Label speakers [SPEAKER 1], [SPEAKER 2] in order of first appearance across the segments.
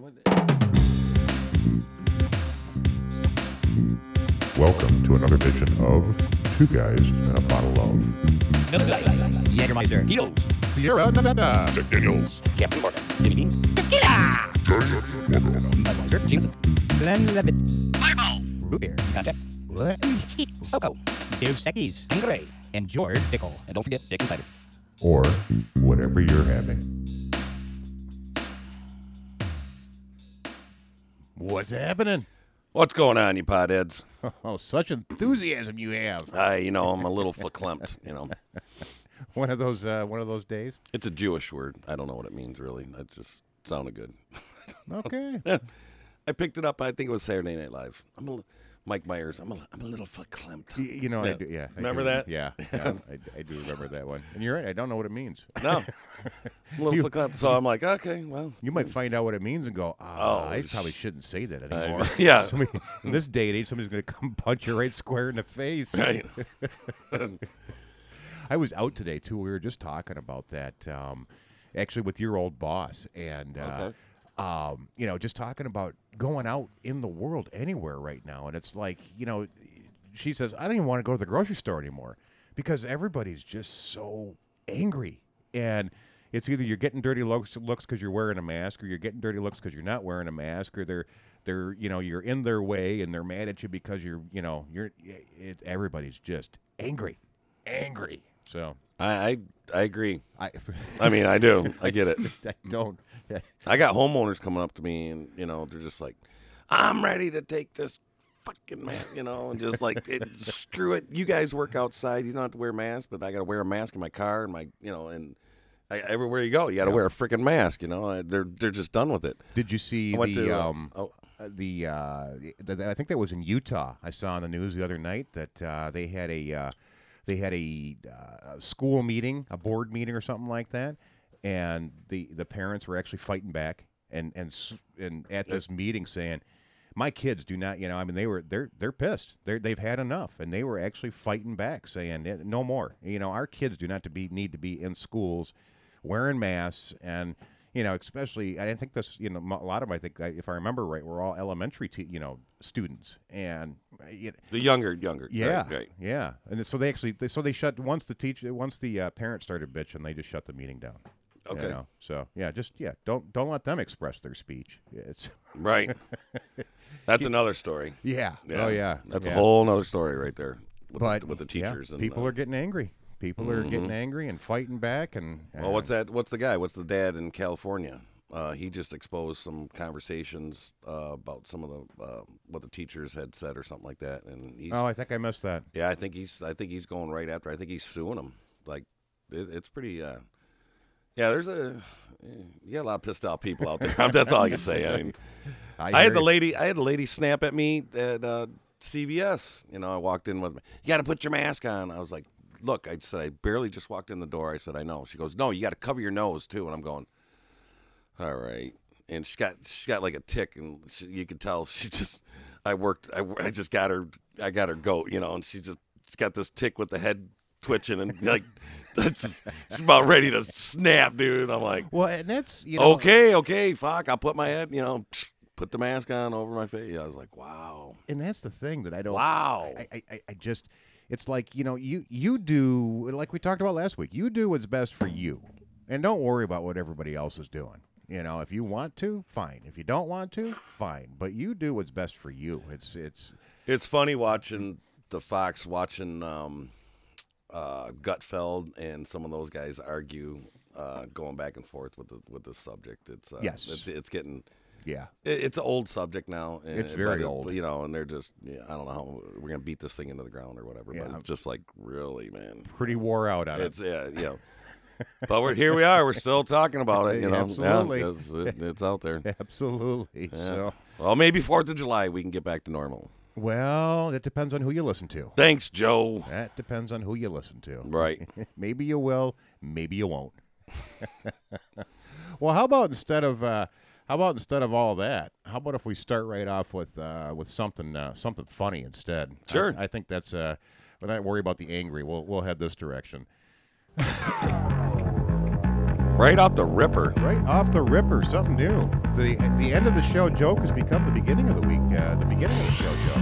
[SPEAKER 1] with it.
[SPEAKER 2] Welcome to another edition of Two Guys and a Bottle of
[SPEAKER 3] Jägermeister, Tito's,
[SPEAKER 2] Sierra Nevada. McDaniels.
[SPEAKER 3] Captain Morgan, Jimmy Dean, Tequila, Budweiser, Jameson, Glenn Levitt, Fireball, Root Beer, Contact, Soko, Dave Seckies, Angray, and George Dickel. And don't forget Dick Insider.
[SPEAKER 2] Or whatever you're having.
[SPEAKER 1] What's happening?
[SPEAKER 4] What's going on, you potheads?
[SPEAKER 1] Oh, such enthusiasm you have.
[SPEAKER 4] I, you know, I'm a little verklempt. You know,
[SPEAKER 1] One of those, uh, one of those days.
[SPEAKER 4] it's a Jewish word. I don't know what it means really. That just sounded good.
[SPEAKER 1] Okay.
[SPEAKER 4] I picked it up. I think it was Saturday Night Live. I'm a, li- Mike Myers. I'm a, I'm a little
[SPEAKER 1] Y-
[SPEAKER 4] verklempt.
[SPEAKER 1] you know, I do, yeah. I
[SPEAKER 4] Remember
[SPEAKER 1] do-
[SPEAKER 4] that?
[SPEAKER 1] Yeah, yeah, I, I do remember that one. And you're right. I don't know what it means.
[SPEAKER 4] No, I'm a little
[SPEAKER 1] You-
[SPEAKER 4] verklempt. So I'm like, okay, well,
[SPEAKER 1] You might find out what it means and go, ah,
[SPEAKER 4] Oh,
[SPEAKER 1] I
[SPEAKER 4] sh-
[SPEAKER 1] probably shouldn't say that anymore.
[SPEAKER 4] yeah.
[SPEAKER 1] Somebody, in this day and age, somebody's going to come punch you right square in the face.
[SPEAKER 4] right.
[SPEAKER 1] I was out today too. We were just talking about that, um, actually, with your old boss, and uh, um, you know, just talking about going out in the world anywhere right now, and it's like, you know, she says, I don't even want to go to the grocery store anymore because everybody's just so angry, and it's either you're getting dirty looks looks because you're wearing a mask, or you're getting dirty looks because you're not wearing a mask, or they're they're you know you're in their way and they're mad at you because you're you know you're it, everybody's just angry angry so
[SPEAKER 4] I, I I agree.
[SPEAKER 1] I,
[SPEAKER 4] I mean, I do. I get it.
[SPEAKER 1] I don't.
[SPEAKER 4] I got homeowners coming up to me, and you know, they're just like, "I'm ready to take this fucking man," you know, and just like, it, "Screw it, you guys work outside. You don't have to wear masks, but I got to wear a mask in my car and my, you know, and I, everywhere you go, you got to wear a freaking mask. You know, I- they're they're just done with it."
[SPEAKER 1] Did you see
[SPEAKER 4] I went
[SPEAKER 1] the
[SPEAKER 4] to uh,
[SPEAKER 1] um
[SPEAKER 4] oh,
[SPEAKER 1] uh, the uh the, the- I think that was in Utah. I saw on the news the other night that uh, they had a uh, they had a uh, school meeting, a board meeting or something like that, and the the parents were actually fighting back and and s- and at this meeting saying. My kids do not, you know. I mean, they were they're they're pissed. They're, they've had enough, and they were actually fighting back, saying "Eh, no more. You know, our kids do not to be need to be in schools wearing masks and you know especially i think this you know m- a lot of them i think I- if i remember right were all elementary te- you know students and uh, it,
[SPEAKER 4] the younger, younger, right,
[SPEAKER 1] yeah
[SPEAKER 4] right.
[SPEAKER 1] yeah and so they actually they, so they shut once the teacher once the uh, parents started bitching they just shut the meeting down you
[SPEAKER 4] Okay.
[SPEAKER 1] know? so yeah just yeah don't don't let them express their speech it's
[SPEAKER 4] right. That's another story.
[SPEAKER 1] yeah, oh yeah
[SPEAKER 4] that's
[SPEAKER 1] yeah.
[SPEAKER 4] a whole another story right there. With
[SPEAKER 1] but
[SPEAKER 4] the, with the
[SPEAKER 1] yeah,
[SPEAKER 4] teachers and
[SPEAKER 1] people
[SPEAKER 4] uh,
[SPEAKER 1] are getting angry people are getting angry and fighting back and,
[SPEAKER 4] Well, what's that? What's the guy? What's the dad in California? Uh, he just exposed some conversations uh, about some of the uh, what the teachers had said or something like that, and he's
[SPEAKER 1] oh i think i missed that
[SPEAKER 4] yeah, I think he's I think he's going right after. I think he's suing him. Like it, it's pretty. Uh, yeah, there's a you got a lot of pissed off people out there. That's all I can say. I mean, I
[SPEAKER 1] hear
[SPEAKER 4] had the
[SPEAKER 1] you.
[SPEAKER 4] lady. I had the lady snap at me at uh, CVS. You know, I walked in with, "You got to put your mask on." I was like, "Look," I said, "I barely just walked in the door." I said, "I know." She goes, "No, you got to cover your nose too." And I'm going, "All right." And she got she got like a tick, and she, you could tell she just. I worked. I, I just got her. I got her goat. You know, and she just she's got this tick with the head twitching and like. she's about ready to snap, dude. I'm like,
[SPEAKER 1] well and that's you know
[SPEAKER 4] okay, okay, fuck. I put my head, you know, put the mask on over my face. I was like, wow,
[SPEAKER 1] and that's the thing that i don't
[SPEAKER 4] wow.
[SPEAKER 1] I, I- I, I just it's like you know you you do like we talked about last week you do what's best for you and don't worry about what everybody else is doing you know if you want to fine if you don't want to fine but you do what's best for you it's it's
[SPEAKER 4] It's funny watching the Fox watching um, uh, Gutfeld and some of those guys argue, uh, going back and forth with the with this subject. It's uh,
[SPEAKER 1] Yes.
[SPEAKER 4] it's, it's getting.
[SPEAKER 1] yeah
[SPEAKER 4] it- It's an old subject now. and-
[SPEAKER 1] It's very
[SPEAKER 4] but it-
[SPEAKER 1] old.
[SPEAKER 4] you know. And they're just, yeah, I don't know how we're gonna beat this thing into the ground or whatever.
[SPEAKER 1] Yeah.
[SPEAKER 4] But it's just like, really, man.
[SPEAKER 1] pretty wore out on it
[SPEAKER 4] It's yeah, yeah. But we're here. We are. We're still talking about it. You know, Yeah,
[SPEAKER 1] Absolutely.
[SPEAKER 4] it's, it- it's out there.
[SPEAKER 1] absolutely
[SPEAKER 4] Yeah.
[SPEAKER 1] so
[SPEAKER 4] Well, maybe Fourth of July we can get back to normal.
[SPEAKER 1] well that depends on who you listen to
[SPEAKER 4] Thanks, Joe.
[SPEAKER 1] that depends on who you listen to
[SPEAKER 4] Right.
[SPEAKER 1] maybe you will, maybe you won't. well, how about instead of uh, how about instead of all that, how about if we start right off with uh, with something uh, something funny instead? I-
[SPEAKER 4] Sure.
[SPEAKER 1] I, think that's uh, but not worry about the angry. We'll we'll head this direction.
[SPEAKER 4] Right off the ripper.
[SPEAKER 1] Right off the ripper, something new. The the end of the show joke has become the beginning of the week, uh, the beginning of the show joke.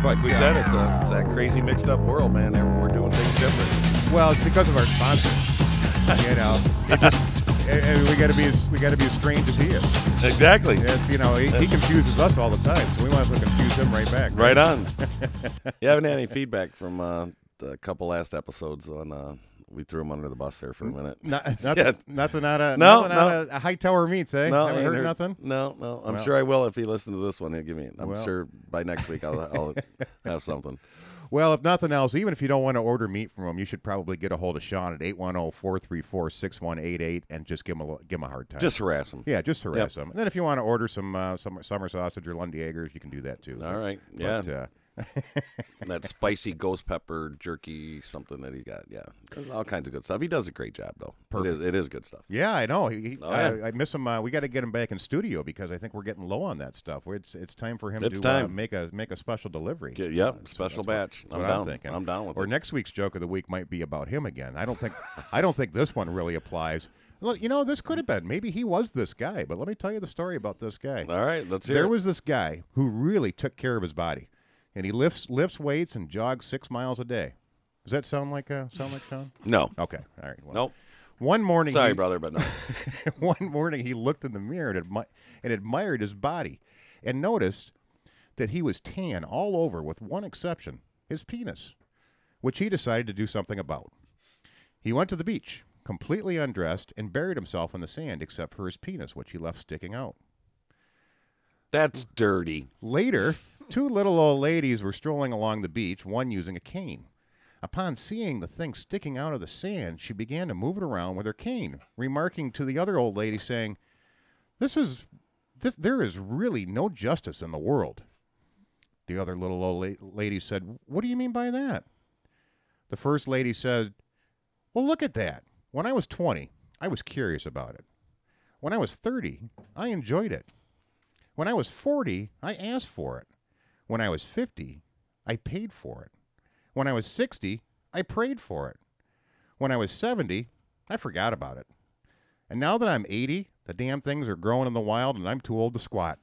[SPEAKER 1] But
[SPEAKER 4] We
[SPEAKER 1] uh,
[SPEAKER 4] said it's a it's that crazy mixed up world, man. We're doing things different.
[SPEAKER 1] well, it's because of our sponsors. you know, It just- and- and we got to be as, we got to be as strange as he is.
[SPEAKER 4] Exactly.
[SPEAKER 1] It's you know he, he confuses us all the time, so we might as well confuse him right back.
[SPEAKER 4] Right on. you haven't had any feedback from uh, the couple last episodes on. Uh, we threw him under the bus there for a minute.
[SPEAKER 1] Not, nothing,
[SPEAKER 4] Yeah.
[SPEAKER 1] nothing out of
[SPEAKER 4] No,
[SPEAKER 1] nothing
[SPEAKER 4] no.
[SPEAKER 1] out of high tower meets, eh?
[SPEAKER 4] No,
[SPEAKER 1] Haven't
[SPEAKER 4] ain't
[SPEAKER 1] heard, nothing.
[SPEAKER 4] No, no. I'm
[SPEAKER 1] Well.
[SPEAKER 4] sure I will if he listens to this one. He'll give me. I'm
[SPEAKER 1] Well.
[SPEAKER 4] sure by next week I'll, I'll have something.
[SPEAKER 1] Well, if nothing else, even if you don't want to order meat from him, you should probably get a hold of Sean at oh, 810-434-6188 and just give him a lo- give him a hard time.
[SPEAKER 4] Just harass him.
[SPEAKER 1] yeah, just harass him. And then if you want to order some uh, summer, summer sausage or Lundiagers, you can do that too.
[SPEAKER 4] All right. Yeah.
[SPEAKER 1] But, uh,
[SPEAKER 4] that spicy ghost pepper jerky something that he got. Yeah. There's all kinds of good stuff. He does a great job though. It is, it is good stuff.
[SPEAKER 1] yeah, I know. He, he-
[SPEAKER 4] Oh, yeah.
[SPEAKER 1] I, I miss him. Uh, we got to get him back in studio because I think we're getting low on that stuff. We're- It's it's time for him
[SPEAKER 4] It's
[SPEAKER 1] to Uh,
[SPEAKER 4] time.
[SPEAKER 1] make a make a special delivery.
[SPEAKER 4] Get- yep,
[SPEAKER 1] so
[SPEAKER 4] special
[SPEAKER 1] that's
[SPEAKER 4] batch.
[SPEAKER 1] What, that's
[SPEAKER 4] I'm
[SPEAKER 1] what
[SPEAKER 4] down.
[SPEAKER 1] I'm thinking.
[SPEAKER 4] I'm down with
[SPEAKER 1] Or
[SPEAKER 4] it.
[SPEAKER 1] next week's joke of the week might be about him again. I don't think I don't think this one really applies. Look, you know, this could have been maybe he was this guy, but let me tell you the story about this guy.
[SPEAKER 4] All right, let's hear
[SPEAKER 1] there
[SPEAKER 4] it.
[SPEAKER 1] was this guy who really took care of his body, and he lifts lifts weights and jogs six miles a day. Does that sound like uh, sound like Sean?
[SPEAKER 4] No.
[SPEAKER 1] Okay, all right. Well,
[SPEAKER 4] Nope.
[SPEAKER 1] One morning,
[SPEAKER 4] Sorry,
[SPEAKER 1] he-
[SPEAKER 4] brother, but no.
[SPEAKER 1] one morning he looked in the mirror and, admi- and admired his body and noticed that he was tan all over with one exception his penis which he decided to do something about he went to the beach completely undressed and buried himself in the sand except for his penis which he left sticking out
[SPEAKER 4] That's dirty.
[SPEAKER 1] Later, two little old ladies were strolling along the beach, one using a cane. Upon seeing the thing sticking out of the sand, she began to move it around with her cane, remarking to the other old lady, saying, This is, this, there is really no justice in the world. The other little old la- lady said, What do you mean by that? The first lady said, Well, look at that. When I was 20, I was curious about it. When I was 30, I enjoyed it. When I was 40, I asked for it. When I was 50, I paid for it. When I was 60, I prayed for it. When I was 70, I forgot about it. And now that I'm 80, the damn things are growing in the wild and I'm too old to squat.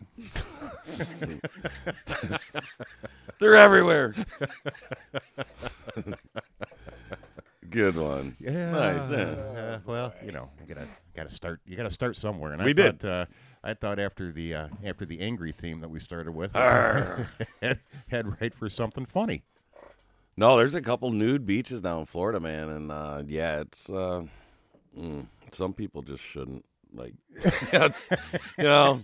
[SPEAKER 4] They're everywhere. Good one. Nice. yeah.
[SPEAKER 1] Uh, well, you know, you got to got to start you got to start somewhere and I
[SPEAKER 4] We
[SPEAKER 1] thought
[SPEAKER 4] did.
[SPEAKER 1] uh, I thought after the uh, after the angry theme that we started with head, head right for something funny.
[SPEAKER 4] No, there's a couple nude beaches down in Florida, man, and uh, yeah, it's uh, mm, some people just shouldn't like. it's- you know,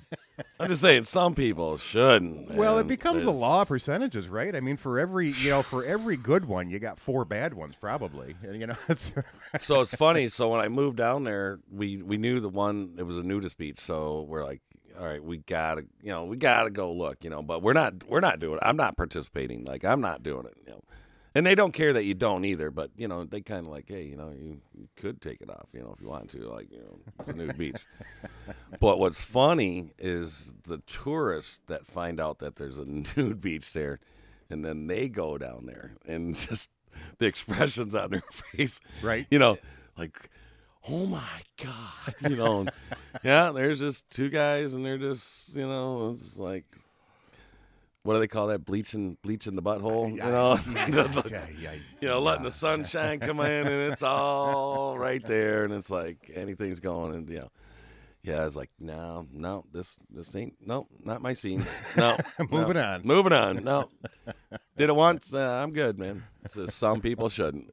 [SPEAKER 4] I'm just saying some people shouldn't.
[SPEAKER 1] Well, it
[SPEAKER 4] man.
[SPEAKER 1] becomes the
[SPEAKER 4] It's-
[SPEAKER 1] law of percentages, right? I mean, for every you know, for every good one, you got four bad ones, probably. And, You know, it's
[SPEAKER 4] so it's funny. So when I moved down there, we we knew the one it was a nudist beach. So we're like, all right, we gotta, you know, we gotta go look, you know. But we're not, we're not doing. it. I'm not participating. Like I'm not doing it. You know. And they don't care that you don't either. But you know, they kind of like, hey, you know, you, you could take it off, you know, if you want to. Like, you know, it's a nude beach. But what's funny is the tourists that find out that there's a nude beach there, and then they go down there and just the expressions on their face,
[SPEAKER 1] Right.
[SPEAKER 4] You know, like, oh my god, you know. and, yeah, there's just two guys, and they're just, you know, it's like, what do they call that? Bleaching, bleaching the butthole, you know. you know, letting the sunshine come in, and it's all right there, and it's like anything's going, and you know, yeah, it's like no, no, this this ain't no, not my scene. No, no.
[SPEAKER 1] Moving on.
[SPEAKER 4] moving on. No, did it once. Uh, I'm good, man. It's just some people shouldn't.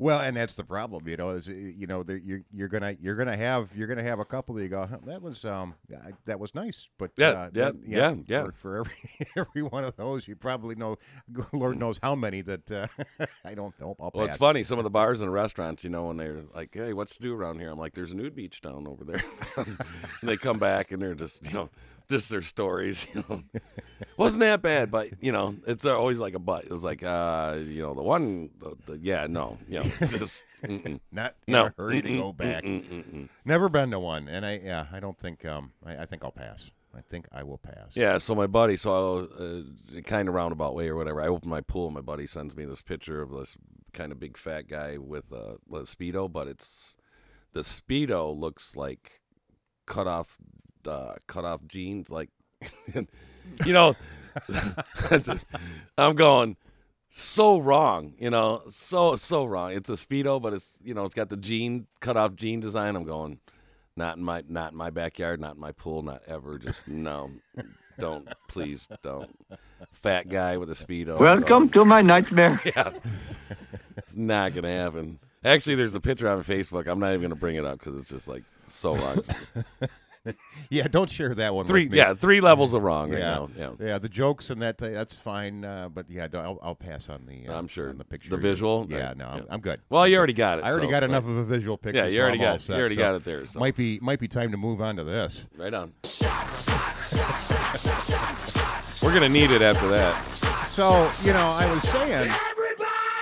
[SPEAKER 1] well, and that's the problem. You know, is uh, you know that you're you're gonna you're gonna have you're gonna have a couple that you go, huh, that was um I- that was nice, but
[SPEAKER 4] Yeah,
[SPEAKER 1] uh,
[SPEAKER 4] yeah,
[SPEAKER 1] that-
[SPEAKER 4] yeah, yeah.
[SPEAKER 1] For, for every every one of those, you probably know, Lord knows how many that uh, I don't know. I'll
[SPEAKER 4] Mm. Well,
[SPEAKER 1] pass.
[SPEAKER 4] it's funny. Some of the bars and restaurants, you know, when they're like, "Hey, what's to do around here?" I'm like, "There's a nude beach down over there," and they come back and they're just, you know, just their stories. You know, wasn't that bad, but you know, it's always like a but. It was like, uh, you know, the one, the, the, yeah, no, you know, it's just mm-mm.
[SPEAKER 1] Not in
[SPEAKER 4] no,
[SPEAKER 1] a hurry to
[SPEAKER 4] Mm-mm,
[SPEAKER 1] go back.
[SPEAKER 4] mm-mm, mm-mm.
[SPEAKER 1] Never been to one, and I yeah, I don't think um I, I think I'll pass. I think I will pass.
[SPEAKER 4] Yeah, so my buddy, so I, uh, kind of roundabout way or whatever, I open my pool and my buddy sends me this picture of this kind of big fat guy with a, a Speedo, but it's the speedo looks like cut off, uh, cut off jeans. Like, you know, I'm going so wrong. You know, so so wrong. It's a speedo, but it's you know, it's got the jean cut off jean design. I'm going, not in my not in my backyard, not in my pool, not ever. Just no, don't please don't. Fat guy with a speedo.
[SPEAKER 5] Welcome to my nightmare.
[SPEAKER 4] It's not gonna happen. Actually, there's a picture on Facebook. I'm not even gonna bring it up because it's just like so wrong.
[SPEAKER 1] Yeah, don't share that one.
[SPEAKER 4] three,
[SPEAKER 1] with me.
[SPEAKER 4] yeah, three levels of wrong right
[SPEAKER 1] yeah,
[SPEAKER 4] now. Yeah.
[SPEAKER 1] yeah. The jokes and that uh, that's fine, uh, but yeah, don't- I'll, I'll pass on the. Uh,
[SPEAKER 4] I'm sure.
[SPEAKER 1] on
[SPEAKER 4] The
[SPEAKER 1] the picture.
[SPEAKER 4] visual?
[SPEAKER 1] Yeah,
[SPEAKER 4] Right.
[SPEAKER 1] no, I'm,
[SPEAKER 4] Yeah.
[SPEAKER 1] I'm good.
[SPEAKER 4] Well, you already got it.
[SPEAKER 1] I already
[SPEAKER 4] so,
[SPEAKER 1] got
[SPEAKER 4] like,
[SPEAKER 1] enough of a visual picture.
[SPEAKER 4] Yeah, you
[SPEAKER 1] so
[SPEAKER 4] already
[SPEAKER 1] I'm all
[SPEAKER 4] got it.
[SPEAKER 1] set,
[SPEAKER 4] you already
[SPEAKER 1] so
[SPEAKER 4] got it there. So.
[SPEAKER 1] Might be might be time to move on to this.
[SPEAKER 4] right on. We're gonna need it after that.
[SPEAKER 1] So you know, I was saying,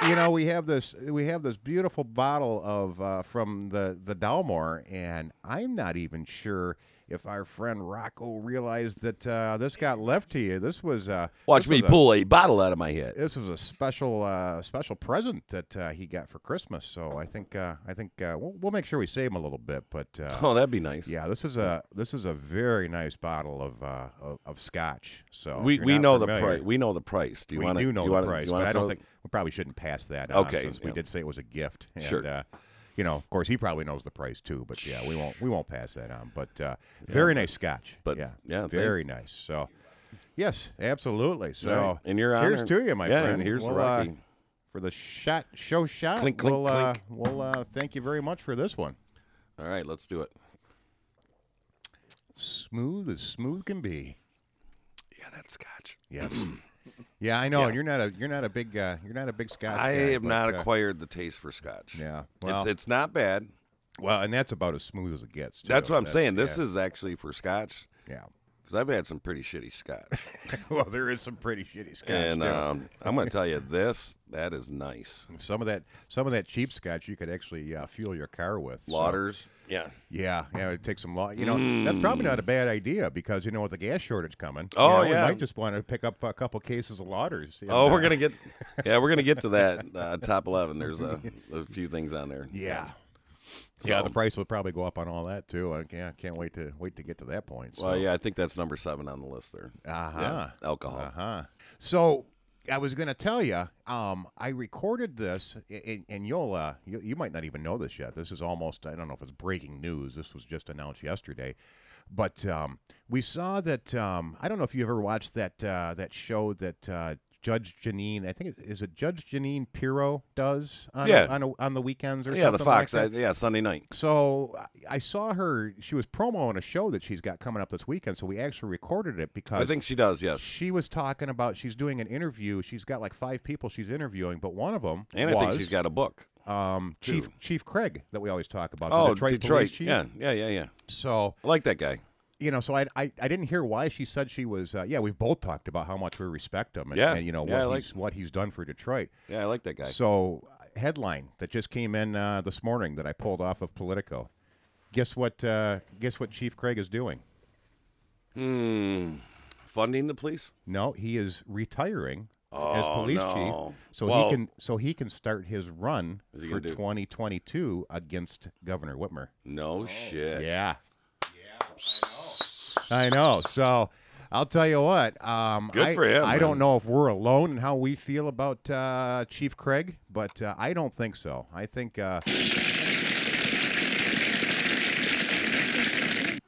[SPEAKER 1] you know, we have this we have this beautiful bottle of uh, from the the Dalmore, and I'm not even sure if our friend Rocco realized that uh, this got left to you. This was uh,
[SPEAKER 4] Watch
[SPEAKER 1] this
[SPEAKER 4] me
[SPEAKER 1] was a-
[SPEAKER 4] pull a bottle out of my head.
[SPEAKER 1] this was a special uh, special present that uh, he got for Christmas. So I think uh, I think uh, we'll, we'll make sure we save him a little bit. But uh,
[SPEAKER 4] Oh, that'd be nice.
[SPEAKER 1] yeah, this is a this is a very nice bottle of uh, of, of scotch. So Oh, if
[SPEAKER 4] We
[SPEAKER 1] you're
[SPEAKER 4] we
[SPEAKER 1] not
[SPEAKER 4] know
[SPEAKER 1] familiar-
[SPEAKER 4] the price. We know the price. Do you
[SPEAKER 1] we
[SPEAKER 4] want to?
[SPEAKER 1] do know
[SPEAKER 4] you
[SPEAKER 1] the
[SPEAKER 4] wanna,
[SPEAKER 1] price,
[SPEAKER 4] you wanna
[SPEAKER 1] but I don't
[SPEAKER 4] throw-
[SPEAKER 1] think we probably shouldn't pass that. on
[SPEAKER 4] Okay,
[SPEAKER 1] since we
[SPEAKER 4] yeah.
[SPEAKER 1] did say it was a gift. And,
[SPEAKER 4] Sure.
[SPEAKER 1] Uh, you know, of course, he probably knows the price too. But yeah, we won't we won't pass that on. But uh, very nice scotch.
[SPEAKER 4] but-
[SPEAKER 1] yeah,
[SPEAKER 4] yeah, thank-
[SPEAKER 1] very nice. So. Yes, absolutely. So,
[SPEAKER 4] All right. in your honor.
[SPEAKER 1] here's to you, my
[SPEAKER 4] yeah,
[SPEAKER 1] friend.
[SPEAKER 4] and here's
[SPEAKER 1] Well,
[SPEAKER 4] the Rocky.
[SPEAKER 1] uh, for the shot show shot.
[SPEAKER 4] Clink, clink,
[SPEAKER 1] we'll, uh,
[SPEAKER 4] clink.
[SPEAKER 1] we'll uh, thank you very much for this one.
[SPEAKER 4] All right, let's do it.
[SPEAKER 1] Smooth as smooth can be.
[SPEAKER 4] Yeah, that's scotch.
[SPEAKER 1] Yes. yeah, I know. You're not a you're not a big uh, you're not a big Scotch.
[SPEAKER 4] I
[SPEAKER 1] guy,
[SPEAKER 4] have
[SPEAKER 1] but,
[SPEAKER 4] not
[SPEAKER 1] uh,
[SPEAKER 4] acquired the taste for scotch.
[SPEAKER 1] Yeah.
[SPEAKER 4] it's
[SPEAKER 1] Well,
[SPEAKER 4] it's not bad.
[SPEAKER 1] well, and that's about as smooth as it gets. too.
[SPEAKER 4] That's what I'm saying. This
[SPEAKER 1] yeah,
[SPEAKER 4] is actually for scotch
[SPEAKER 1] yeah.
[SPEAKER 4] because I've had some pretty shitty scotch,
[SPEAKER 1] well, there is some pretty shitty Scotch.
[SPEAKER 4] and
[SPEAKER 1] too.
[SPEAKER 4] um, I'm going to tell you this. That is nice.
[SPEAKER 1] some of that some of that cheap Scotch you could actually uh, fuel your car with. so-
[SPEAKER 4] Lauders. Yeah.
[SPEAKER 1] Yeah, yeah, it takes some law. You know, that's probably not a bad idea because you know with the gas shortage coming,
[SPEAKER 4] Mm. Oh,
[SPEAKER 1] you know,
[SPEAKER 4] yeah.
[SPEAKER 1] we might just want to pick up a couple cases of lauders. and,
[SPEAKER 4] Oh, we're
[SPEAKER 1] uh,
[SPEAKER 4] gonna get. Yeah, we're gonna get to that uh, top eleven. There's a, a few things on there.
[SPEAKER 1] yeah, yeah.
[SPEAKER 4] So-
[SPEAKER 1] The price will probably go up on all that too. I can't, can't wait to wait to get to that point. So.
[SPEAKER 4] Well, yeah, I think that's number seven on the list there.
[SPEAKER 1] uh huh,
[SPEAKER 4] Yeah, alcohol.
[SPEAKER 1] uh huh. So I was gonna tell you, um, I recorded this, a- and, and you'll uh, you, you might not even know this yet. This is almost I don't know if it's breaking news. This was just announced yesterday. But um, we saw that um, I don't know if you ever watched that uh, that show that uh, Judge Janine I think it, is it Judge Janine Pirro does on
[SPEAKER 4] Yeah.
[SPEAKER 1] on, a, on the weekends or
[SPEAKER 4] Yeah, the
[SPEAKER 1] something like
[SPEAKER 4] Fox.
[SPEAKER 1] that?
[SPEAKER 4] I, yeah, Sunday night.
[SPEAKER 1] So I- I saw her. She was promoing a show that she's got coming up this weekend. So we actually recorded it because
[SPEAKER 4] I think she does. Yes,
[SPEAKER 1] she was talking about she's doing an interview. She's got like five people she's interviewing, but one of them
[SPEAKER 4] and I think she's got a book.
[SPEAKER 1] um, Chief Chief Craig that we always talk about. the
[SPEAKER 4] Oh,
[SPEAKER 1] Detroit,
[SPEAKER 4] Detroit.
[SPEAKER 1] Police Chief.
[SPEAKER 4] Yeah, yeah, yeah, yeah.
[SPEAKER 1] So
[SPEAKER 4] I like that guy.
[SPEAKER 1] you know, so I, I I didn't hear why she said she was. Uh, yeah, we've both talked about how much we respect him and,
[SPEAKER 4] Yeah.
[SPEAKER 1] and you know
[SPEAKER 4] Yeah, I
[SPEAKER 1] what
[SPEAKER 4] like-
[SPEAKER 1] he's what he's done for Detroit.
[SPEAKER 4] Yeah, I like that guy.
[SPEAKER 1] So uh, headline that just came in uh, this morning that I pulled off of Politico. Guess what? Uh, guess what? Chief Craig is doing.
[SPEAKER 4] Hmm. Funding the police?
[SPEAKER 1] No, he is retiring as police
[SPEAKER 4] Oh, no.
[SPEAKER 1] chief, so
[SPEAKER 4] Well-
[SPEAKER 1] he can so he can start his run
[SPEAKER 4] Is he
[SPEAKER 1] for
[SPEAKER 4] gonna do-
[SPEAKER 1] 2022 against Governor Whitmer. Oh.
[SPEAKER 4] No shit.
[SPEAKER 1] Yeah, yeah, I know. So. I'll tell you what. Um,
[SPEAKER 4] Good
[SPEAKER 1] I,
[SPEAKER 4] for him,
[SPEAKER 1] I
[SPEAKER 4] man.
[SPEAKER 1] don't know if we're alone in how we feel about uh, Chief Craig, but uh, I don't think so. I think uh,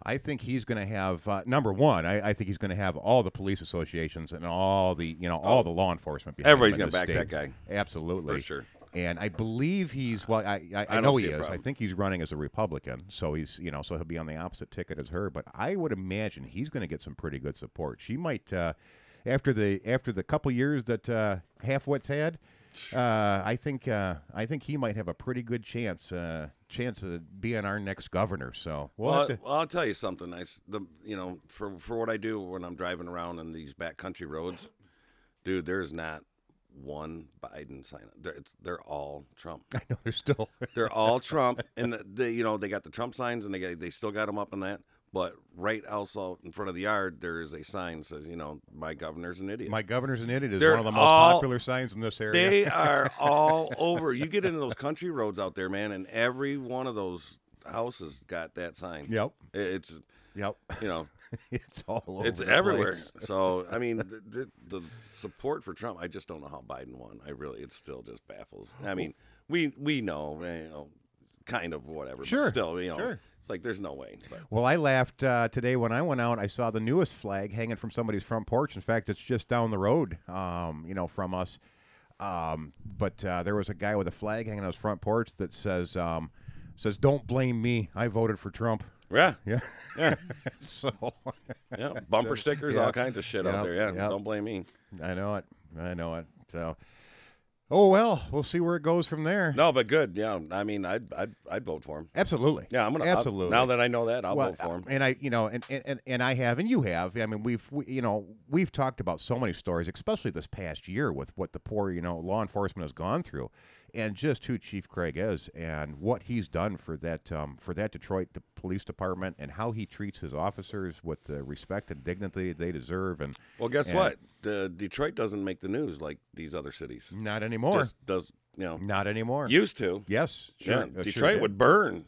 [SPEAKER 1] I think he's going to have uh, number one. I, I think he's going to have all the police associations and all the you know all the law enforcement. Behind
[SPEAKER 4] Oh. Everybody's
[SPEAKER 1] going to
[SPEAKER 4] gonna back that
[SPEAKER 1] Absolutely,
[SPEAKER 4] For sure.
[SPEAKER 1] And I believe he's well. I I, I,
[SPEAKER 4] don't
[SPEAKER 1] know
[SPEAKER 4] see
[SPEAKER 1] he
[SPEAKER 4] a
[SPEAKER 1] is. I
[SPEAKER 4] problem.
[SPEAKER 1] think he's running as a Republican, so he's you know so he'll be on the opposite ticket as her. But I would imagine he's going to get some pretty good support. She might uh, after the after the couple years that uh, Halfwit's had. Uh, I think uh, I think he might have a pretty good chance uh, chance of being our next governor. So we'll
[SPEAKER 4] Well,
[SPEAKER 1] have to-
[SPEAKER 4] I- well, I'll tell you something. I, s- the, you know, for for what I do when I'm driving around on these backcountry roads, dude, there's not one Biden sign. Up. They're, it's, they're all Trump.
[SPEAKER 1] I know there's still
[SPEAKER 4] They're all Trump, and the, the, you know they got the Trump signs, and they got, they still got them up on that. But right also in front of the yard, there is a sign that says, you know, my governor's an idiot.
[SPEAKER 1] My governor's an idiot is
[SPEAKER 4] They're
[SPEAKER 1] one of the most
[SPEAKER 4] all-
[SPEAKER 1] popular signs in this area.
[SPEAKER 4] They are all over. You get into those country roads out there, man, and every one of those house has got that sign.
[SPEAKER 1] Yep.
[SPEAKER 4] It- It's
[SPEAKER 1] Yep.
[SPEAKER 4] you know
[SPEAKER 1] it's all over.
[SPEAKER 4] it's
[SPEAKER 1] the
[SPEAKER 4] everywhere.
[SPEAKER 1] place.
[SPEAKER 4] So I mean the, the, the support for Trump. I just don't know how Biden won. I really it still just baffles. I mean we we know you know kind of whatever. but
[SPEAKER 1] Sure,
[SPEAKER 4] Still you know
[SPEAKER 1] sure.
[SPEAKER 4] it's like there's no way. But
[SPEAKER 1] Well, I laughed uh, today when I went out. I saw the newest flag hanging from somebody's front porch. In fact, it's just down the road, um, you know, from us. Um, but uh, there was a guy with a flag hanging on his front porch that says, um, "says Don't blame me. I voted for Trump."
[SPEAKER 4] yeah.
[SPEAKER 1] Yeah.
[SPEAKER 4] Yeah.
[SPEAKER 1] so
[SPEAKER 4] Yeah, bumper stickers,
[SPEAKER 1] yeah.
[SPEAKER 4] all kinds of shit
[SPEAKER 1] Yep,
[SPEAKER 4] out there. Yeah,
[SPEAKER 1] yep.
[SPEAKER 4] don't blame me.
[SPEAKER 1] I know it. I know it. So, oh well, we'll see where it goes from there.
[SPEAKER 4] No, but good. Yeah, I mean, I'd I'd, I'd vote for him.
[SPEAKER 1] Absolutely.
[SPEAKER 4] Yeah, I'm gonna I'll-
[SPEAKER 1] absolutely. uh,
[SPEAKER 4] now that I know that, I'll vote for him.
[SPEAKER 1] And I, you know, and, and- and, and I have, and you have. I mean, we've, we, you know, we've talked about so many stories, especially this past year with what the poor, you know, law enforcement has gone through, and just who Chief Craig is, and what he's done for that, um, for that Detroit de- Police Department, and how he treats his officers with the respect and dignity they deserve, and
[SPEAKER 4] Well, guess
[SPEAKER 1] and-
[SPEAKER 4] what? Uh, Detroit doesn't make the news like these other cities.
[SPEAKER 1] not anymore,
[SPEAKER 4] Just does you know?
[SPEAKER 1] not anymore.
[SPEAKER 4] Used to.
[SPEAKER 1] yes, sure,
[SPEAKER 4] Yeah,
[SPEAKER 1] uh, sure
[SPEAKER 4] Detroit
[SPEAKER 1] did.
[SPEAKER 4] would burn.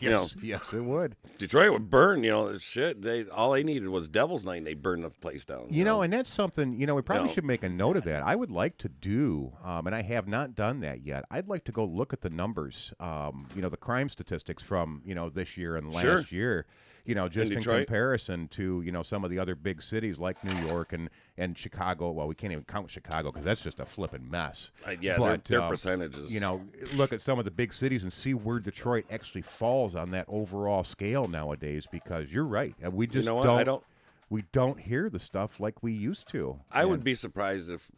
[SPEAKER 4] you know.
[SPEAKER 1] yes, yes, it would.
[SPEAKER 4] Detroit would burn. You know, shit. They all they needed was Devil's Night, and they burned the place down.
[SPEAKER 1] You know, and that's something, you know, we probably
[SPEAKER 4] No.
[SPEAKER 1] should make a note of that. I would like to do, um, and I have not done that yet. I'd like to go look at the numbers, um, you know, the crime statistics from, you know, this year and last
[SPEAKER 4] Sure.
[SPEAKER 1] year, you know, just in,
[SPEAKER 4] Detroit.
[SPEAKER 1] comparison to, you know, some of the other big cities like New York and, and Chicago. Well, we can't even count Chicago because that's just a flipping mess.
[SPEAKER 4] Uh, yeah, their-
[SPEAKER 1] but,
[SPEAKER 4] their
[SPEAKER 1] um,
[SPEAKER 4] percentages.
[SPEAKER 1] You know, look at some of the big cities and see where Detroit actually falls on that overall scale nowadays because you're right. Uh, We just
[SPEAKER 4] know what?
[SPEAKER 1] don't,
[SPEAKER 4] I don't-
[SPEAKER 1] we don't hear the stuff like we used to.
[SPEAKER 4] I would be surprised if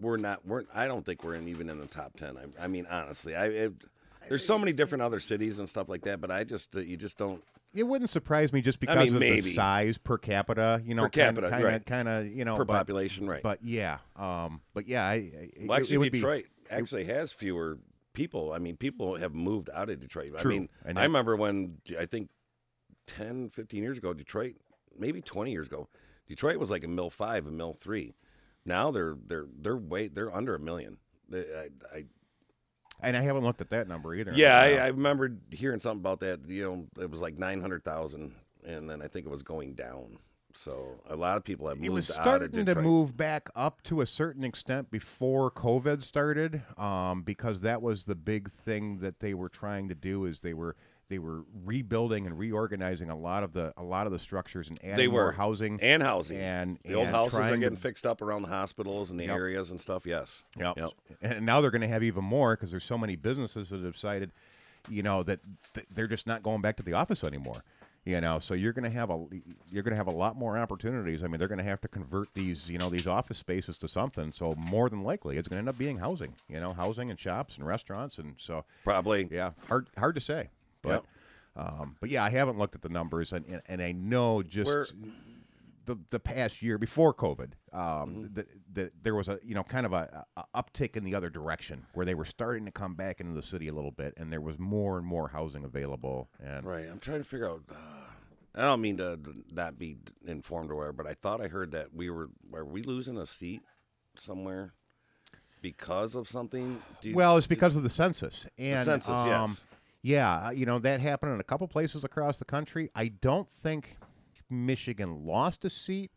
[SPEAKER 4] we're not. We're. I don't think we're in, even in the top ten. I, I mean, honestly, I. It, there's so many different other cities and stuff like that, but I just uh, you just don't.
[SPEAKER 1] It wouldn't surprise me just because
[SPEAKER 4] mean,
[SPEAKER 1] of the
[SPEAKER 4] maybe.
[SPEAKER 1] size per capita, you know,
[SPEAKER 4] Per capita,
[SPEAKER 1] kind of,
[SPEAKER 4] right.
[SPEAKER 1] kind of, you know,
[SPEAKER 4] per
[SPEAKER 1] but,
[SPEAKER 4] population, right?
[SPEAKER 1] But yeah, um, but yeah, I, I- it-
[SPEAKER 4] well,
[SPEAKER 1] it
[SPEAKER 4] actually,
[SPEAKER 1] would be-
[SPEAKER 4] Detroit actually has fewer people. I mean, people have moved out of Detroit.
[SPEAKER 1] True,
[SPEAKER 4] I mean,
[SPEAKER 1] and
[SPEAKER 4] I
[SPEAKER 1] it-
[SPEAKER 4] remember when I think 10, 15 years ago, Detroit, maybe twenty years ago, Detroit was like a mill five, a mill three. Now they're they're they're way they're under a million. They, I, I,
[SPEAKER 1] and I haven't looked at that number either.
[SPEAKER 4] yeah, I,
[SPEAKER 1] Uh,
[SPEAKER 4] I remember hearing something about that. You know, it was like nine hundred thousand, and then I think it was going down. So a lot of people have moved
[SPEAKER 1] it was
[SPEAKER 4] out of
[SPEAKER 1] starting
[SPEAKER 4] Detroit.
[SPEAKER 1] to move back up to a certain extent before COVID started, um, because that was the big thing that they were trying to do is they were they were rebuilding and reorganizing a lot of the a lot of the structures and adding
[SPEAKER 4] they were
[SPEAKER 1] more housing
[SPEAKER 4] and housing
[SPEAKER 1] and-
[SPEAKER 4] the old
[SPEAKER 1] and
[SPEAKER 4] houses are
[SPEAKER 1] trying to-
[SPEAKER 4] getting fixed up around the hospitals and the
[SPEAKER 1] Yep.
[SPEAKER 4] areas and stuff. Yes.
[SPEAKER 1] Yep. And now they're going to have even more because there's so many businesses that have decided, you know, that th- they're just not going back to the office anymore. You know, so you're going to have a you're going to have a lot more opportunities. I mean, they're going to have to convert these you know these office spaces to something. So more than likely, it's going to end up being housing. You know, housing and shops and restaurants and so
[SPEAKER 4] Probably.
[SPEAKER 1] yeah, hard hard to say, but. Um, but yeah, I haven't looked at the numbers, and, and, and I know just
[SPEAKER 4] Where-
[SPEAKER 1] the the past year before COVID, um,
[SPEAKER 4] Mm-hmm.
[SPEAKER 1] the, the, there was a you know kind of a, a uptick in the other direction where they were starting to come back into the city a little bit, and there was more and more housing available. And
[SPEAKER 4] Right. I'm trying to figure out. Uh, I don't mean to not be informed or whatever, but I thought I heard that we were are we losing a seat somewhere because of something? Do you-
[SPEAKER 1] well, it's because of the census and
[SPEAKER 4] census,
[SPEAKER 1] um,
[SPEAKER 4] yes.
[SPEAKER 1] yeah, you know that happened in a couple places across the country. I don't think Michigan lost a seat.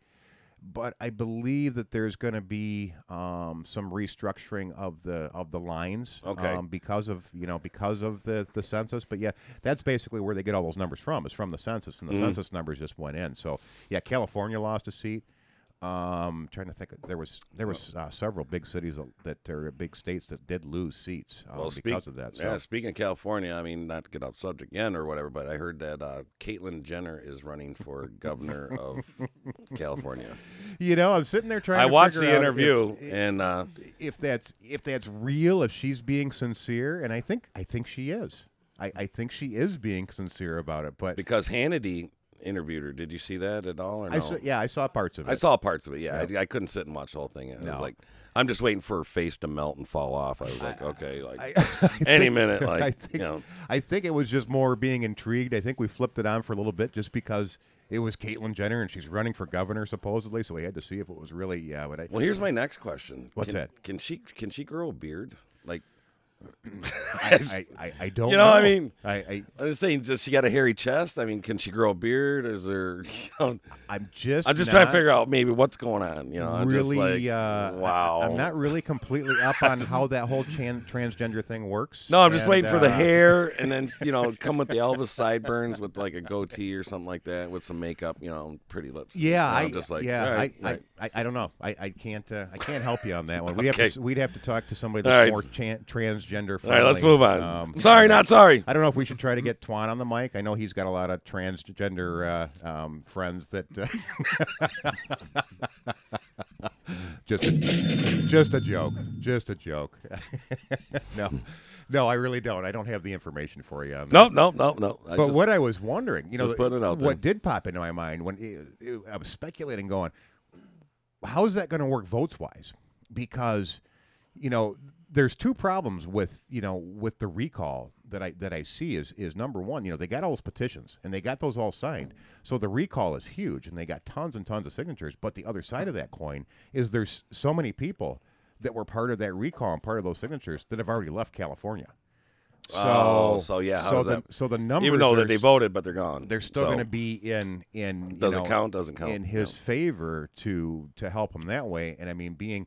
[SPEAKER 1] but I believe that there's going to be um, some restructuring of the of the lines,
[SPEAKER 4] Okay.
[SPEAKER 1] um, because of you know because of the the census. But yeah, that's basically where they get all those numbers from is from the census,
[SPEAKER 4] Mm-hmm.
[SPEAKER 1] and the census numbers just went in. So yeah, California lost a seat. Um, trying to think, there was there was uh, several big cities that, that are big states that did lose seats um,
[SPEAKER 4] Well,
[SPEAKER 1] because of that. So.
[SPEAKER 4] Yeah, speaking of California, I mean, not to get off subject again or whatever, but I heard that uh, Caitlyn Jenner is running for governor of California.
[SPEAKER 1] You know, I'm sitting there trying.
[SPEAKER 4] I
[SPEAKER 1] to
[SPEAKER 4] watched
[SPEAKER 1] figure
[SPEAKER 4] the
[SPEAKER 1] out if-
[SPEAKER 4] interview, and uh,
[SPEAKER 1] if that's if that's real, if she's being sincere, and I think I think she is. I, I think she is being sincere about it. But
[SPEAKER 4] because Hannity interviewed her. Did you see that at all? Or no?
[SPEAKER 1] I saw, yeah, I saw parts of it.
[SPEAKER 4] I saw parts of it. Yeah, I, I couldn't sit and watch the whole thing. I
[SPEAKER 1] No.
[SPEAKER 4] was like, I'm just waiting for her face to melt and fall off. I was like, okay, like any minute, like
[SPEAKER 1] I think
[SPEAKER 4] you know,
[SPEAKER 1] I think it was just more being intrigued. I think we flipped it on for a little bit just because it was Caitlyn Jenner and she's running for governor supposedly, so we had to see if it was really yeah. What I
[SPEAKER 4] Well, here's my next question.
[SPEAKER 1] What's
[SPEAKER 4] Can-
[SPEAKER 1] that?
[SPEAKER 4] Can she can she grow a beard? Like,
[SPEAKER 1] I, I, I, I don't
[SPEAKER 4] You know, I
[SPEAKER 1] know.
[SPEAKER 4] mean-
[SPEAKER 1] I, I
[SPEAKER 4] I'm just saying, does she got a hairy chest? I mean, can she grow a beard? Is there? You know,
[SPEAKER 1] I'm just
[SPEAKER 4] I'm just trying to
[SPEAKER 1] not
[SPEAKER 4] figure out maybe what's going on. You know, I'm
[SPEAKER 1] really
[SPEAKER 4] just like,
[SPEAKER 1] uh,
[SPEAKER 4] wow.
[SPEAKER 1] I, am not really completely up on how that whole chan- transgender thing works.
[SPEAKER 4] No, I'm just
[SPEAKER 1] and,
[SPEAKER 4] waiting for the
[SPEAKER 1] uh,
[SPEAKER 4] hair, and then you know, come with the Elvis sideburns with like a goatee or something like that, with some makeup, you know, and pretty lips.
[SPEAKER 1] Yeah,
[SPEAKER 4] You know,
[SPEAKER 1] I
[SPEAKER 4] I'm just like
[SPEAKER 1] yeah,
[SPEAKER 4] all right,
[SPEAKER 1] I,
[SPEAKER 4] all right.
[SPEAKER 1] I, I, I don't know. I, I can't uh, I can't help you on that one. We'd have to
[SPEAKER 4] Okay.
[SPEAKER 1] s- we'd have to talk to somebody
[SPEAKER 4] All
[SPEAKER 1] that's
[SPEAKER 4] right.
[SPEAKER 1] more chan- transgender.
[SPEAKER 4] all right, let's
[SPEAKER 1] friendly.
[SPEAKER 4] move on.
[SPEAKER 1] Um,
[SPEAKER 4] sorry, not sorry.
[SPEAKER 1] I don't know if we should try to get Twan on the mic. I know he's got a lot of transgender uh, um, friends that uh, just a, just a joke, just a joke. no, no, I really don't. I don't have the information for you on that.
[SPEAKER 4] No, no, no, no. I
[SPEAKER 1] But
[SPEAKER 4] just-
[SPEAKER 1] what I was wondering, you know,
[SPEAKER 4] just putting it out
[SPEAKER 1] what did pop into my mind when it, it- I was speculating, going, how is that going to work votes wise? Because, you know, there's two problems with you know with the recall that I that I see is is number one, you know, they got all those petitions and they got those all signed, so the recall is huge and they got tons and tons of signatures. But the other side of that coin is there's so many people that were part of that recall and part of those signatures that have already left California. So,
[SPEAKER 4] Oh, so yeah, how
[SPEAKER 1] so
[SPEAKER 4] does
[SPEAKER 1] the,
[SPEAKER 4] that-
[SPEAKER 1] so the numbers
[SPEAKER 4] even though
[SPEAKER 1] are
[SPEAKER 4] that they
[SPEAKER 1] s-
[SPEAKER 4] voted, but they're gone.
[SPEAKER 1] they're still
[SPEAKER 4] So,
[SPEAKER 1] going to be in in you
[SPEAKER 4] Doesn't
[SPEAKER 1] know,
[SPEAKER 4] count, doesn't count,
[SPEAKER 1] in his
[SPEAKER 4] yeah.
[SPEAKER 1] favor to to help him that way. And I mean, being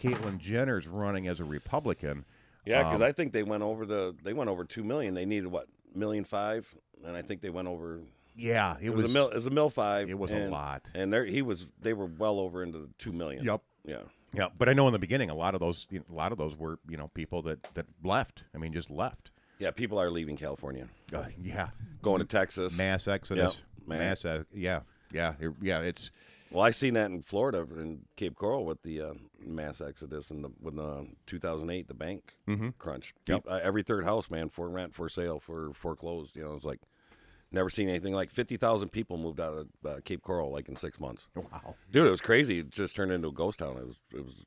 [SPEAKER 1] Caitlyn Jenner's running as a Republican, um,
[SPEAKER 4] Yeah, because I think they went over the they went over two million. They needed what million five, and I think they went over.
[SPEAKER 1] yeah, it,
[SPEAKER 4] It, was, a mil. It was a mil five.
[SPEAKER 1] it was a
[SPEAKER 4] and-
[SPEAKER 1] lot.
[SPEAKER 4] And there he was. They were well over into the two million.
[SPEAKER 1] Yep.
[SPEAKER 4] Yeah.
[SPEAKER 1] Yeah, but I know in the beginning a lot of those you know, a lot of those were you know people that that left. I mean, just left.
[SPEAKER 4] Yeah. People are leaving California,
[SPEAKER 1] Uh, yeah,
[SPEAKER 4] going to Texas.
[SPEAKER 1] mass exodus,
[SPEAKER 4] man.
[SPEAKER 1] mass. ex- yeah, yeah, it- yeah. It's
[SPEAKER 4] Well, I seen that in Florida in Cape Coral with the uh, mass exodus and the with the 2008 the bank crunch.
[SPEAKER 1] Mm-hmm. Yep.
[SPEAKER 4] Peop- uh, every third house, man, for rent, for sale, for foreclosed. You know, it's like never seen anything like 50,000 people moved out of uh, Cape Coral like in six months.
[SPEAKER 1] wow.
[SPEAKER 4] Dude, it was crazy. It just turned into a ghost town. It was it was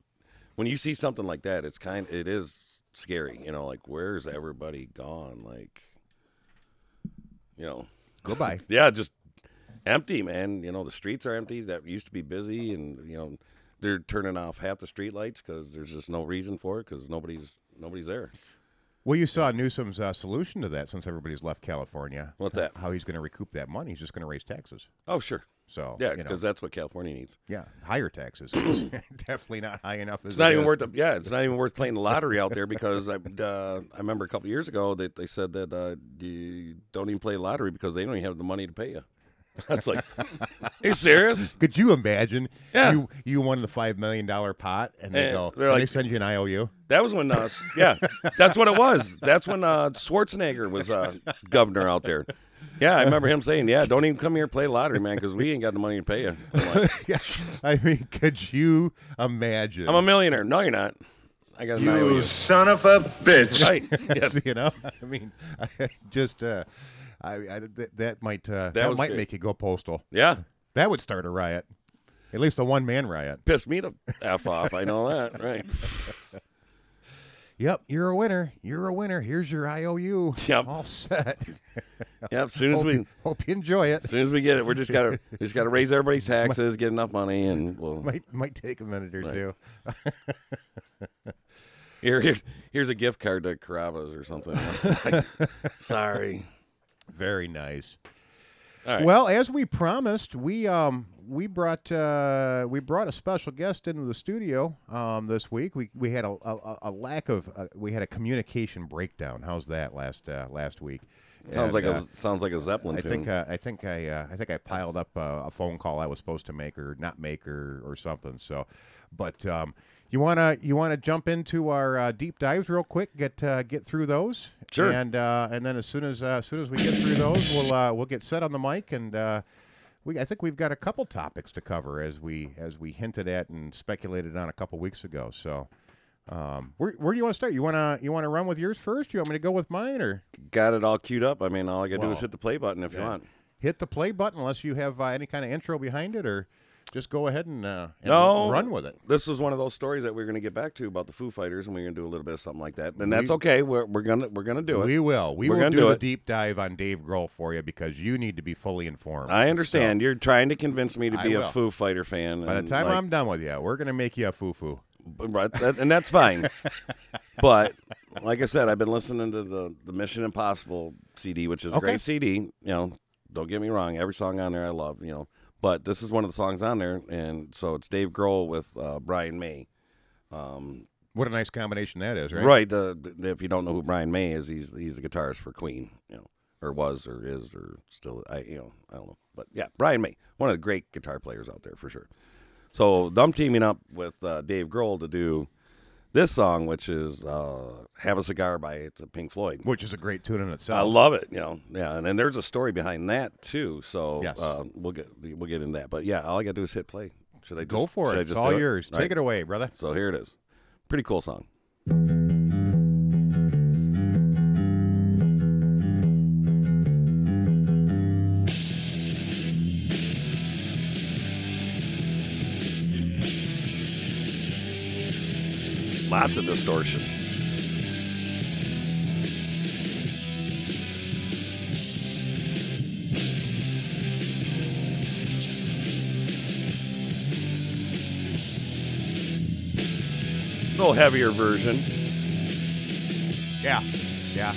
[SPEAKER 4] when you see something like that, it's kind it is scary. You know, like where's everybody gone? Like, you know,
[SPEAKER 1] Goodbye.
[SPEAKER 4] yeah, just empty, man. You know, the streets are empty. That used to be busy, and you know, they're turning off half the street lights because there's just no reason for it because nobody's nobody's there.
[SPEAKER 1] Well, you saw Newsom's uh, solution to that since everybody's left California.
[SPEAKER 4] What's that?
[SPEAKER 1] How he's going to recoup that money? He's just going to raise taxes.
[SPEAKER 4] Oh, sure,
[SPEAKER 1] So
[SPEAKER 4] yeah,
[SPEAKER 1] you know.
[SPEAKER 4] because that's what California needs.
[SPEAKER 1] Yeah, higher taxes. It's Definitely not high enough. As
[SPEAKER 4] It's not even worth the, yeah. It's not even worth playing the lottery out there because I uh, I remember a couple years ago that they said that uh, you don't even play lottery because they don't even have the money to pay you. That's like, are you serious?
[SPEAKER 1] Could you imagine?
[SPEAKER 4] Yeah.
[SPEAKER 1] You you won the five million dollar pot, and they
[SPEAKER 4] And
[SPEAKER 1] go.
[SPEAKER 4] they're
[SPEAKER 1] and they
[SPEAKER 4] like-
[SPEAKER 1] send you an IOU.
[SPEAKER 4] That was when, uh, s- yeah, that's what it was. That's when uh, Schwarzenegger was uh, governor out there. Yeah, I remember him saying, "Yeah, don't even come here and play lottery, man, because we ain't got the money to pay you." I'm, like,
[SPEAKER 1] yeah. I mean, could you imagine?
[SPEAKER 4] I'm a millionaire. No, you're not. I got an IOU.
[SPEAKER 5] son of a bitch.
[SPEAKER 4] Right? Yeah.
[SPEAKER 1] you know, I mean, I just uh, I, I th- that might uh, that,
[SPEAKER 4] was
[SPEAKER 1] might
[SPEAKER 4] good.
[SPEAKER 1] make you go postal.
[SPEAKER 4] yeah.
[SPEAKER 1] That would start a riot, at least a one man riot.
[SPEAKER 4] Pissed me the f off. I know that. Right.
[SPEAKER 1] Yep, you're a winner. You're a winner. Here's your IOU.
[SPEAKER 4] Yep.
[SPEAKER 1] all set.
[SPEAKER 4] Yep. As soon as
[SPEAKER 1] hope,
[SPEAKER 4] we
[SPEAKER 1] you, hope you enjoy it.
[SPEAKER 4] As soon as we get it, we're just gotta we just gotta raise everybody's taxes, get enough money, and we'll
[SPEAKER 1] Might might take a minute or
[SPEAKER 4] Right.
[SPEAKER 1] two.
[SPEAKER 4] here here's, here's a gift card to Carrabba's or something. Sorry.
[SPEAKER 1] Very nice.
[SPEAKER 4] All right.
[SPEAKER 1] Well, as we promised, we um we brought uh, we brought a special guest into the studio um, this week. We we had a, a, a lack of uh, we had a communication breakdown. How's that last uh, last week?
[SPEAKER 4] Sounds like
[SPEAKER 1] And,
[SPEAKER 4] a
[SPEAKER 1] uh,
[SPEAKER 4] sounds like a Zeppelin
[SPEAKER 1] I
[SPEAKER 4] tune.
[SPEAKER 1] think uh, I think I uh, I think I piled up uh, a phone call I was supposed to make or not make or, or something. So, but um, you wanna you wanna jump into our uh, deep dives real quick, get uh, get through those,
[SPEAKER 4] Sure.
[SPEAKER 1] And uh, and then as soon as uh, as soon as we get through those, we'll uh, we'll get set on the mic and. Uh, we, I think we've got a couple topics to cover as we as we hinted at and speculated on a couple weeks ago. So, um, where, where do you want to start? You wanna you wanna run with yours first? You want me to go with mine or?
[SPEAKER 4] Got it all queued up. I mean, all I gotta do is
[SPEAKER 1] Well,
[SPEAKER 4] hit the play button if you want.
[SPEAKER 1] hit the play button unless you have uh, any kind of intro behind it, or just go ahead and, uh, and
[SPEAKER 4] No,
[SPEAKER 1] run with it.
[SPEAKER 4] This was one of those stories that we are gonna get back to about the Foo Fighters, and we are gonna do a little bit of something like that. And that's okay. We're, we're gonna we're gonna do it.
[SPEAKER 1] We will. We
[SPEAKER 4] We're
[SPEAKER 1] will
[SPEAKER 4] gonna
[SPEAKER 1] do,
[SPEAKER 4] do
[SPEAKER 1] the
[SPEAKER 4] it.
[SPEAKER 1] deep dive on Dave Grohl for you because you need to be fully informed.
[SPEAKER 4] I understand. You're trying to convince me to
[SPEAKER 1] I
[SPEAKER 4] be a
[SPEAKER 1] will.
[SPEAKER 4] Foo Fighter fan.
[SPEAKER 1] So, by the
[SPEAKER 4] and,
[SPEAKER 1] time
[SPEAKER 4] like,
[SPEAKER 1] I'm done with you, we're gonna make you a foo foo.
[SPEAKER 4] But- Right, that, and that's fine. but like I said, I've been listening to the the Mission Impossible CD, which is a
[SPEAKER 1] Okay.
[SPEAKER 4] great CD. You know, don't get me wrong, every song on there I love. You know, but this is one of the songs on there, and so it's Dave Grohl with uh, Brian May.
[SPEAKER 1] What a nice combination that is, right?
[SPEAKER 4] Right. the- the- if you don't know who Brian May is, he's he's the guitarist for Queen. You know, or was, or is, or still. I you know I don't know, but yeah, Brian May, one of the great guitar players out there for sure. So I'm teaming up with uh, Dave Grohl to do this song, which is uh, "Have a Cigar" by the Pink Floyd.
[SPEAKER 1] Which is a great tune in
[SPEAKER 4] I
[SPEAKER 1] itself.
[SPEAKER 4] love it, you know. Yeah, and, and there's a story behind that too. So
[SPEAKER 1] Yes.
[SPEAKER 4] uh, we'll get we'll get into that. But yeah, all I gotta do is hit play. Should I just,
[SPEAKER 1] Go for
[SPEAKER 4] should
[SPEAKER 1] it.
[SPEAKER 4] I
[SPEAKER 1] It's
[SPEAKER 4] just
[SPEAKER 1] all
[SPEAKER 4] do
[SPEAKER 1] yours.
[SPEAKER 4] All
[SPEAKER 1] Take
[SPEAKER 4] right.
[SPEAKER 1] it away, brother.
[SPEAKER 4] So here it is. Pretty cool song. Lots of distortion. little heavier version.
[SPEAKER 1] Yeah. Yeah.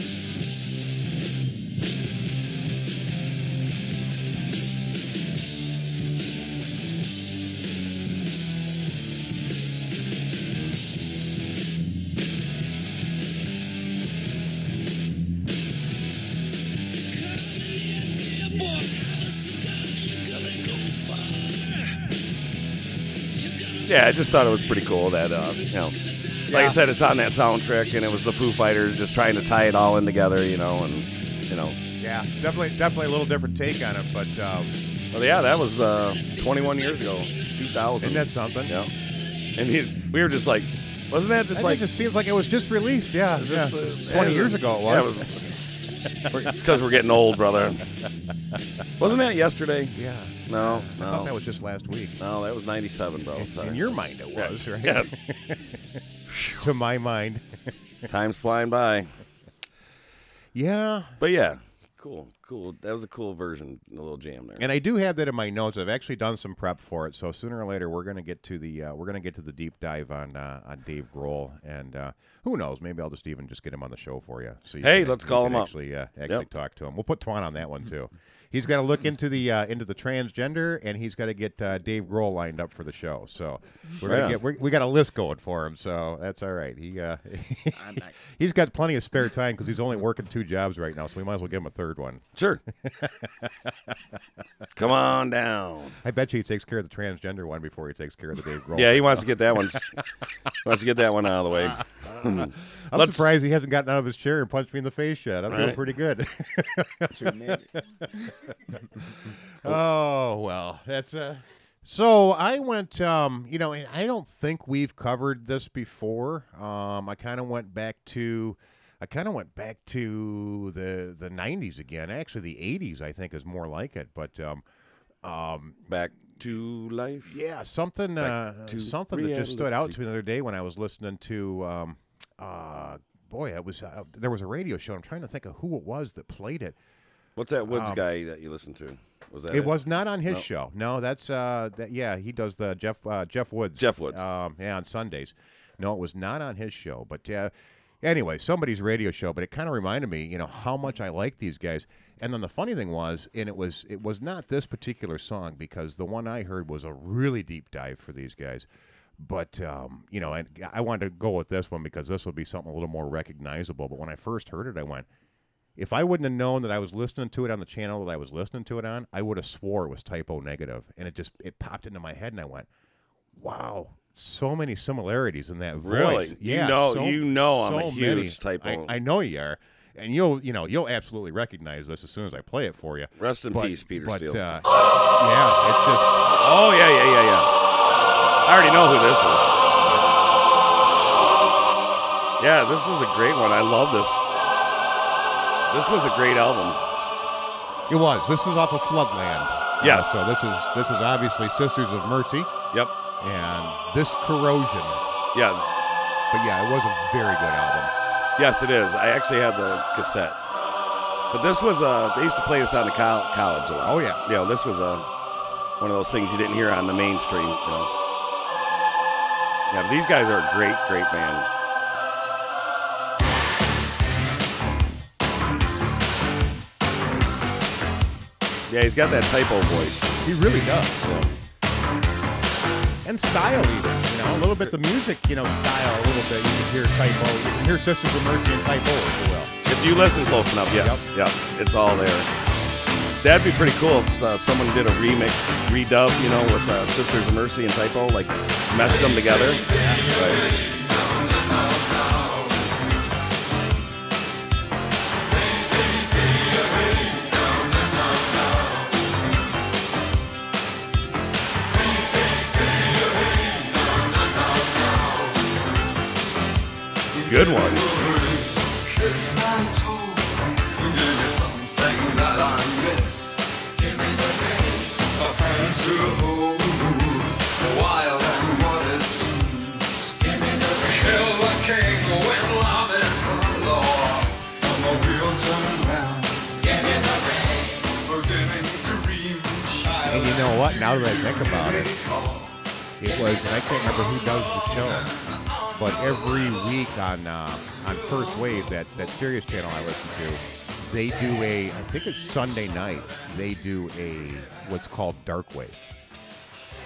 [SPEAKER 4] Yeah, I just thought it was pretty cool that, uh, you know, like I said, it's on that soundtrack, and it was the Foo Fighters just trying to tie it all in together, you know, and you know,
[SPEAKER 1] Yeah. Definitely definitely a little different take on it, but uh,
[SPEAKER 4] well, yeah, that was uh, 21 years ago, 2000.
[SPEAKER 1] isn't that something?
[SPEAKER 4] Yeah, and he, we were just like, wasn't that
[SPEAKER 1] I
[SPEAKER 4] just
[SPEAKER 1] think
[SPEAKER 4] like
[SPEAKER 1] it just seems like it was just released. Yeah.
[SPEAKER 4] is
[SPEAKER 1] yeah.
[SPEAKER 4] this, uh,
[SPEAKER 1] 20
[SPEAKER 4] yeah,
[SPEAKER 1] years ago it
[SPEAKER 4] yeah,
[SPEAKER 1] was.
[SPEAKER 4] it's because we're getting old, brother. wasn't that yesterday?
[SPEAKER 1] Yeah.
[SPEAKER 4] No,
[SPEAKER 1] I thought that
[SPEAKER 4] no,
[SPEAKER 1] was just last week.
[SPEAKER 4] no, that was 97, bro. Sorry.
[SPEAKER 1] In your mind, it was, right?
[SPEAKER 4] Yeah.
[SPEAKER 1] to my mind.
[SPEAKER 4] Time's flying by.
[SPEAKER 1] Yeah.
[SPEAKER 4] But yeah, cool, cool. That was a cool version, a little jam there.
[SPEAKER 1] And I do have that in my notes. I've actually done some prep for it, so sooner or later we're going to get to the uh, we're going to get to the deep dive on uh, on Dave Grohl, and uh, who knows, maybe I'll just even just get him on the show for you. So you
[SPEAKER 4] Hey,
[SPEAKER 1] can-
[SPEAKER 4] let's
[SPEAKER 1] you
[SPEAKER 4] call
[SPEAKER 1] can
[SPEAKER 4] him up.
[SPEAKER 1] Actually, uh, actually talk to him. We'll put Twan on that one too. He's got to look into the uh, into the transgender, and he's got to get uh, Dave Grohl lined up for the show. So we're
[SPEAKER 4] Right on.
[SPEAKER 1] gonna get, we're, we got a list going for him. So that's all right. He uh, he's got plenty of spare time because he's only working two jobs right now. So we might as well give him a third one.
[SPEAKER 4] Sure. Come on down.
[SPEAKER 1] I bet you he takes care of the transgender one before he takes care of the Dave Grohl.
[SPEAKER 4] Yeah,
[SPEAKER 1] one.
[SPEAKER 4] he wants to get that one. wants to get that one out of the way.
[SPEAKER 1] I'm
[SPEAKER 4] let's-
[SPEAKER 1] surprised he hasn't gotten out of his chair and punched me in the face yet. I'm doing
[SPEAKER 4] Right.
[SPEAKER 1] pretty good. oh well, that's uh So I went, um, you know, and I don't think we've covered this before. Um, I kind of went back to, I kind of went back to the the '90s again. Actually, the '80s I think is more like it, but. Um,
[SPEAKER 4] Back to life.
[SPEAKER 1] Yeah, something uh,
[SPEAKER 4] to
[SPEAKER 1] something that just stood out
[SPEAKER 4] reality.
[SPEAKER 1] to me the other day when I was listening to um, uh, boy, it was uh, there was a radio show. I'm trying to think of who it was that played it.
[SPEAKER 4] What's that Woods guy that you listen to? Was that
[SPEAKER 1] Um, It was not on his
[SPEAKER 4] No.
[SPEAKER 1] show. No, that's uh, that, yeah, he does the Jeff uh, Jeff Woods.
[SPEAKER 4] Jeff Woods.
[SPEAKER 1] Um, yeah, on Sundays. No, it was not on his show. But uh, anyway, somebody's radio show. But it kind of reminded me, you know, how much I like these guys. And then the funny thing was, and it was it was not this particular song because the one I heard was a really deep dive for these guys. But um, you know, and I wanted to go with this one because this will be something a little more recognizable. But when I first heard it, I went, if I wouldn't have known that I was listening to it on the channel that I was listening to it on, I would have swore it was typo negative. And it just it popped into my head, and I went, "Wow, so many similarities in that
[SPEAKER 4] Really?
[SPEAKER 1] voice."
[SPEAKER 4] You
[SPEAKER 1] Yeah,
[SPEAKER 4] know-
[SPEAKER 1] so-
[SPEAKER 4] you know I'm a
[SPEAKER 1] so
[SPEAKER 4] huge
[SPEAKER 1] many.
[SPEAKER 4] typo-
[SPEAKER 1] I, I know you are, and you'll you know you'll absolutely recognize this as soon as I play it for you.
[SPEAKER 4] Rest in
[SPEAKER 1] But-
[SPEAKER 4] peace, Peter
[SPEAKER 1] but,
[SPEAKER 4] Steele.
[SPEAKER 1] Uh, yeah, it's just.
[SPEAKER 4] Oh yeah, yeah, yeah, yeah. I already know who this is. Yeah, this is a great one. I love this. This was a great album.
[SPEAKER 1] It was. This is off of Floodland.
[SPEAKER 4] Yes.
[SPEAKER 1] Uh, so this is this is obviously Sisters of Mercy
[SPEAKER 4] Yep.
[SPEAKER 1] and this corrosion.
[SPEAKER 4] Yeah.
[SPEAKER 1] But yeah, it was a very good album.
[SPEAKER 4] Yes, it is. I actually had the cassette. But this was uh they used to play this on the col- college a lot.
[SPEAKER 1] Oh, yeah.
[SPEAKER 4] You know, this was uh one of those things you didn't hear on the mainstream, you know. Yeah, but these guys are a great, great band. Yeah, he's got that typo voice.
[SPEAKER 1] He really does. And style, even. You know, a little bit the music, you know, style, a little bit. You can hear typo. You can hear Sisters of Mercy and typo as well.
[SPEAKER 4] If you listen close enough, yes, yep, it's all there. That'd be pretty cool if uh, someone did a remix, redub, you know, with uh, Sisters of Mercy and Typo, like meshed them together. Right. Good one.
[SPEAKER 1] And you know what? Now that I think about it, it was, and I can't remember who does the show, but every week on uh, on First Wave, that that Sirius channel I listen to, they do a, I think it's Sunday night, they do a what's called Dark Wave.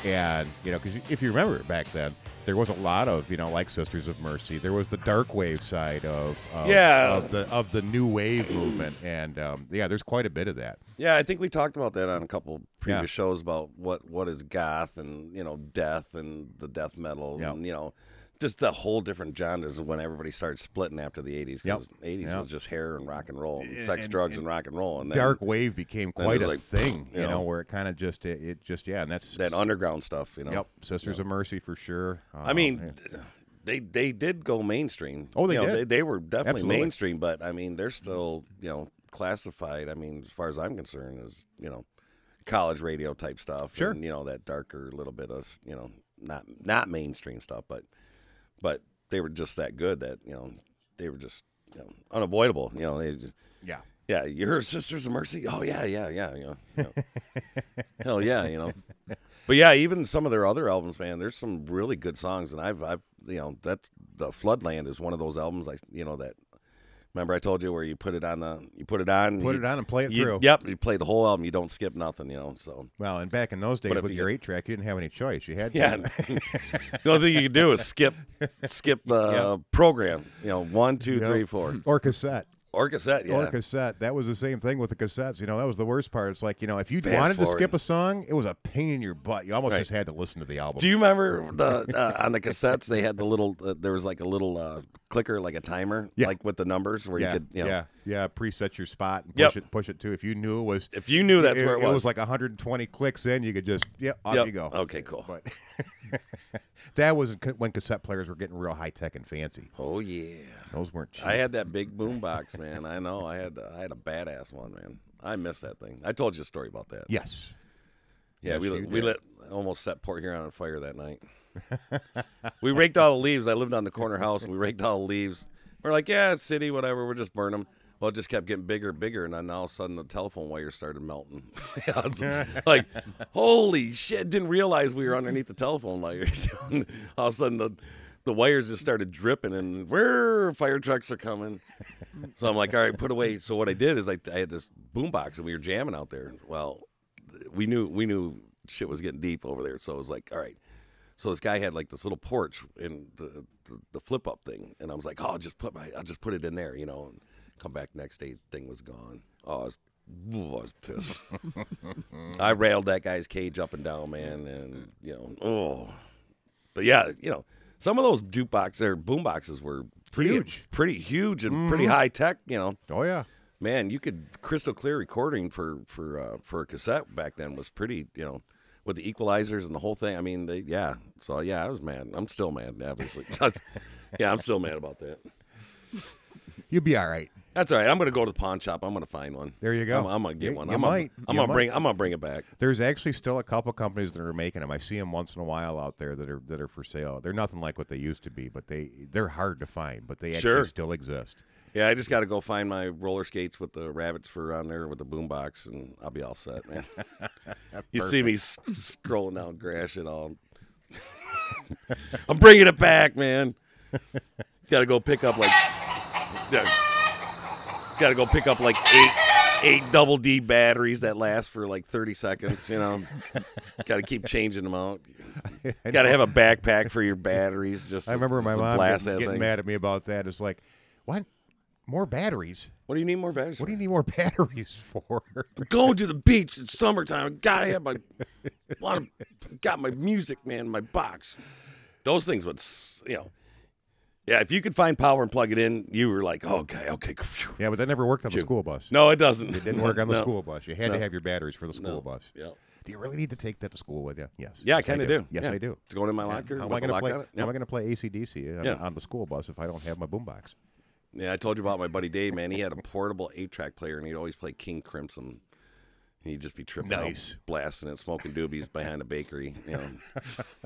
[SPEAKER 1] And, you know, because if you remember back then, there was a lot of, you know, like Sisters of Mercy, there was the dark wave side of, of,
[SPEAKER 4] Yeah.
[SPEAKER 1] of the of the new wave movement. And, um, yeah, there's quite a bit of that.
[SPEAKER 4] Yeah, I think we talked about that on a couple previous
[SPEAKER 1] Yeah.
[SPEAKER 4] shows about what what is goth and you know death and the death metal
[SPEAKER 1] Yep.
[SPEAKER 4] and you know just the whole different genres of when everybody started splitting after the 80s
[SPEAKER 1] Yep.
[SPEAKER 4] because 80s
[SPEAKER 1] Yep.
[SPEAKER 4] was just hair and rock and roll, and
[SPEAKER 1] And-
[SPEAKER 4] sex,
[SPEAKER 1] and-
[SPEAKER 4] drugs, and,
[SPEAKER 1] and
[SPEAKER 4] rock and roll, and then
[SPEAKER 1] dark wave became
[SPEAKER 4] then it
[SPEAKER 1] quite
[SPEAKER 4] was
[SPEAKER 1] a
[SPEAKER 4] like,
[SPEAKER 1] thing,
[SPEAKER 4] you
[SPEAKER 1] you know,
[SPEAKER 4] know.
[SPEAKER 1] where it kind of just it, it just yeah, and that's
[SPEAKER 4] that underground stuff. You know,
[SPEAKER 1] yep, Sisters of Mercy for sure.
[SPEAKER 4] I
[SPEAKER 1] Uh,
[SPEAKER 4] mean,
[SPEAKER 1] yeah.
[SPEAKER 4] they they did go mainstream.
[SPEAKER 1] Oh, they
[SPEAKER 4] You know,
[SPEAKER 1] did.
[SPEAKER 4] They, they were definitely
[SPEAKER 1] Absolutely.
[SPEAKER 4] mainstream, but I mean, they're still you know classified. I mean, as far as I'm concerned, is you know college radio type stuff.
[SPEAKER 1] Sure.
[SPEAKER 4] And, you know that darker little bit of you know not not mainstream stuff, but but they were just that good that you know they were just you know, unavoidable. You know they. Just,
[SPEAKER 1] yeah,
[SPEAKER 4] yeah, you heard Sisters of Mercy? Oh yeah, yeah, yeah, yeah. yeah. Hell yeah, you know. But yeah, even some of their other albums, man, there's some really good songs, and I've, I've, you know, that's the Floodland is one of those albums, like you know that. Remember I told you where you put it on the, you put it on,
[SPEAKER 1] put
[SPEAKER 4] you-
[SPEAKER 1] it on and play it
[SPEAKER 4] you-
[SPEAKER 1] through.
[SPEAKER 4] Yep, you play the whole album, you don't skip nothing, you know. So
[SPEAKER 1] Well, and back in those days
[SPEAKER 4] if
[SPEAKER 1] with
[SPEAKER 4] you
[SPEAKER 1] your eight track, you didn't have any choice. You had to.
[SPEAKER 4] yeah, the only thing you can do is skip, skip the
[SPEAKER 1] Yeah.
[SPEAKER 4] program, you know, one, two,
[SPEAKER 1] Yep.
[SPEAKER 4] three, four,
[SPEAKER 1] or cassette.
[SPEAKER 4] or cassette, yeah,
[SPEAKER 1] Or cassette. That was the same thing with the cassettes. You know, that was the worst part. It's like, you know, if you
[SPEAKER 4] Fast
[SPEAKER 1] wanted to
[SPEAKER 4] forward.
[SPEAKER 1] skip a song, it was a pain in your butt. You almost
[SPEAKER 4] Right.
[SPEAKER 1] just had to listen to the album.
[SPEAKER 4] Do you remember the uh, on the cassettes they had the little uh, there was like a little uh, clicker like a timer
[SPEAKER 1] Yeah.
[SPEAKER 4] like with the numbers where you
[SPEAKER 1] yeah,
[SPEAKER 4] could you know
[SPEAKER 1] yeah, yeah. Preset your spot and push
[SPEAKER 4] Yep.
[SPEAKER 1] it, push it to. If you knew it was,
[SPEAKER 4] if you knew that's
[SPEAKER 1] it,
[SPEAKER 4] where it was,
[SPEAKER 1] like 120 clicks in, you could just, yep, off
[SPEAKER 4] Yep.
[SPEAKER 1] you go.
[SPEAKER 4] Okay, cool.
[SPEAKER 1] But that was c- when cassette players were getting real high tech and fancy.
[SPEAKER 4] oh yeah.
[SPEAKER 1] Those weren't cheap.
[SPEAKER 4] I had that big boom box, man. I know. I had I had a badass one, man. I miss that thing. I told you a story about that.
[SPEAKER 1] yes.
[SPEAKER 4] Yeah,
[SPEAKER 1] Yes,
[SPEAKER 4] we
[SPEAKER 1] you
[SPEAKER 4] let, we
[SPEAKER 1] did.
[SPEAKER 4] lit almost set Port Huron on fire that night. we raked all the leaves. I lived on the corner house, and we raked all the leaves. We're like, yeah, it's city, whatever. We'll just burn them. Well, it just kept getting bigger, and bigger, and then all of a sudden the telephone wires started melting. I was like, holy shit! Didn't realize we were underneath the telephone wires. all of a sudden the the wires just started dripping, and where fire trucks are coming. So I'm like, all right, put away. So what I did is I, I had this boombox and we were jamming out there. Well, we knew we knew shit was getting deep over there, so it was like, all right. So this guy had like this little porch and the the, the flip up thing, and I was like, oh, I'll just put my I'll just put it in there, you know. And come back next day, thing was gone. Oh, I was, I was pissed. I railed that guy's cage up and down, man, and you know, oh, but yeah, you know, some of those jukebox or boom boxes were pretty
[SPEAKER 1] Huge.
[SPEAKER 4] pretty huge and pretty high tech, you know
[SPEAKER 1] Oh yeah.
[SPEAKER 4] man, you could crystal clear recording for for uh, for a cassette back then was pretty, you know, with the equalizers and the whole thing. I mean, they, yeah. So yeah, I was mad. I'm still mad, obviously. yeah, I'm still mad about that.
[SPEAKER 1] You'll be all right.
[SPEAKER 4] That's all right. I'm gonna go to the pawn shop. I'm gonna find one.
[SPEAKER 1] There you go.
[SPEAKER 4] I'm, I'm gonna get
[SPEAKER 1] You-
[SPEAKER 4] one.
[SPEAKER 1] you
[SPEAKER 4] I'm
[SPEAKER 1] might.
[SPEAKER 4] Gonna, I'm
[SPEAKER 1] You
[SPEAKER 4] gonna
[SPEAKER 1] might.
[SPEAKER 4] bring. I'm gonna bring it back.
[SPEAKER 1] There's actually still a couple companies that are making them. I see them once in a while out there that are that are for sale. They're nothing like what they used to be, but they they're hard to find, but they actually
[SPEAKER 4] Sure.
[SPEAKER 1] still exist.
[SPEAKER 4] Yeah, I just got to go find my roller skates with the rabbits fur on there with the boombox, and I'll be all set, man. you see me s- scrolling down grass and all. I'm bringing it back, man. got to go pick up like. Got to go pick up like eight eight double D batteries that last for like 30 seconds, you know. Got to keep changing them out. Got to have a backpack for your batteries. Just
[SPEAKER 1] I remember
[SPEAKER 4] just
[SPEAKER 1] my
[SPEAKER 4] to
[SPEAKER 1] mom
[SPEAKER 4] blast that
[SPEAKER 1] getting, getting
[SPEAKER 4] thing.
[SPEAKER 1] mad at me about that. It's like, what? More batteries?
[SPEAKER 4] What do you need more batteries?
[SPEAKER 1] What do you need more batteries for?
[SPEAKER 4] I'm going to the beach. It's summertime. I gotta have my, wanna, got my music, man, in my box. Those things would, s- you know, yeah. If you could find power and plug it in, you were like, okay, okay. phew.
[SPEAKER 1] yeah, but that never worked on the school bus.
[SPEAKER 4] No, it doesn't.
[SPEAKER 1] It didn't work on the
[SPEAKER 4] No.
[SPEAKER 1] school bus. You had
[SPEAKER 4] No.
[SPEAKER 1] to have your batteries for the school
[SPEAKER 4] No.
[SPEAKER 1] bus.
[SPEAKER 4] Yeah,
[SPEAKER 1] Do you really need to take that to school with you? Yes.
[SPEAKER 4] yeah, I
[SPEAKER 1] Yes,
[SPEAKER 4] kind of do.
[SPEAKER 1] Yes,
[SPEAKER 4] Yeah.
[SPEAKER 1] I do.
[SPEAKER 4] It's going in my
[SPEAKER 1] Yeah.
[SPEAKER 4] locker.
[SPEAKER 1] How am
[SPEAKER 4] with
[SPEAKER 1] I
[SPEAKER 4] the
[SPEAKER 1] going to
[SPEAKER 4] lock
[SPEAKER 1] play?
[SPEAKER 4] on
[SPEAKER 1] How
[SPEAKER 4] it.
[SPEAKER 1] am I
[SPEAKER 4] Yeah.
[SPEAKER 1] going to play ACDC on,
[SPEAKER 4] Yeah.
[SPEAKER 1] on the school bus if I don't have my boombox?
[SPEAKER 4] Yeah, I told you about my buddy Dave, man. He had a portable eight track player and he'd always play King Crimson. And he'd just be tripping
[SPEAKER 1] Nice.
[SPEAKER 4] out, blasting it, smoking doobies behind a bakery. You know.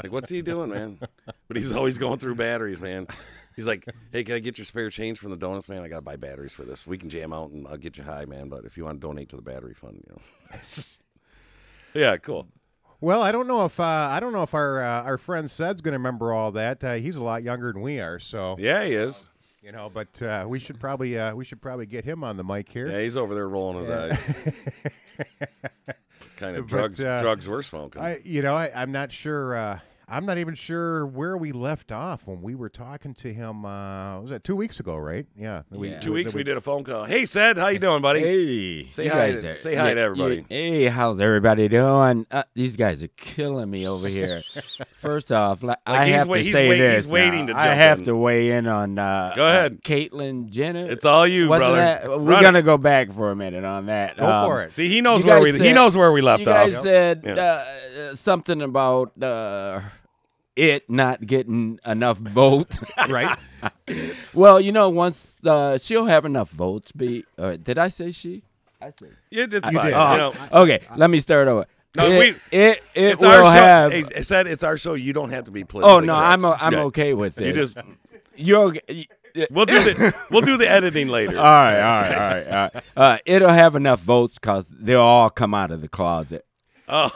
[SPEAKER 4] like, what's he doing, man? But he's always going through batteries, man. He's like, Hey, can I get your spare change from the donuts, man? I gotta buy batteries for this. We can jam out and I'll get you high, man, but if you want to donate to the battery fund, you know. It's just- yeah, cool.
[SPEAKER 1] Well, I don't know if uh, I don't know if our uh, our friend Sed's going to remember all that. Uh, he's a lot younger than we are, so
[SPEAKER 4] Yeah, he is.
[SPEAKER 1] you know. But uh, we should probably uh, we should probably get him on the mic here.
[SPEAKER 4] Yeah, he's over there rolling his eyes. kind of
[SPEAKER 1] But,
[SPEAKER 4] drugs
[SPEAKER 1] uh,
[SPEAKER 4] drugs we're smoking.
[SPEAKER 1] I, you know, I, I'm not sure. Uh, I'm not even sure where we left off when we were talking to him. Uh, was that two weeks ago, right? Yeah. that we-
[SPEAKER 5] Yeah.
[SPEAKER 4] Two
[SPEAKER 1] that
[SPEAKER 4] weeks we did a phone call. Hey, Sed, how you doing, buddy?
[SPEAKER 5] Hey,
[SPEAKER 4] Say
[SPEAKER 5] you
[SPEAKER 4] hi
[SPEAKER 5] guys
[SPEAKER 4] to-
[SPEAKER 5] are-
[SPEAKER 4] say hi to everybody.
[SPEAKER 5] hey, how's everybody doing? Uh, these guys are killing me over here. First off, like, I
[SPEAKER 4] he's
[SPEAKER 5] have
[SPEAKER 4] wait-
[SPEAKER 5] to
[SPEAKER 4] he's
[SPEAKER 5] say
[SPEAKER 4] wait- he's
[SPEAKER 5] this.
[SPEAKER 4] waiting
[SPEAKER 5] now.
[SPEAKER 4] to
[SPEAKER 5] I
[SPEAKER 4] jump
[SPEAKER 5] have
[SPEAKER 4] in.
[SPEAKER 5] to weigh in on. Uh,
[SPEAKER 4] Go ahead.
[SPEAKER 5] uh, Caitlyn Jenner.
[SPEAKER 4] It's all you,
[SPEAKER 5] Wasn't
[SPEAKER 4] brother.
[SPEAKER 5] that- we're
[SPEAKER 4] Run it.
[SPEAKER 5] gonna go back for a minute on that.
[SPEAKER 1] Go for it.
[SPEAKER 4] um, See, he knows
[SPEAKER 5] You
[SPEAKER 4] where
[SPEAKER 5] guys
[SPEAKER 4] we he
[SPEAKER 5] said-
[SPEAKER 4] knows where we left
[SPEAKER 5] you guys
[SPEAKER 4] off.
[SPEAKER 5] said
[SPEAKER 4] Yeah.
[SPEAKER 5] uh, uh, something about uh, it not getting enough votes.
[SPEAKER 1] Right.
[SPEAKER 5] well, you know, once uh, she'll have enough votes. Be uh, did I say she? I said.
[SPEAKER 4] Yeah, it's fine.
[SPEAKER 1] did.
[SPEAKER 4] You
[SPEAKER 5] Oh,
[SPEAKER 4] know,
[SPEAKER 5] okay, let me start over.
[SPEAKER 4] No,
[SPEAKER 5] it,
[SPEAKER 4] we-
[SPEAKER 5] it, it
[SPEAKER 4] it's our
[SPEAKER 5] will
[SPEAKER 4] show.
[SPEAKER 5] have.
[SPEAKER 4] Hey, it said it's our show. You don't have to be politically
[SPEAKER 5] oh no, I'm o-
[SPEAKER 4] correct.
[SPEAKER 5] I'm
[SPEAKER 4] Yeah.
[SPEAKER 5] okay with this.
[SPEAKER 4] You just
[SPEAKER 5] You're okay. y-
[SPEAKER 4] we'll do the we'll do the editing later.
[SPEAKER 5] all right, all right, all right, all right. Uh, it'll have enough votes because they'll all come out of the closet.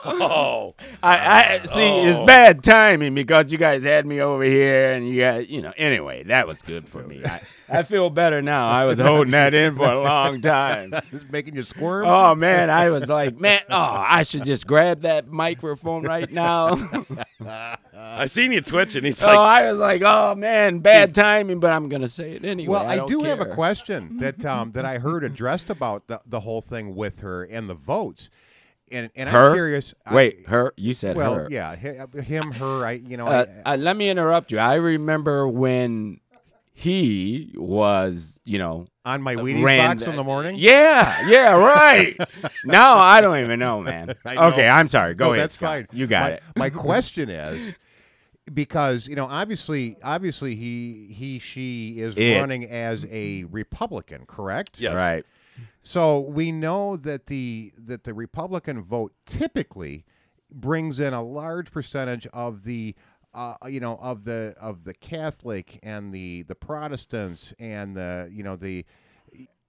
[SPEAKER 4] oh,
[SPEAKER 5] I, I see. It's bad timing because you guys had me over here, and you got you know. Anyway, that was good for me. I, I feel better now. I was holding that in for a long time.
[SPEAKER 1] This is making you squirm.
[SPEAKER 5] Oh man, I was like, man, oh, I should just grab that microphone right now.
[SPEAKER 4] I seen you twitching. He's
[SPEAKER 5] So
[SPEAKER 4] like,
[SPEAKER 5] I was like, oh man, bad timing, but I'm gonna say it anyway.
[SPEAKER 1] Well, I,
[SPEAKER 5] don't
[SPEAKER 1] do have a
[SPEAKER 5] care.
[SPEAKER 1] question that um, that I heard addressed about the, the whole thing with her and the votes, and and
[SPEAKER 5] Her?
[SPEAKER 1] I'm curious. I-
[SPEAKER 5] Wait, her? You said
[SPEAKER 1] well,
[SPEAKER 5] her?
[SPEAKER 1] yeah, hi- uh, him, her. I, you know,
[SPEAKER 5] Uh,
[SPEAKER 1] I,
[SPEAKER 5] uh, let me interrupt you. I remember when he was, you know,
[SPEAKER 1] uh, on my Wheaties
[SPEAKER 5] ran-
[SPEAKER 1] box in the morning.
[SPEAKER 5] uh, yeah, yeah, right. now I don't even know, man.
[SPEAKER 1] I know.
[SPEAKER 5] Okay, I'm sorry. Go
[SPEAKER 1] no,
[SPEAKER 5] ahead.
[SPEAKER 1] That's
[SPEAKER 5] Scott.
[SPEAKER 1] fine.
[SPEAKER 5] You got
[SPEAKER 1] my,
[SPEAKER 5] it.
[SPEAKER 1] my question is because you know, obviously, obviously, he he she is
[SPEAKER 5] It.
[SPEAKER 1] running as a Republican, correct?
[SPEAKER 4] Yes.
[SPEAKER 5] Right.
[SPEAKER 1] So we know that the that the Republican vote typically brings in a large percentage of the uh, you know of the of the Catholic and the the Protestants and the you know the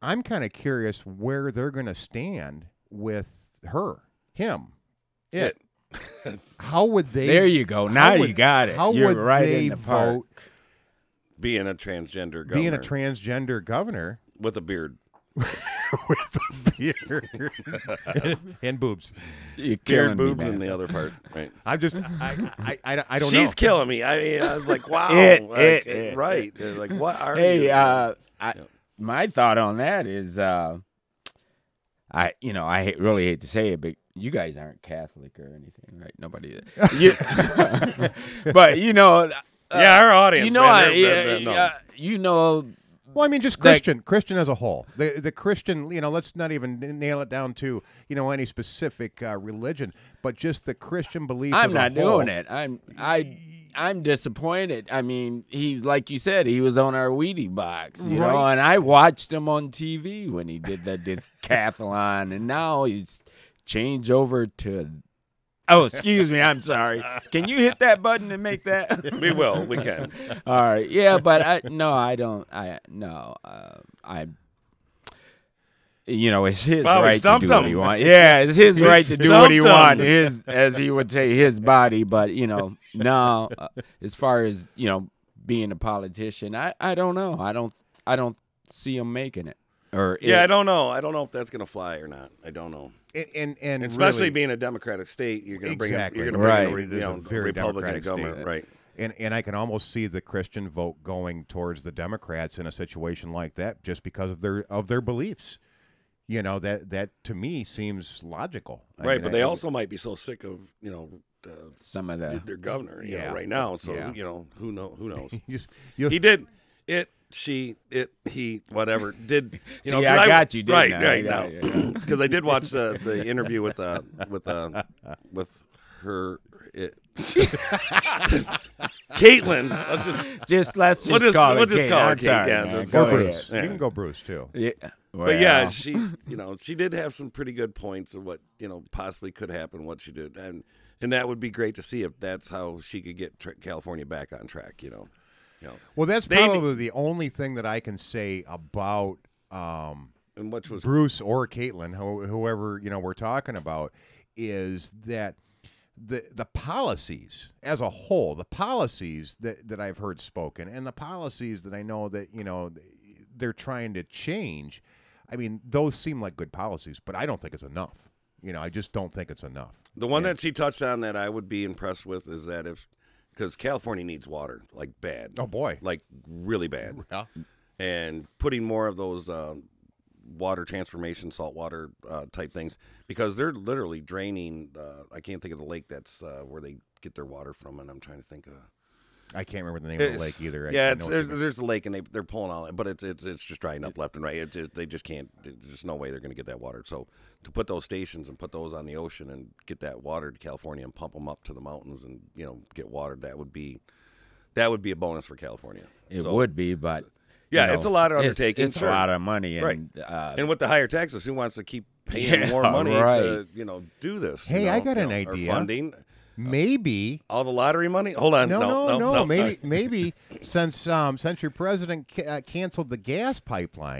[SPEAKER 1] I'm kind of curious where they're going to stand with her, him, it. How would they?
[SPEAKER 5] there you go.
[SPEAKER 1] how
[SPEAKER 5] Now
[SPEAKER 1] would-
[SPEAKER 5] you got it.
[SPEAKER 1] How
[SPEAKER 5] You're
[SPEAKER 1] would
[SPEAKER 5] right
[SPEAKER 1] they
[SPEAKER 5] in the park.
[SPEAKER 1] vote
[SPEAKER 4] being a transgender governor
[SPEAKER 1] being a transgender governor
[SPEAKER 4] with a beard.
[SPEAKER 1] with a beard and boobs?
[SPEAKER 5] You're
[SPEAKER 4] Beard
[SPEAKER 5] killing me,
[SPEAKER 4] boobs
[SPEAKER 5] man.
[SPEAKER 4] in the other part. Right.
[SPEAKER 1] I'm just I I, I, I don't know.
[SPEAKER 4] She's killing me. I mean, I was like, wow.
[SPEAKER 5] It-
[SPEAKER 4] like,
[SPEAKER 5] it- it-
[SPEAKER 4] right. They're like, what are you?
[SPEAKER 5] hey, uh, I,
[SPEAKER 4] Yeah.
[SPEAKER 5] my thought on that is, uh, I you know I hate, really hate to say it, but you guys aren't Catholic or anything, right? Nobody is. You- but you know, uh,
[SPEAKER 4] yeah, our audience.
[SPEAKER 5] you know,
[SPEAKER 4] man,
[SPEAKER 5] I,
[SPEAKER 4] they're- they're-
[SPEAKER 5] yeah,
[SPEAKER 4] they're- no.
[SPEAKER 5] yeah, you know,
[SPEAKER 1] Well, I mean, just
[SPEAKER 5] That-
[SPEAKER 1] Christian, Christian as a whole. The the Christian, you know, let's not even n- nail it down to you know any specific uh, religion, but just the Christian belief.
[SPEAKER 5] I'm
[SPEAKER 1] as
[SPEAKER 5] not
[SPEAKER 1] a whole.
[SPEAKER 5] doing it. I'm I. I'm disappointed. I mean, he like you said, he was on our Wheatie box, you know,
[SPEAKER 1] Right.
[SPEAKER 5] and I watched him on TV when he did the decathlon, and now he's changed over to. Oh, excuse me. I'm sorry. Can you hit that button and make that?
[SPEAKER 4] we will. We can.
[SPEAKER 5] All right. Yeah, but I no, I don't. I no. Uh, I. You know, it's his
[SPEAKER 4] Wow, we
[SPEAKER 5] right to
[SPEAKER 4] stumped
[SPEAKER 5] do what
[SPEAKER 4] him.
[SPEAKER 5] he wants. Yeah, it's his
[SPEAKER 4] We
[SPEAKER 5] right to do what he
[SPEAKER 4] stumped
[SPEAKER 5] wants.
[SPEAKER 4] him.
[SPEAKER 5] His, as he would say, his body. But you know, no. Uh, as far as you know, being a politician, I I don't know. I don't I don't see him making it. Or
[SPEAKER 4] Yeah, I
[SPEAKER 5] it-
[SPEAKER 4] don't know. I don't know if that's gonna fly or not. I don't know.
[SPEAKER 1] And and, and
[SPEAKER 4] Especially
[SPEAKER 1] really-
[SPEAKER 4] being a Democratic state, you're gonna bring
[SPEAKER 1] Exactly.
[SPEAKER 4] up, you're gonna
[SPEAKER 5] Right.
[SPEAKER 4] bring in
[SPEAKER 1] It
[SPEAKER 4] a,
[SPEAKER 1] is
[SPEAKER 4] you
[SPEAKER 1] a
[SPEAKER 4] know,
[SPEAKER 1] very
[SPEAKER 4] Republican
[SPEAKER 1] Democratic
[SPEAKER 4] government,
[SPEAKER 1] state.
[SPEAKER 4] right?
[SPEAKER 1] And and I can almost see the Christian vote going towards the Democrats in a situation like that just because of their of their beliefs. You know that that to me seems logical. I
[SPEAKER 4] right,
[SPEAKER 1] mean,
[SPEAKER 4] but
[SPEAKER 1] I-
[SPEAKER 4] they also might be so sick of you know uh,
[SPEAKER 5] some of the
[SPEAKER 4] their governor, you
[SPEAKER 1] Yeah.
[SPEAKER 4] know, right now. So
[SPEAKER 1] Yeah.
[SPEAKER 4] you know who know who knows.
[SPEAKER 1] you just- you-
[SPEAKER 4] he did it. She it he whatever did you know?
[SPEAKER 5] See,
[SPEAKER 4] 'cause
[SPEAKER 5] I got you, didn't
[SPEAKER 4] right,
[SPEAKER 5] I?
[SPEAKER 4] Right,
[SPEAKER 5] Yeah, yeah,
[SPEAKER 4] now because I did watch the the interview with uh with uh with her it. Caitlin, let's just
[SPEAKER 5] just let's just
[SPEAKER 4] We'll just-
[SPEAKER 5] call
[SPEAKER 4] we'll
[SPEAKER 5] it
[SPEAKER 4] just
[SPEAKER 5] Kate.
[SPEAKER 4] call it
[SPEAKER 5] I'm
[SPEAKER 4] Kate,
[SPEAKER 5] sorry,
[SPEAKER 4] yeah,
[SPEAKER 5] man.
[SPEAKER 4] just
[SPEAKER 5] Go
[SPEAKER 1] or
[SPEAKER 4] call it
[SPEAKER 5] ahead.
[SPEAKER 1] Bruce.
[SPEAKER 4] Yeah.
[SPEAKER 1] You can go Bruce too.
[SPEAKER 5] Yeah.
[SPEAKER 4] But yeah,
[SPEAKER 5] Well,
[SPEAKER 4] she, you know, she did have some pretty good points of what you know possibly could happen, what she did, and and that would be great to see if that's how she could get tr- California back on track. You know, you know,
[SPEAKER 1] Well, that's
[SPEAKER 4] They-
[SPEAKER 1] probably the only thing that I can say about um,
[SPEAKER 4] and which was
[SPEAKER 1] Bruce or Caitlin, who, whoever you know we're talking about, is that the the policies as a whole, the policies that that I've heard spoken, and the policies that I know that you know they're trying to change. I mean, those seem like good policies, but I don't think it's enough. You know, I just don't think it's enough.
[SPEAKER 4] the one that she touched on that I would be impressed with is that if because California needs water like bad,
[SPEAKER 1] Oh boy,
[SPEAKER 4] like really bad,
[SPEAKER 1] yeah,
[SPEAKER 4] and putting more of those um, water transformation, saltwater uh, type things because they're literally draining. Uh, I can't think of the lake that's uh, where they get their water from, and I'm trying to think of.
[SPEAKER 1] I can't remember the name of the
[SPEAKER 4] It's-
[SPEAKER 1] lake either. I- I
[SPEAKER 4] yeah,
[SPEAKER 1] know
[SPEAKER 4] it's, uh,
[SPEAKER 1] what you
[SPEAKER 4] there's,
[SPEAKER 1] mean.
[SPEAKER 4] there's a lake and they they're pulling all that, but it's it's it's just drying up left and right. It's just, they just can't. There's no way they're going to get that water. So to put those stations and put those on the ocean and get that water to California and pump them up to the mountains and you know get watered, that would be that would be a bonus for California.
[SPEAKER 5] it
[SPEAKER 4] So-
[SPEAKER 5] would be, but you
[SPEAKER 4] Yeah, it's
[SPEAKER 5] know,
[SPEAKER 4] a lot of
[SPEAKER 5] it's-
[SPEAKER 4] undertaking,
[SPEAKER 5] It's,
[SPEAKER 4] sure.
[SPEAKER 5] a lot of money, and
[SPEAKER 4] Right.
[SPEAKER 5] uh,
[SPEAKER 4] And with the higher taxes, who wants to keep paying
[SPEAKER 5] Yeah,
[SPEAKER 4] more money to
[SPEAKER 5] right.
[SPEAKER 4] you know do this?
[SPEAKER 1] Hey,
[SPEAKER 4] you know,
[SPEAKER 1] I got
[SPEAKER 4] you
[SPEAKER 1] an
[SPEAKER 4] know, or
[SPEAKER 1] idea.
[SPEAKER 4] Funding
[SPEAKER 1] maybe
[SPEAKER 4] all the lottery money. Hold on,
[SPEAKER 1] no, no, no.
[SPEAKER 4] Uh, no
[SPEAKER 1] Maybe, maybe since um, since your president ca- uh, canceled the gas pipeline,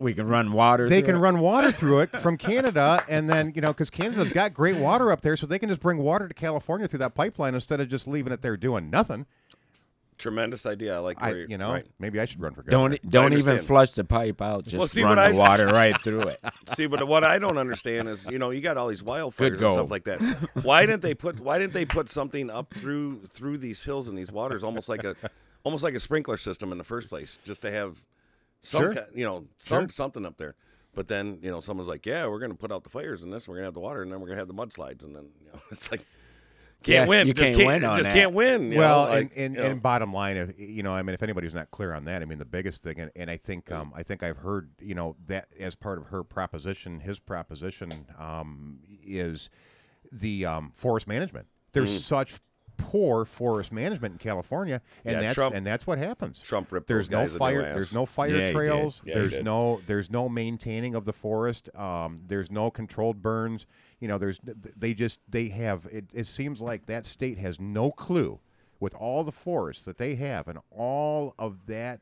[SPEAKER 5] we can run water.
[SPEAKER 1] they
[SPEAKER 5] through
[SPEAKER 1] can
[SPEAKER 5] it.
[SPEAKER 1] run water through it from Canada, and then you know because Canada's got great water up there, so they can just bring water to California through that pipeline instead of just leaving it there doing nothing.
[SPEAKER 4] Tremendous idea. I like
[SPEAKER 1] I,
[SPEAKER 4] where
[SPEAKER 1] you know,
[SPEAKER 4] right.
[SPEAKER 1] maybe I should run for governor.
[SPEAKER 5] Don't don't even
[SPEAKER 4] understand.
[SPEAKER 5] flush the pipe out. Just
[SPEAKER 4] Well, see,
[SPEAKER 5] run
[SPEAKER 4] what
[SPEAKER 5] the
[SPEAKER 4] I-
[SPEAKER 5] water right through it.
[SPEAKER 4] See, but what I don't understand is, you know, you got all these wildfires
[SPEAKER 5] Good
[SPEAKER 4] and
[SPEAKER 5] goal.
[SPEAKER 4] stuff like that. Why didn't they put Why didn't they put something up through through these hills and these waters, almost like a almost like a sprinkler system in the first place, just to have some,
[SPEAKER 1] Sure.
[SPEAKER 4] ki- you know, some something up there. But then, you know, someone's like, "Yeah, we're going to put out the fires and this, we're going to have the water, and then we're going to have the mudslides." And then, you know, it's like
[SPEAKER 5] Yeah,
[SPEAKER 4] can't win.
[SPEAKER 5] you
[SPEAKER 4] just
[SPEAKER 5] can't
[SPEAKER 4] can't,
[SPEAKER 5] win on
[SPEAKER 4] Just
[SPEAKER 5] that.
[SPEAKER 4] can't win. you
[SPEAKER 1] well,
[SPEAKER 4] know, like,
[SPEAKER 1] and, and,
[SPEAKER 4] you know.
[SPEAKER 1] and bottom line, if you know, I mean, if anybody's not clear on that, I mean, the biggest thing, and, and I think, um, I think I've heard, you know, that as part of her proposition, his proposition um, is the um, forest management. There's
[SPEAKER 4] Mm.
[SPEAKER 1] such poor forest management in California, and
[SPEAKER 4] Yeah,
[SPEAKER 1] that's
[SPEAKER 4] Trump-
[SPEAKER 1] and that's what happens.
[SPEAKER 4] Trump ripped
[SPEAKER 1] There's
[SPEAKER 4] those
[SPEAKER 1] no
[SPEAKER 4] guys a new
[SPEAKER 1] fire.
[SPEAKER 4] ass.
[SPEAKER 1] There's no fire
[SPEAKER 5] Yeah, he did.
[SPEAKER 1] trails.
[SPEAKER 4] Yeah, he
[SPEAKER 1] there's
[SPEAKER 4] did.
[SPEAKER 1] no. There's no maintaining of the forest. Um, there's no controlled burns. You know, there's. They just. They have. It, it seems like that state has no clue, with all the forests that they have and all of that.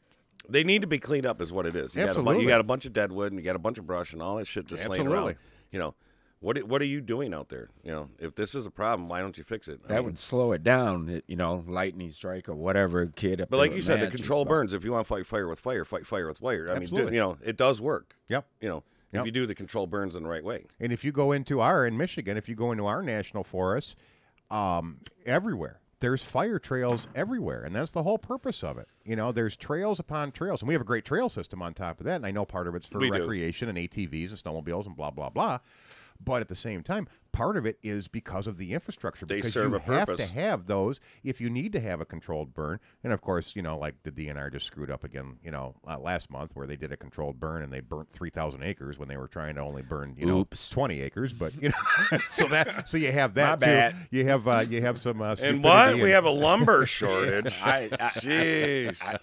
[SPEAKER 4] They need to be cleaned up, is what it is. You Got a, bu-
[SPEAKER 1] Absolutely.
[SPEAKER 4] you got a bunch of dead wood and you got a bunch of brush and all that shit just laying
[SPEAKER 1] Absolutely.
[SPEAKER 4] around. You know, what i- what are you doing out there? You know, if this is a problem, why don't you fix it? I
[SPEAKER 5] That
[SPEAKER 4] mean,
[SPEAKER 5] would slow it down. it- You know, lightning strike or whatever kid. Up
[SPEAKER 4] But
[SPEAKER 5] there
[SPEAKER 4] like
[SPEAKER 5] with
[SPEAKER 4] you said, the
[SPEAKER 5] matches,
[SPEAKER 4] control
[SPEAKER 5] but-
[SPEAKER 4] burns. If you want to fight fire with fire, fight fire with fire. I mean,
[SPEAKER 1] Absolutely.
[SPEAKER 4] do, you know, it does work.
[SPEAKER 1] Yep.
[SPEAKER 4] You know,
[SPEAKER 1] Yep.
[SPEAKER 4] if you do the control burns in the right way.
[SPEAKER 1] And if you go into our in Michigan, if you go into our national forests, um, everywhere there's fire trails everywhere, and that's the whole purpose of it. You know, there's trails upon trails, and we have a great trail system on top of that. And I know part of it's for
[SPEAKER 4] We do.
[SPEAKER 1] recreation and ATVs and snowmobiles and blah blah blah. But at the same time, part of it is because of the infrastructure.
[SPEAKER 4] They
[SPEAKER 1] because
[SPEAKER 4] serve
[SPEAKER 1] you
[SPEAKER 4] a
[SPEAKER 1] have
[SPEAKER 4] purpose.
[SPEAKER 1] to have those if you need to have a controlled burn. And of course, you know, like the DNR just screwed up again, you know, uh, last month where they did a controlled burn and they burnt 3,000 acres when they were trying to only burn, you
[SPEAKER 5] Oops.
[SPEAKER 1] know, 20 acres. But, you know, so that, so you have that
[SPEAKER 5] My
[SPEAKER 1] too.
[SPEAKER 5] bad.
[SPEAKER 1] You have, uh, you have some, uh,
[SPEAKER 4] And what?
[SPEAKER 1] stupidity
[SPEAKER 4] We
[SPEAKER 1] and-
[SPEAKER 4] have a lumber shortage.
[SPEAKER 5] I- I-
[SPEAKER 4] Jeez.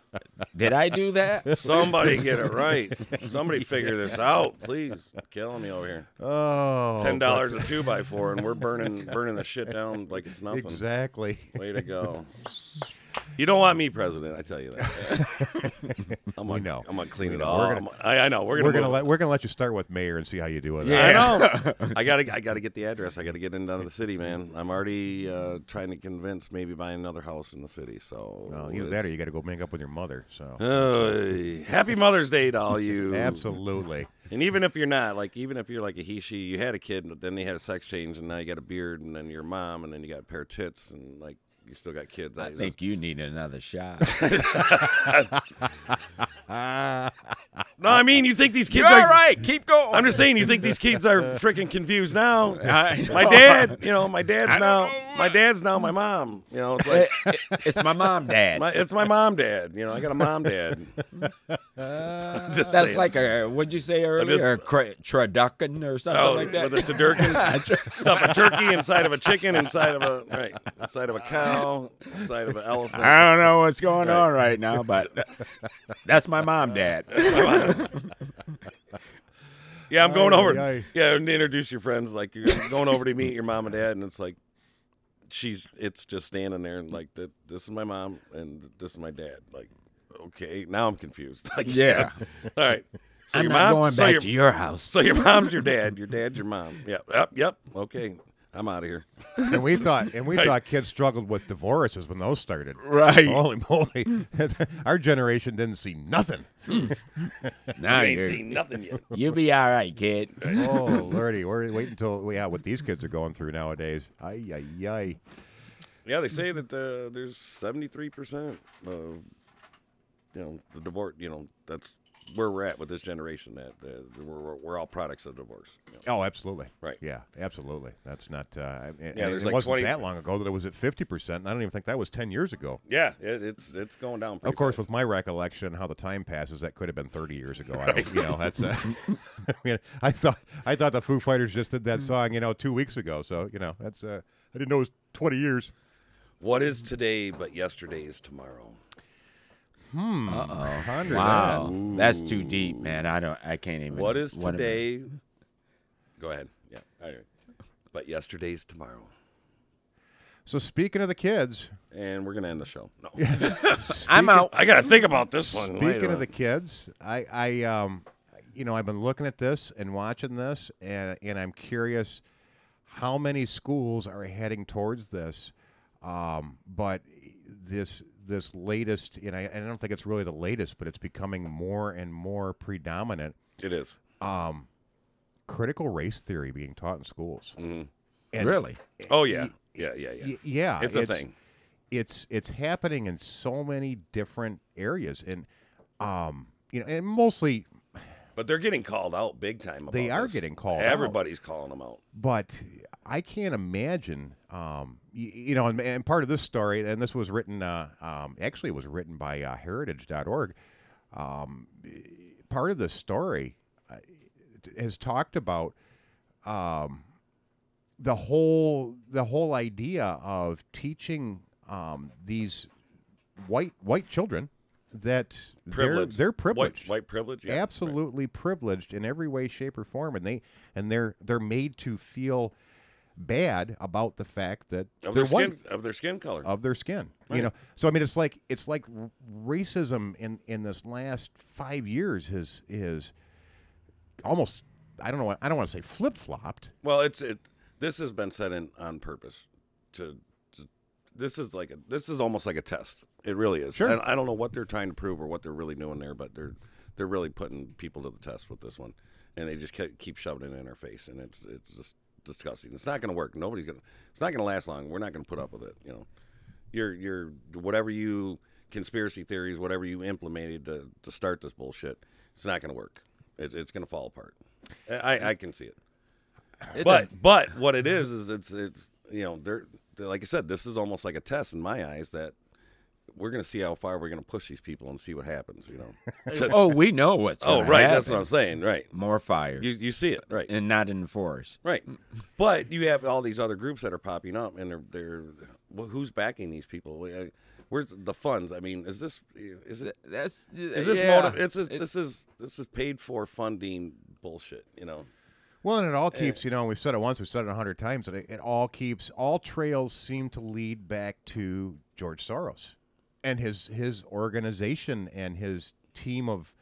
[SPEAKER 5] Did I do that?
[SPEAKER 4] Somebody get it right. Somebody figure this out, please. Killing me over here.
[SPEAKER 1] oh,
[SPEAKER 4] Ten dollars a two by four, and we're burning burning the shit down like it's nothing.
[SPEAKER 1] Exactly.
[SPEAKER 4] Way to go. You don't want me president, I tell you that. I'm gonna,
[SPEAKER 1] know.
[SPEAKER 4] I'm gonna clean
[SPEAKER 1] We
[SPEAKER 4] it
[SPEAKER 1] know.
[SPEAKER 4] all.
[SPEAKER 1] We're
[SPEAKER 4] I'm- I, I know. We're gonna.
[SPEAKER 1] we're gonna
[SPEAKER 4] move.
[SPEAKER 1] let we're gonna let you start with mayor and see how you do with that.
[SPEAKER 4] I
[SPEAKER 5] Yeah.
[SPEAKER 4] know. I gotta. I gotta get the address. I gotta get in and out of the city, man. I'm already uh, trying to convince maybe buying another house in the city. So
[SPEAKER 1] Well, either that or Oh, you got to go make up with your mother. So
[SPEAKER 4] Hey, uh, happy Mother's Day to all you.
[SPEAKER 1] absolutely,
[SPEAKER 4] And even if you're not, like, even if you're like a he, she, you had a kid, but then they had a sex change, and now you got a beard, and then you're a mom, and then you got a pair of tits, and like, you still got kids.
[SPEAKER 5] I think you need another shot.
[SPEAKER 4] no, I mean, you think these kids
[SPEAKER 5] You're
[SPEAKER 4] are.
[SPEAKER 5] all right. Keep going.
[SPEAKER 4] I'm just saying, you think these kids are freaking confused now.
[SPEAKER 5] I
[SPEAKER 4] My
[SPEAKER 5] know.
[SPEAKER 4] dad, you know, my dad's
[SPEAKER 5] I don't
[SPEAKER 4] now,
[SPEAKER 5] know
[SPEAKER 4] my
[SPEAKER 5] what-
[SPEAKER 4] dad's now my mom. You know, it's
[SPEAKER 5] Eh,
[SPEAKER 4] like
[SPEAKER 5] eh, it's my mom, dad.
[SPEAKER 4] my, it's my mom, dad. You know, I got a mom, dad. just
[SPEAKER 5] That's
[SPEAKER 4] saying.
[SPEAKER 5] like a what'd you say earlier?
[SPEAKER 4] just-
[SPEAKER 5] a cra- traducan or something
[SPEAKER 4] Oh,
[SPEAKER 5] like that.
[SPEAKER 4] with a tadurkin, stuff a turkey inside of a chicken, inside of a right, inside of a cow, inside of an elephant.
[SPEAKER 5] I don't know what's going
[SPEAKER 4] Right.
[SPEAKER 5] on right now, but that's my mom, dad.
[SPEAKER 4] Yeah, I'm going
[SPEAKER 1] Ay,
[SPEAKER 4] over.
[SPEAKER 1] ay, ay.
[SPEAKER 4] Yeah, and introduce your friends. Like you're going over to meet your mom and dad, and it's like she's it's just standing there and like that. This is my mom and this is my dad. Like, okay, now I'm confused. Like,
[SPEAKER 5] Yeah.
[SPEAKER 4] all right. So
[SPEAKER 5] I'm
[SPEAKER 4] your
[SPEAKER 5] not
[SPEAKER 4] mom,
[SPEAKER 5] going
[SPEAKER 4] so
[SPEAKER 5] back
[SPEAKER 4] your,
[SPEAKER 5] to your house.
[SPEAKER 4] so your mom's your dad. Your dad's your mom. Yep, yep, yep. Okay, I'm out of here.
[SPEAKER 1] and we thought and we
[SPEAKER 4] Right.
[SPEAKER 1] thought kids struggled with divorces when those started.
[SPEAKER 5] Right.
[SPEAKER 1] Holy moly, our generation didn't see nothing.
[SPEAKER 5] Now
[SPEAKER 4] I ain't
[SPEAKER 5] you're-
[SPEAKER 4] seen nothing yet.
[SPEAKER 5] you'll be all right, kid.
[SPEAKER 1] Oh lordy, we're wait until yeah, what these kids are going through nowadays. Ay ay ay.
[SPEAKER 4] Yeah, they say that uh, there's 73 percent of you know the divorce. You know that's where we're at with this generation. That uh, we're, we're, we're all products of divorce. you know.
[SPEAKER 1] Oh, absolutely.
[SPEAKER 4] Right.
[SPEAKER 1] Yeah, absolutely. That's not. Uh, I- and-
[SPEAKER 4] Yeah,
[SPEAKER 1] and
[SPEAKER 4] there's
[SPEAKER 1] it
[SPEAKER 4] like
[SPEAKER 1] wasn't
[SPEAKER 4] 20
[SPEAKER 1] that long ago that it was at fifty percent. I don't even think that was ten years ago.
[SPEAKER 4] Yeah, it, it's it's going down. Pretty
[SPEAKER 1] Of course,
[SPEAKER 4] fast.
[SPEAKER 1] with my recollection and how the time passes, that could have been 30 years ago. I don't, you know, that's. uh, I mean, I thought I thought the Foo Fighters just did that song, you know, two weeks ago. So you know, that's. Uh, I didn't know it was 20 years.
[SPEAKER 4] what is today but yesterday is tomorrow.
[SPEAKER 5] Uh-oh.
[SPEAKER 1] Ponder
[SPEAKER 5] Wow, that's too deep, man. I don't. I can't even.
[SPEAKER 4] What is
[SPEAKER 5] am I-
[SPEAKER 4] today? Go ahead. Yeah. All right. But yesterday's tomorrow,
[SPEAKER 1] that. So speaking of the kids,
[SPEAKER 4] and we're gonna end the show. No,
[SPEAKER 5] I'm out.
[SPEAKER 4] I gotta think about this one. Wait
[SPEAKER 1] Speaking
[SPEAKER 4] a
[SPEAKER 1] of the
[SPEAKER 4] minute.
[SPEAKER 1] kids, I, I, um, you know, I've been looking at this and watching this, and and I'm curious how many schools are heading towards this. Um, but this this latest, and I, I don't think it's really the latest, but it's becoming more and more predominant.
[SPEAKER 4] it is.
[SPEAKER 1] Critical race theory being taught in schools.
[SPEAKER 4] Mm-hmm.
[SPEAKER 1] And-
[SPEAKER 5] Really?
[SPEAKER 4] Oh yeah, yeah, yeah, yeah.
[SPEAKER 1] Y- yeah,
[SPEAKER 4] It's a thing.
[SPEAKER 1] It's it's happening in so many different areas, and um, you know, and mostly
[SPEAKER 4] But they're getting called out big time. About
[SPEAKER 1] They are
[SPEAKER 4] this.
[SPEAKER 1] getting called out.
[SPEAKER 4] Everybody's calling them out.
[SPEAKER 1] but I can't imagine, um, you, you know, and, and part of this story, and this was written, uh, um, actually, it was written by uh, heritage.org. Um, part of this story uh, has talked about um, the whole the whole idea of teaching um, these white white children that
[SPEAKER 4] Privilege.
[SPEAKER 1] they're, they're
[SPEAKER 4] White-
[SPEAKER 1] privileged
[SPEAKER 4] White, privilege. Yeah.
[SPEAKER 1] absolutely privileged in every way shape or form and they and they're they're made to feel bad about the fact that
[SPEAKER 4] Right. Of
[SPEAKER 1] they're
[SPEAKER 4] their
[SPEAKER 1] white
[SPEAKER 4] skin. Of their skin color.
[SPEAKER 1] of their skin
[SPEAKER 4] Right.
[SPEAKER 1] you know so i mean it's like it's like r- racism in in this last 5 years is is almost i don't know i don't want to say flip-flopped
[SPEAKER 4] well, it's it. This has been set in on purpose. To, to this is like a this is almost like a test. It really is.
[SPEAKER 1] Sure.
[SPEAKER 4] And I don't know what they're trying to prove or what they're really doing there, but they're they're really putting people to the test with this one, and they just ke- keep shoving it in our face, and it's it's just disgusting. It's not going to work. Nobody's going. to It's not going to last long. We're not going to put up with it. You know. your your whatever you conspiracy theories, whatever you implemented to, to start this bullshit, it's not going to work. It, it's going to fall apart. I, I- I can see it.
[SPEAKER 5] It
[SPEAKER 4] but
[SPEAKER 5] does-
[SPEAKER 4] but what it is is it's it's you know they're, they're- like I said, this is almost like a test in my eyes that we're going to see how far we're going to push these people and see what happens. You know. Just-
[SPEAKER 5] oh, we know what's.
[SPEAKER 4] oh
[SPEAKER 5] gonna
[SPEAKER 4] right, that's
[SPEAKER 5] happen.
[SPEAKER 4] what I'm saying. Right.
[SPEAKER 5] More fires,
[SPEAKER 4] You you see it right.
[SPEAKER 5] and not in the forest.
[SPEAKER 4] Right, Mm. but you have all these other groups that are popping up, and they're they're well, who's backing these people? Uh, Where's the funds? I mean, is this is it
[SPEAKER 5] That's
[SPEAKER 4] is this
[SPEAKER 5] yeah.
[SPEAKER 4] motive? It's, is this is this is paid for funding bullshit. You know,
[SPEAKER 1] well and it all
[SPEAKER 4] Eh.
[SPEAKER 1] keeps you know we've said it once we've said it a hundred times and it, it all keeps all trails seem to lead back to george soros and his his organization and his team of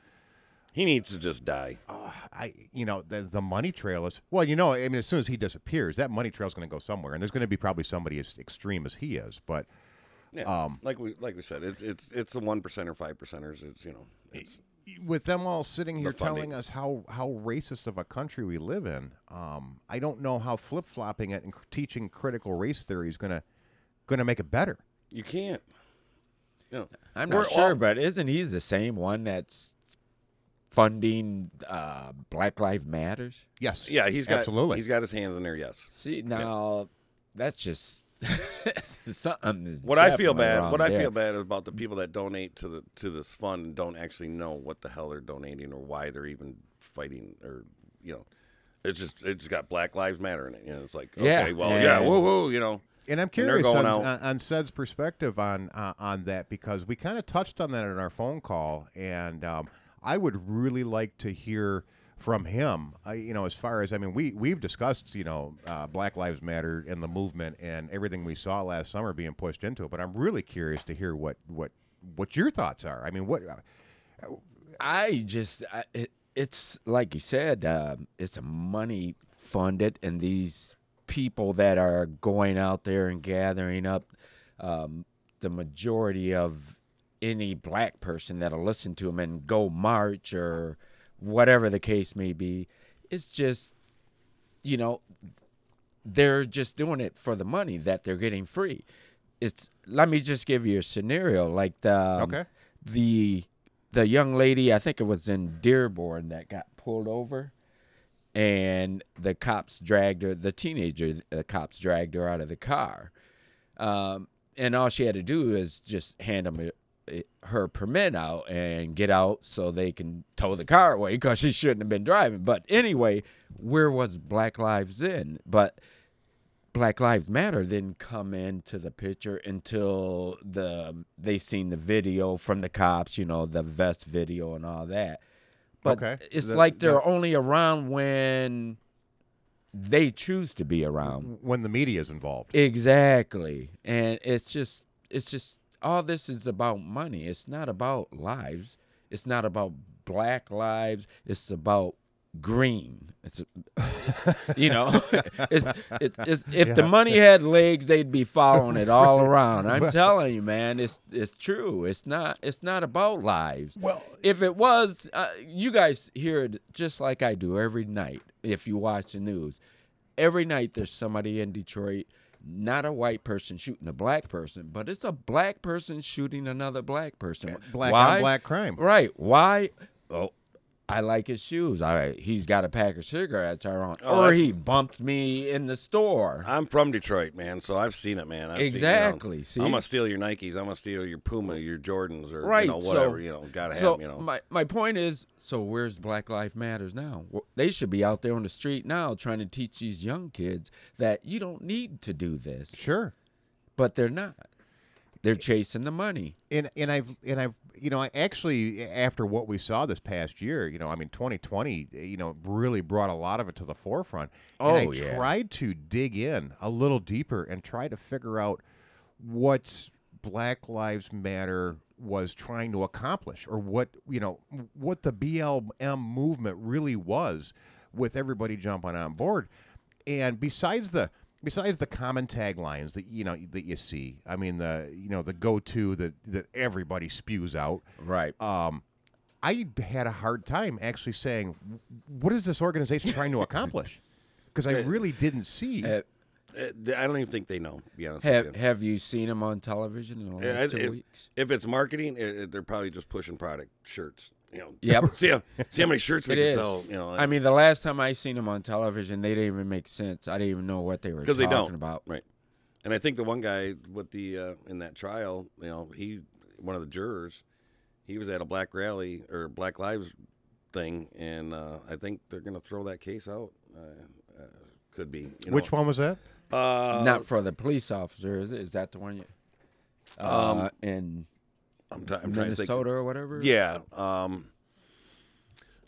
[SPEAKER 4] He needs to just die.
[SPEAKER 1] I you know the, the money trail is well you know I mean as soon as he disappears that money trail is going to go somewhere and there's going to be probably somebody as extreme as he is but
[SPEAKER 4] Yeah, Um, like we like we said, it's it's it's the one percent or five percenters. It's you know, it's,
[SPEAKER 1] with them all sitting here
[SPEAKER 4] funding.
[SPEAKER 1] telling us how how racist of a country we live in um, I don't know how flip flopping it and cr- teaching critical race theory is going to going to make it better
[SPEAKER 4] you can't. You know,
[SPEAKER 5] I'm
[SPEAKER 4] we're
[SPEAKER 5] not sure,
[SPEAKER 4] all-
[SPEAKER 5] but isn't he the same one that's funding uh, Black Lives Matters?
[SPEAKER 1] yes
[SPEAKER 4] yeah, he's got
[SPEAKER 1] absolutely
[SPEAKER 4] He's got his hands in there. Yes.
[SPEAKER 5] See, now that's just something. Is
[SPEAKER 4] What I
[SPEAKER 5] definitely
[SPEAKER 4] feel bad.
[SPEAKER 5] wrong
[SPEAKER 4] What I
[SPEAKER 5] there.
[SPEAKER 4] feel bad is about the people that donate to the to this fund and don't actually know what the hell they're donating or why they're even fighting or you know, it's just it's got Black Lives Matter in it. You know, it's like okay,
[SPEAKER 5] Yeah,
[SPEAKER 4] well, yeah,
[SPEAKER 5] and-
[SPEAKER 4] woo woo, you know.
[SPEAKER 1] And I'm
[SPEAKER 4] they're
[SPEAKER 1] curious
[SPEAKER 4] going
[SPEAKER 1] on,
[SPEAKER 4] out.
[SPEAKER 1] on, on Sed's perspective on uh, on that because we kind of touched on that in our phone call, and um, I would really like to hear from him. Uh, you know, as far as I mean, we we've discussed you know uh, Black Lives Matter and the movement and everything we saw last summer being pushed into it, but I'm really curious to hear what what what your thoughts are. I mean, what uh,
[SPEAKER 5] I just, I, it, it's like you said, um, it's a money funded, and these people that are going out there and gathering up um, the majority of any black person that'll listen to them and go march or whatever the case may be, it's just, you know, they're just doing it for the money that they're getting free. It's let me just give you a scenario like the um,
[SPEAKER 1] Okay.
[SPEAKER 5] the the young lady I think it was in Dearborn that got pulled over and the cops dragged her the teenager the cops dragged her out of the car um, and all she had to do is just hand them her permit out and get out so they can tow the car away because she shouldn't have been driving. But anyway, where was Black Lives then? But Black Lives Matter didn't come into the picture until the they seen the video from the cops, you know, the vest video and all that. But
[SPEAKER 1] Okay.
[SPEAKER 5] it's
[SPEAKER 1] The-
[SPEAKER 5] like they're
[SPEAKER 1] the-
[SPEAKER 5] only around when they choose to be around.
[SPEAKER 1] when the media is involved.
[SPEAKER 5] Exactly. And it's just it's just all this is about money. It's not about lives. It's not about black lives. It's about green. It's you know, it's, it's, it's if the money had legs, they'd be following it all around. I'm telling you, man, it's it's true. It's not it's not about lives. Well, if it was, uh, you guys hear it just like I do every night. If you watch the news, every night there's somebody in Detroit, not a white person shooting a black person, but it's a black person shooting another black person.
[SPEAKER 1] Eh, black on
[SPEAKER 5] Why?
[SPEAKER 1] black crime.
[SPEAKER 5] Right? Why? Oh, I like his shoes. I he's got a pack of cigarettes I don't or
[SPEAKER 4] Oh, that's-
[SPEAKER 5] he bumped me in the store.
[SPEAKER 4] I'm from Detroit, man, so I've seen it, man. I've
[SPEAKER 5] Exactly, see?
[SPEAKER 4] Seen, you know, I'm gonna steal your Nikes. I'm gonna steal your Puma, your Jordans, or
[SPEAKER 5] Right,
[SPEAKER 4] you know
[SPEAKER 5] so-
[SPEAKER 4] whatever. you know, gotta have
[SPEAKER 5] so
[SPEAKER 4] 'em, You know,
[SPEAKER 5] my my point is, so where's Black Lives Matters now? Well, they should be out there on the street now trying to teach these young kids that you don't need to do this,
[SPEAKER 1] Sure.
[SPEAKER 5] but they're not. They're
[SPEAKER 4] Eh,
[SPEAKER 5] chasing the money.
[SPEAKER 1] and and I've and I've you know I actually after what we saw this past year, you know, I mean 2020, you know, really brought a lot of it to the forefront. and
[SPEAKER 5] Oh,
[SPEAKER 1] I
[SPEAKER 5] yeah.
[SPEAKER 1] tried to dig in a little deeper and try to figure out what Black Lives Matter was trying to accomplish or what, you know, what the BLM movement really was with everybody jumping on board. And besides the besides the common taglines that you know that you see, I mean the you know the go-to that that everybody spews out,
[SPEAKER 5] Right.
[SPEAKER 1] um, I had a hard time actually saying, what is this organization trying to accomplish? Because I really didn't see.
[SPEAKER 5] have,
[SPEAKER 4] Uh, th- I don't even think they know. to Be honest with you.
[SPEAKER 5] have, have you seen him on television in the
[SPEAKER 4] Yeah,
[SPEAKER 5] last
[SPEAKER 4] it-
[SPEAKER 5] two
[SPEAKER 4] it-
[SPEAKER 5] weeks?
[SPEAKER 4] If it's marketing, it, it- they're probably just pushing product shirts. You know.
[SPEAKER 5] Yep.
[SPEAKER 4] see how see how many shirts we
[SPEAKER 5] It
[SPEAKER 4] can
[SPEAKER 5] is.
[SPEAKER 4] sell. You know.
[SPEAKER 5] I mean, the last time I seen them on television, they didn't even make sense. I didn't even know what they were
[SPEAKER 4] because
[SPEAKER 5] talking
[SPEAKER 4] they don't.
[SPEAKER 5] about.
[SPEAKER 4] Right. And I think the one guy with the uh, in that trial, you know, he one of the jurors, he was at a black rally or Black Lives thing, and uh, I think they're going to throw that case out. Uh, uh, could be. You
[SPEAKER 1] Which one was that?
[SPEAKER 4] one? Uh,
[SPEAKER 5] Not for the police officer, is it? Is that the one you?
[SPEAKER 4] Um,
[SPEAKER 5] Uh, in
[SPEAKER 4] I'm, try- I'm trying to think.
[SPEAKER 5] Minnesota or whatever.
[SPEAKER 4] Yeah. Um,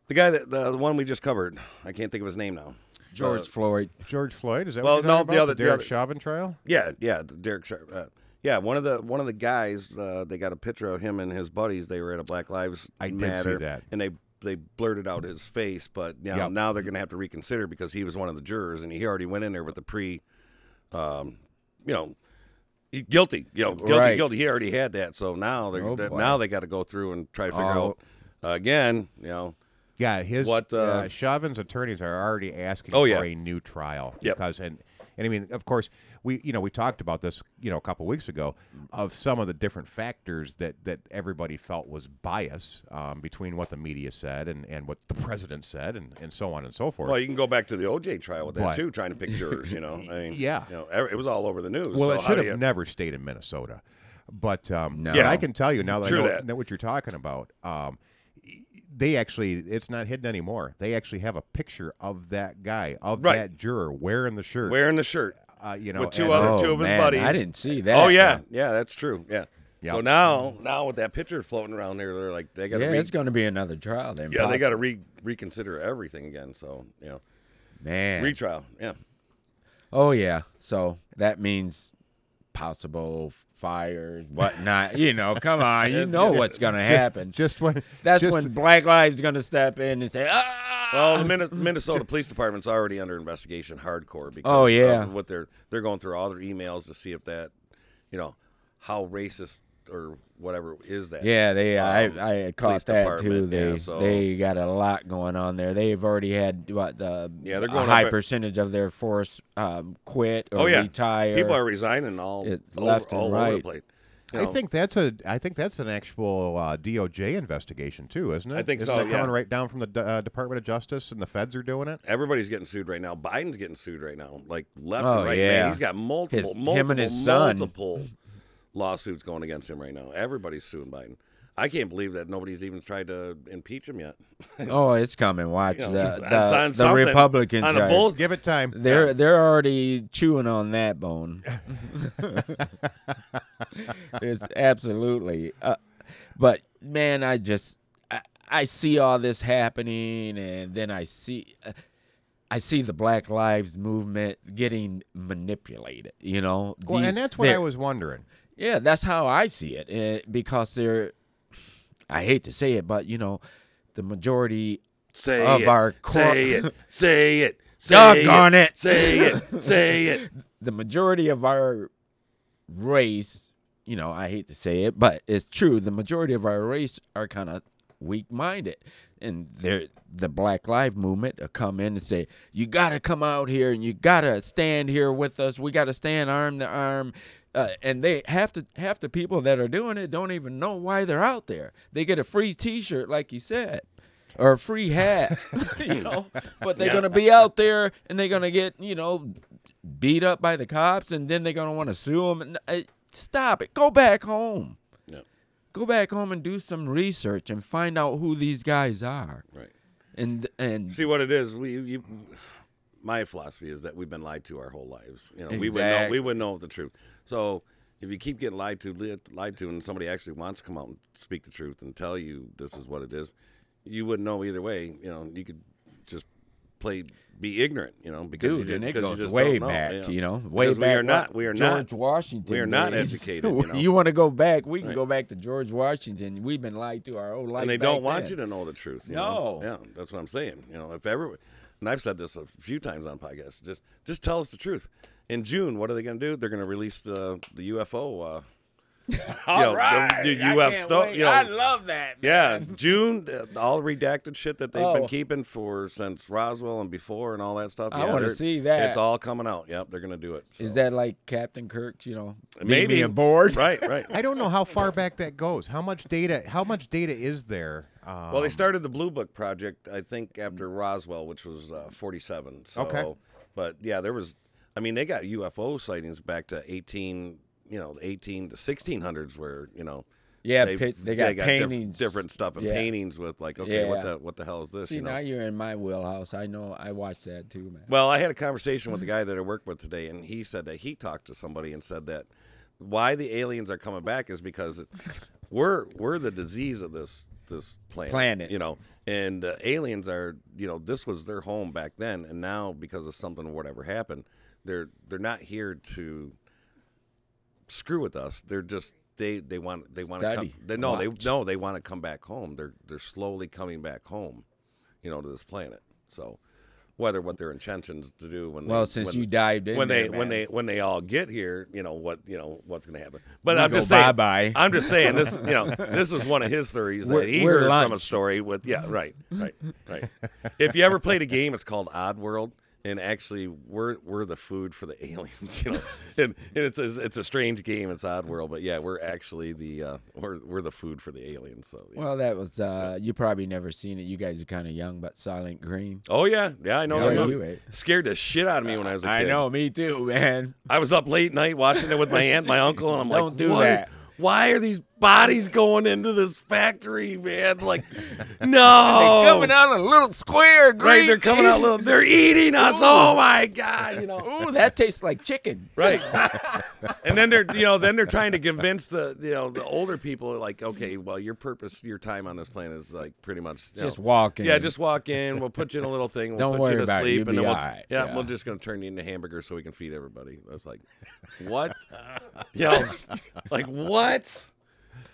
[SPEAKER 4] the guy that the, the one we just covered, I can't think of his name now.
[SPEAKER 5] George
[SPEAKER 4] Uh,
[SPEAKER 5] Floyd.
[SPEAKER 1] George Floyd? Is that
[SPEAKER 4] Well,
[SPEAKER 1] what you're talking
[SPEAKER 4] no, the
[SPEAKER 1] about?
[SPEAKER 4] other- the
[SPEAKER 1] Derek
[SPEAKER 4] other-
[SPEAKER 1] Chauvin trial?
[SPEAKER 4] Yeah, yeah, the Derek Sharp. Uh, Yeah, one of the one of the guys, uh, they got a picture of him and his buddies. They were at a Black Lives
[SPEAKER 1] I did see
[SPEAKER 4] Matter,
[SPEAKER 1] that.
[SPEAKER 4] and they they blurted out his face. But you know,
[SPEAKER 1] Yep.
[SPEAKER 4] now they're going to have to reconsider because he was one of the jurors, and he already went in there with the pre, um, you know, he- guilty, you know, guilty,
[SPEAKER 5] Right.
[SPEAKER 4] guilty. He already had that, so now they're
[SPEAKER 5] Oh,
[SPEAKER 4] that-
[SPEAKER 5] boy.
[SPEAKER 4] now they got to go through and try to figure
[SPEAKER 5] Oh.
[SPEAKER 4] out uh, again, you know.
[SPEAKER 1] Yeah, his
[SPEAKER 4] What,
[SPEAKER 1] uh,
[SPEAKER 4] uh,
[SPEAKER 1] Chauvin's attorneys are already asking
[SPEAKER 4] Oh,
[SPEAKER 1] for
[SPEAKER 4] yeah.
[SPEAKER 1] a new trial
[SPEAKER 4] Yep.
[SPEAKER 1] because and and I mean, of course, we you know we talked about this you know a couple weeks ago of some of the different factors that that everybody felt was bias um, between what the media said and and what the president said and and so on and so forth.
[SPEAKER 4] Well, you can go back to the OJ trial with that
[SPEAKER 1] But-
[SPEAKER 4] too, trying to pick jurors. You know, I mean,
[SPEAKER 1] Yeah.
[SPEAKER 4] you know, ev- it was all over the news. so
[SPEAKER 1] Well, it
[SPEAKER 4] how
[SPEAKER 1] should
[SPEAKER 4] do
[SPEAKER 1] have
[SPEAKER 4] you-
[SPEAKER 1] never stayed in Minnesota. But um,
[SPEAKER 5] No.
[SPEAKER 1] but
[SPEAKER 4] Yeah.
[SPEAKER 1] I can tell you now that
[SPEAKER 4] True
[SPEAKER 1] I know,
[SPEAKER 4] that.
[SPEAKER 1] know what you're talking about. Um, they actually, it's not hidden anymore. They actually have a picture of that guy, of
[SPEAKER 4] Right.
[SPEAKER 1] that juror, wearing the shirt.
[SPEAKER 4] wearing the shirt.
[SPEAKER 1] uh, you know,
[SPEAKER 4] with two
[SPEAKER 1] and-
[SPEAKER 4] other-
[SPEAKER 5] oh,
[SPEAKER 4] two of his
[SPEAKER 5] man,
[SPEAKER 4] buddies.
[SPEAKER 5] I didn't see that.
[SPEAKER 4] Oh yeah, yeah, that's true. Yeah.
[SPEAKER 1] Yeah.
[SPEAKER 4] So now, now with that picture floating around there, they're like they got to
[SPEAKER 5] Yeah,
[SPEAKER 4] re-
[SPEAKER 5] it's going to be another trial then.
[SPEAKER 4] yeah, they got
[SPEAKER 5] possibly.
[SPEAKER 4] to re- reconsider everything again. So you know,
[SPEAKER 5] man.
[SPEAKER 4] retrial. Yeah.
[SPEAKER 5] Oh yeah, so that means possible fires, whatnot. you know, come on, you
[SPEAKER 4] It's
[SPEAKER 5] know
[SPEAKER 4] gonna-
[SPEAKER 5] what's going to
[SPEAKER 1] Ju-
[SPEAKER 5] happen.
[SPEAKER 1] Just when
[SPEAKER 5] That's
[SPEAKER 1] just-
[SPEAKER 5] when Black Lives going to step in and say, ah.
[SPEAKER 4] Well, the Minne- Minnesota Police Department's already under investigation, hardcore. Because
[SPEAKER 5] Oh, yeah.
[SPEAKER 4] of what they're they're going through all their emails to see if that, you know, how racist or whatever is that.
[SPEAKER 5] Yeah, they. uh,
[SPEAKER 4] um,
[SPEAKER 5] I I
[SPEAKER 4] police
[SPEAKER 5] caught that too.
[SPEAKER 4] department,
[SPEAKER 5] They
[SPEAKER 4] yeah, so-
[SPEAKER 5] they got a lot going on there. They've already had what the
[SPEAKER 4] Yeah, they're
[SPEAKER 5] a
[SPEAKER 4] going up
[SPEAKER 5] high
[SPEAKER 4] at-
[SPEAKER 5] percentage of their force um, quit or
[SPEAKER 4] Oh yeah.
[SPEAKER 5] retire.
[SPEAKER 4] People are resigning all
[SPEAKER 5] It's
[SPEAKER 4] over,
[SPEAKER 5] left and
[SPEAKER 4] all over the
[SPEAKER 5] right.
[SPEAKER 4] place. You
[SPEAKER 1] I
[SPEAKER 4] know,
[SPEAKER 1] think that's a I think that's an actual uh, DOJ investigation too, isn't it?
[SPEAKER 4] I think
[SPEAKER 1] Isn't
[SPEAKER 4] so,
[SPEAKER 1] that
[SPEAKER 4] yeah.
[SPEAKER 1] coming right down from the D- uh, Department of Justice and the feds are doing it.
[SPEAKER 4] everybody's getting sued right now. Biden's getting sued right now, like left
[SPEAKER 5] Oh,
[SPEAKER 4] and right.
[SPEAKER 5] yeah.
[SPEAKER 4] Man, he's got multiple,
[SPEAKER 5] His- him
[SPEAKER 4] multiple,
[SPEAKER 5] and his son.
[SPEAKER 4] multiple lawsuits going against him right now. Everybody's suing Biden. I can't believe that nobody's even tried to impeach him yet.
[SPEAKER 5] Oh, it's coming. Watch
[SPEAKER 4] You know,
[SPEAKER 5] the
[SPEAKER 4] that's
[SPEAKER 5] the,
[SPEAKER 4] on
[SPEAKER 5] the
[SPEAKER 4] something.
[SPEAKER 5] Republicans.
[SPEAKER 4] On a
[SPEAKER 5] are-
[SPEAKER 4] bull-
[SPEAKER 1] Give it time.
[SPEAKER 5] They're they're already chewing on that bone. it's absolutely. Uh, but man, I just I, I see all this happening, and then I see. Uh, I see the Black Lives Movement getting manipulated, you know.
[SPEAKER 1] well,
[SPEAKER 5] The-
[SPEAKER 1] and that's what
[SPEAKER 5] they're-
[SPEAKER 1] I was wondering.
[SPEAKER 5] yeah, that's how I see it uh, because they're. I hate to say it, but you know, the majority.
[SPEAKER 4] Say
[SPEAKER 5] Of
[SPEAKER 4] it.
[SPEAKER 5] our cor-
[SPEAKER 4] say it. Say it. Say
[SPEAKER 5] Doggone it.
[SPEAKER 4] Say it. Say it.
[SPEAKER 5] the majority of our race, you know, I hate to say it, but it's true. The majority of our race are kind of weak-minded, and they're, the Black Lives Movement will come in and say, "You got to come out here, and you got to stand here with us. We got to stand arm to arm." Uh, and they half the half the people that are doing it don't even know why they're out there. They get a free T-shirt, like you said. Or a free hat, you know, but they're gonna be out there and they're gonna get, you know, beat up by the cops and then they're going to want to sue them. stop it. Go back home.
[SPEAKER 4] No.
[SPEAKER 5] Go back home and do some research and find out who these guys are.
[SPEAKER 4] Right.
[SPEAKER 5] And and
[SPEAKER 4] See what it is. We you, my philosophy is that we've been lied to our whole lives. You know, we would know we
[SPEAKER 5] Exactly.
[SPEAKER 4] would know the truth. So if you keep getting lied to, li- lied to, and somebody actually wants to come out and speak the truth and tell you this is what it is, you wouldn't know either way. You know, you could just play be ignorant. You know, because you
[SPEAKER 5] dude,
[SPEAKER 4] did-
[SPEAKER 5] and it
[SPEAKER 4] because you
[SPEAKER 5] goes
[SPEAKER 4] just
[SPEAKER 5] way
[SPEAKER 4] don't know,
[SPEAKER 5] back,
[SPEAKER 4] yeah.
[SPEAKER 5] you know, way
[SPEAKER 4] Because
[SPEAKER 5] back.
[SPEAKER 4] We are
[SPEAKER 5] what
[SPEAKER 4] not. We are
[SPEAKER 5] George
[SPEAKER 4] not.
[SPEAKER 5] Washington.
[SPEAKER 4] we are not
[SPEAKER 5] days.
[SPEAKER 4] educated, you know.
[SPEAKER 5] want to go back? We can
[SPEAKER 4] Right.
[SPEAKER 5] go back to George Washington. We've been lied to our whole life.
[SPEAKER 4] and they
[SPEAKER 5] back
[SPEAKER 4] don't want
[SPEAKER 5] then.
[SPEAKER 4] you to know the truth. You Know?
[SPEAKER 5] No.
[SPEAKER 4] Yeah, that's what I'm saying. You know, if everyone, and I've said this a few times on podcasts, just just tell us the truth. In June, what are they going to do? They're going to release the the UFO. Uh, you know, the- the, UFO stuff. You know,
[SPEAKER 5] love that.
[SPEAKER 4] yeah, June, uh, all redacted shit that they've been
[SPEAKER 5] Oh.
[SPEAKER 4] keeping for since Roswell and before and all that stuff.
[SPEAKER 5] I
[SPEAKER 4] Yeah,
[SPEAKER 5] wanna
[SPEAKER 4] they're-
[SPEAKER 5] see that.
[SPEAKER 4] It's all coming out. Yep, they're going to do it. So.
[SPEAKER 5] Is that like Captain Kirk's? You know,
[SPEAKER 4] maybe
[SPEAKER 5] a board?
[SPEAKER 4] Right, right.
[SPEAKER 1] I don't know how far back that goes. How much data? How much data is there? Um,
[SPEAKER 4] Well, they started the Blue Book project, I think, after Roswell, which was uh, 47. So,
[SPEAKER 1] Okay.
[SPEAKER 4] But yeah, there was. I mean, they got UFO sightings back to 18. You know, 18 to 1600s, where you know.
[SPEAKER 5] Yeah,
[SPEAKER 4] they've-
[SPEAKER 5] pit, they got
[SPEAKER 4] diff-
[SPEAKER 5] paintings.
[SPEAKER 4] different stuff, and
[SPEAKER 5] Yeah.
[SPEAKER 4] paintings with like, okay, what
[SPEAKER 5] Yeah.
[SPEAKER 4] the what the hell is this?
[SPEAKER 5] See,
[SPEAKER 4] you know.
[SPEAKER 5] now you're in my wheelhouse. I know. I watched that too, man.
[SPEAKER 4] Well, I had a conversation with the guy that I work with today, and he said that he talked to somebody and said that why the aliens are coming back is because we're we're the disease of this this planet.
[SPEAKER 5] Planet.
[SPEAKER 4] you know, and the aliens are you know this was their home back then, and now because of something whatever happened, they're they're not here to screw with us. They're just they they want they want to come.
[SPEAKER 5] Study,
[SPEAKER 4] They, no,
[SPEAKER 5] watch.
[SPEAKER 4] they no they want to come back home. They're they're slowly coming back home, you know, to this planet. So whether what their intentions to do when
[SPEAKER 5] Well,
[SPEAKER 4] they,
[SPEAKER 5] since
[SPEAKER 4] when,
[SPEAKER 5] you dived in
[SPEAKER 4] when
[SPEAKER 5] there,
[SPEAKER 4] they when
[SPEAKER 5] man.
[SPEAKER 4] they when they all get here, you know what you know what's going to happen. But
[SPEAKER 1] We
[SPEAKER 4] I'm
[SPEAKER 1] go
[SPEAKER 4] just saying,
[SPEAKER 1] bye-bye.
[SPEAKER 4] I'm just saying this. You know, this is one of his theories that
[SPEAKER 5] We're-
[SPEAKER 4] he
[SPEAKER 5] we're
[SPEAKER 4] heard from a
[SPEAKER 5] lunch.
[SPEAKER 4] story with. Yeah, right, right, right. if you ever played a game, it's called Odd World, and actually, we're we're the food for the aliens. You know, and, and it's a, it's a strange game. It's Odd World, but yeah, we're actually the uh, we're we're the food for the aliens. So. yeah.
[SPEAKER 5] Well, that was uh, you probably never seen it. You guys are kind of young, but Silent Green.
[SPEAKER 4] Oh yeah, yeah, I know.
[SPEAKER 5] Yeah,
[SPEAKER 4] that
[SPEAKER 5] you
[SPEAKER 4] movie.
[SPEAKER 5] ate.
[SPEAKER 4] Scared the shit out of me when I was a kid.
[SPEAKER 5] I know, me too, man.
[SPEAKER 4] I was up late night watching it with my aunt, my uncle, and I'm
[SPEAKER 5] Don't
[SPEAKER 4] like,
[SPEAKER 5] do
[SPEAKER 4] "What?
[SPEAKER 5] that."
[SPEAKER 4] Why are these bodies going into this factory, man? Like,
[SPEAKER 5] Oh.
[SPEAKER 4] no,
[SPEAKER 5] out a little square,
[SPEAKER 4] right? They're coming out little. They're eating us. Oh my god, you know,
[SPEAKER 5] Ooh, that tastes like chicken.
[SPEAKER 4] right? and then they're, you know, then they're trying to convince the, you know, the older people, like, okay, well, your purpose, your time on this planet is like pretty much you
[SPEAKER 5] Just
[SPEAKER 4] know,
[SPEAKER 5] walk in.
[SPEAKER 4] Yeah, just walk in. We'll put you in a little thing. We'll
[SPEAKER 5] Don't
[SPEAKER 4] put
[SPEAKER 5] worry
[SPEAKER 4] you to
[SPEAKER 5] about it.
[SPEAKER 4] sleep,
[SPEAKER 5] You'll
[SPEAKER 4] and then
[SPEAKER 5] be all
[SPEAKER 4] we'll,
[SPEAKER 5] right.
[SPEAKER 4] yeah,
[SPEAKER 5] Yeah.
[SPEAKER 4] we're just gonna turn you into hamburgers so we can feed everybody. I was like, what? yeah, like what?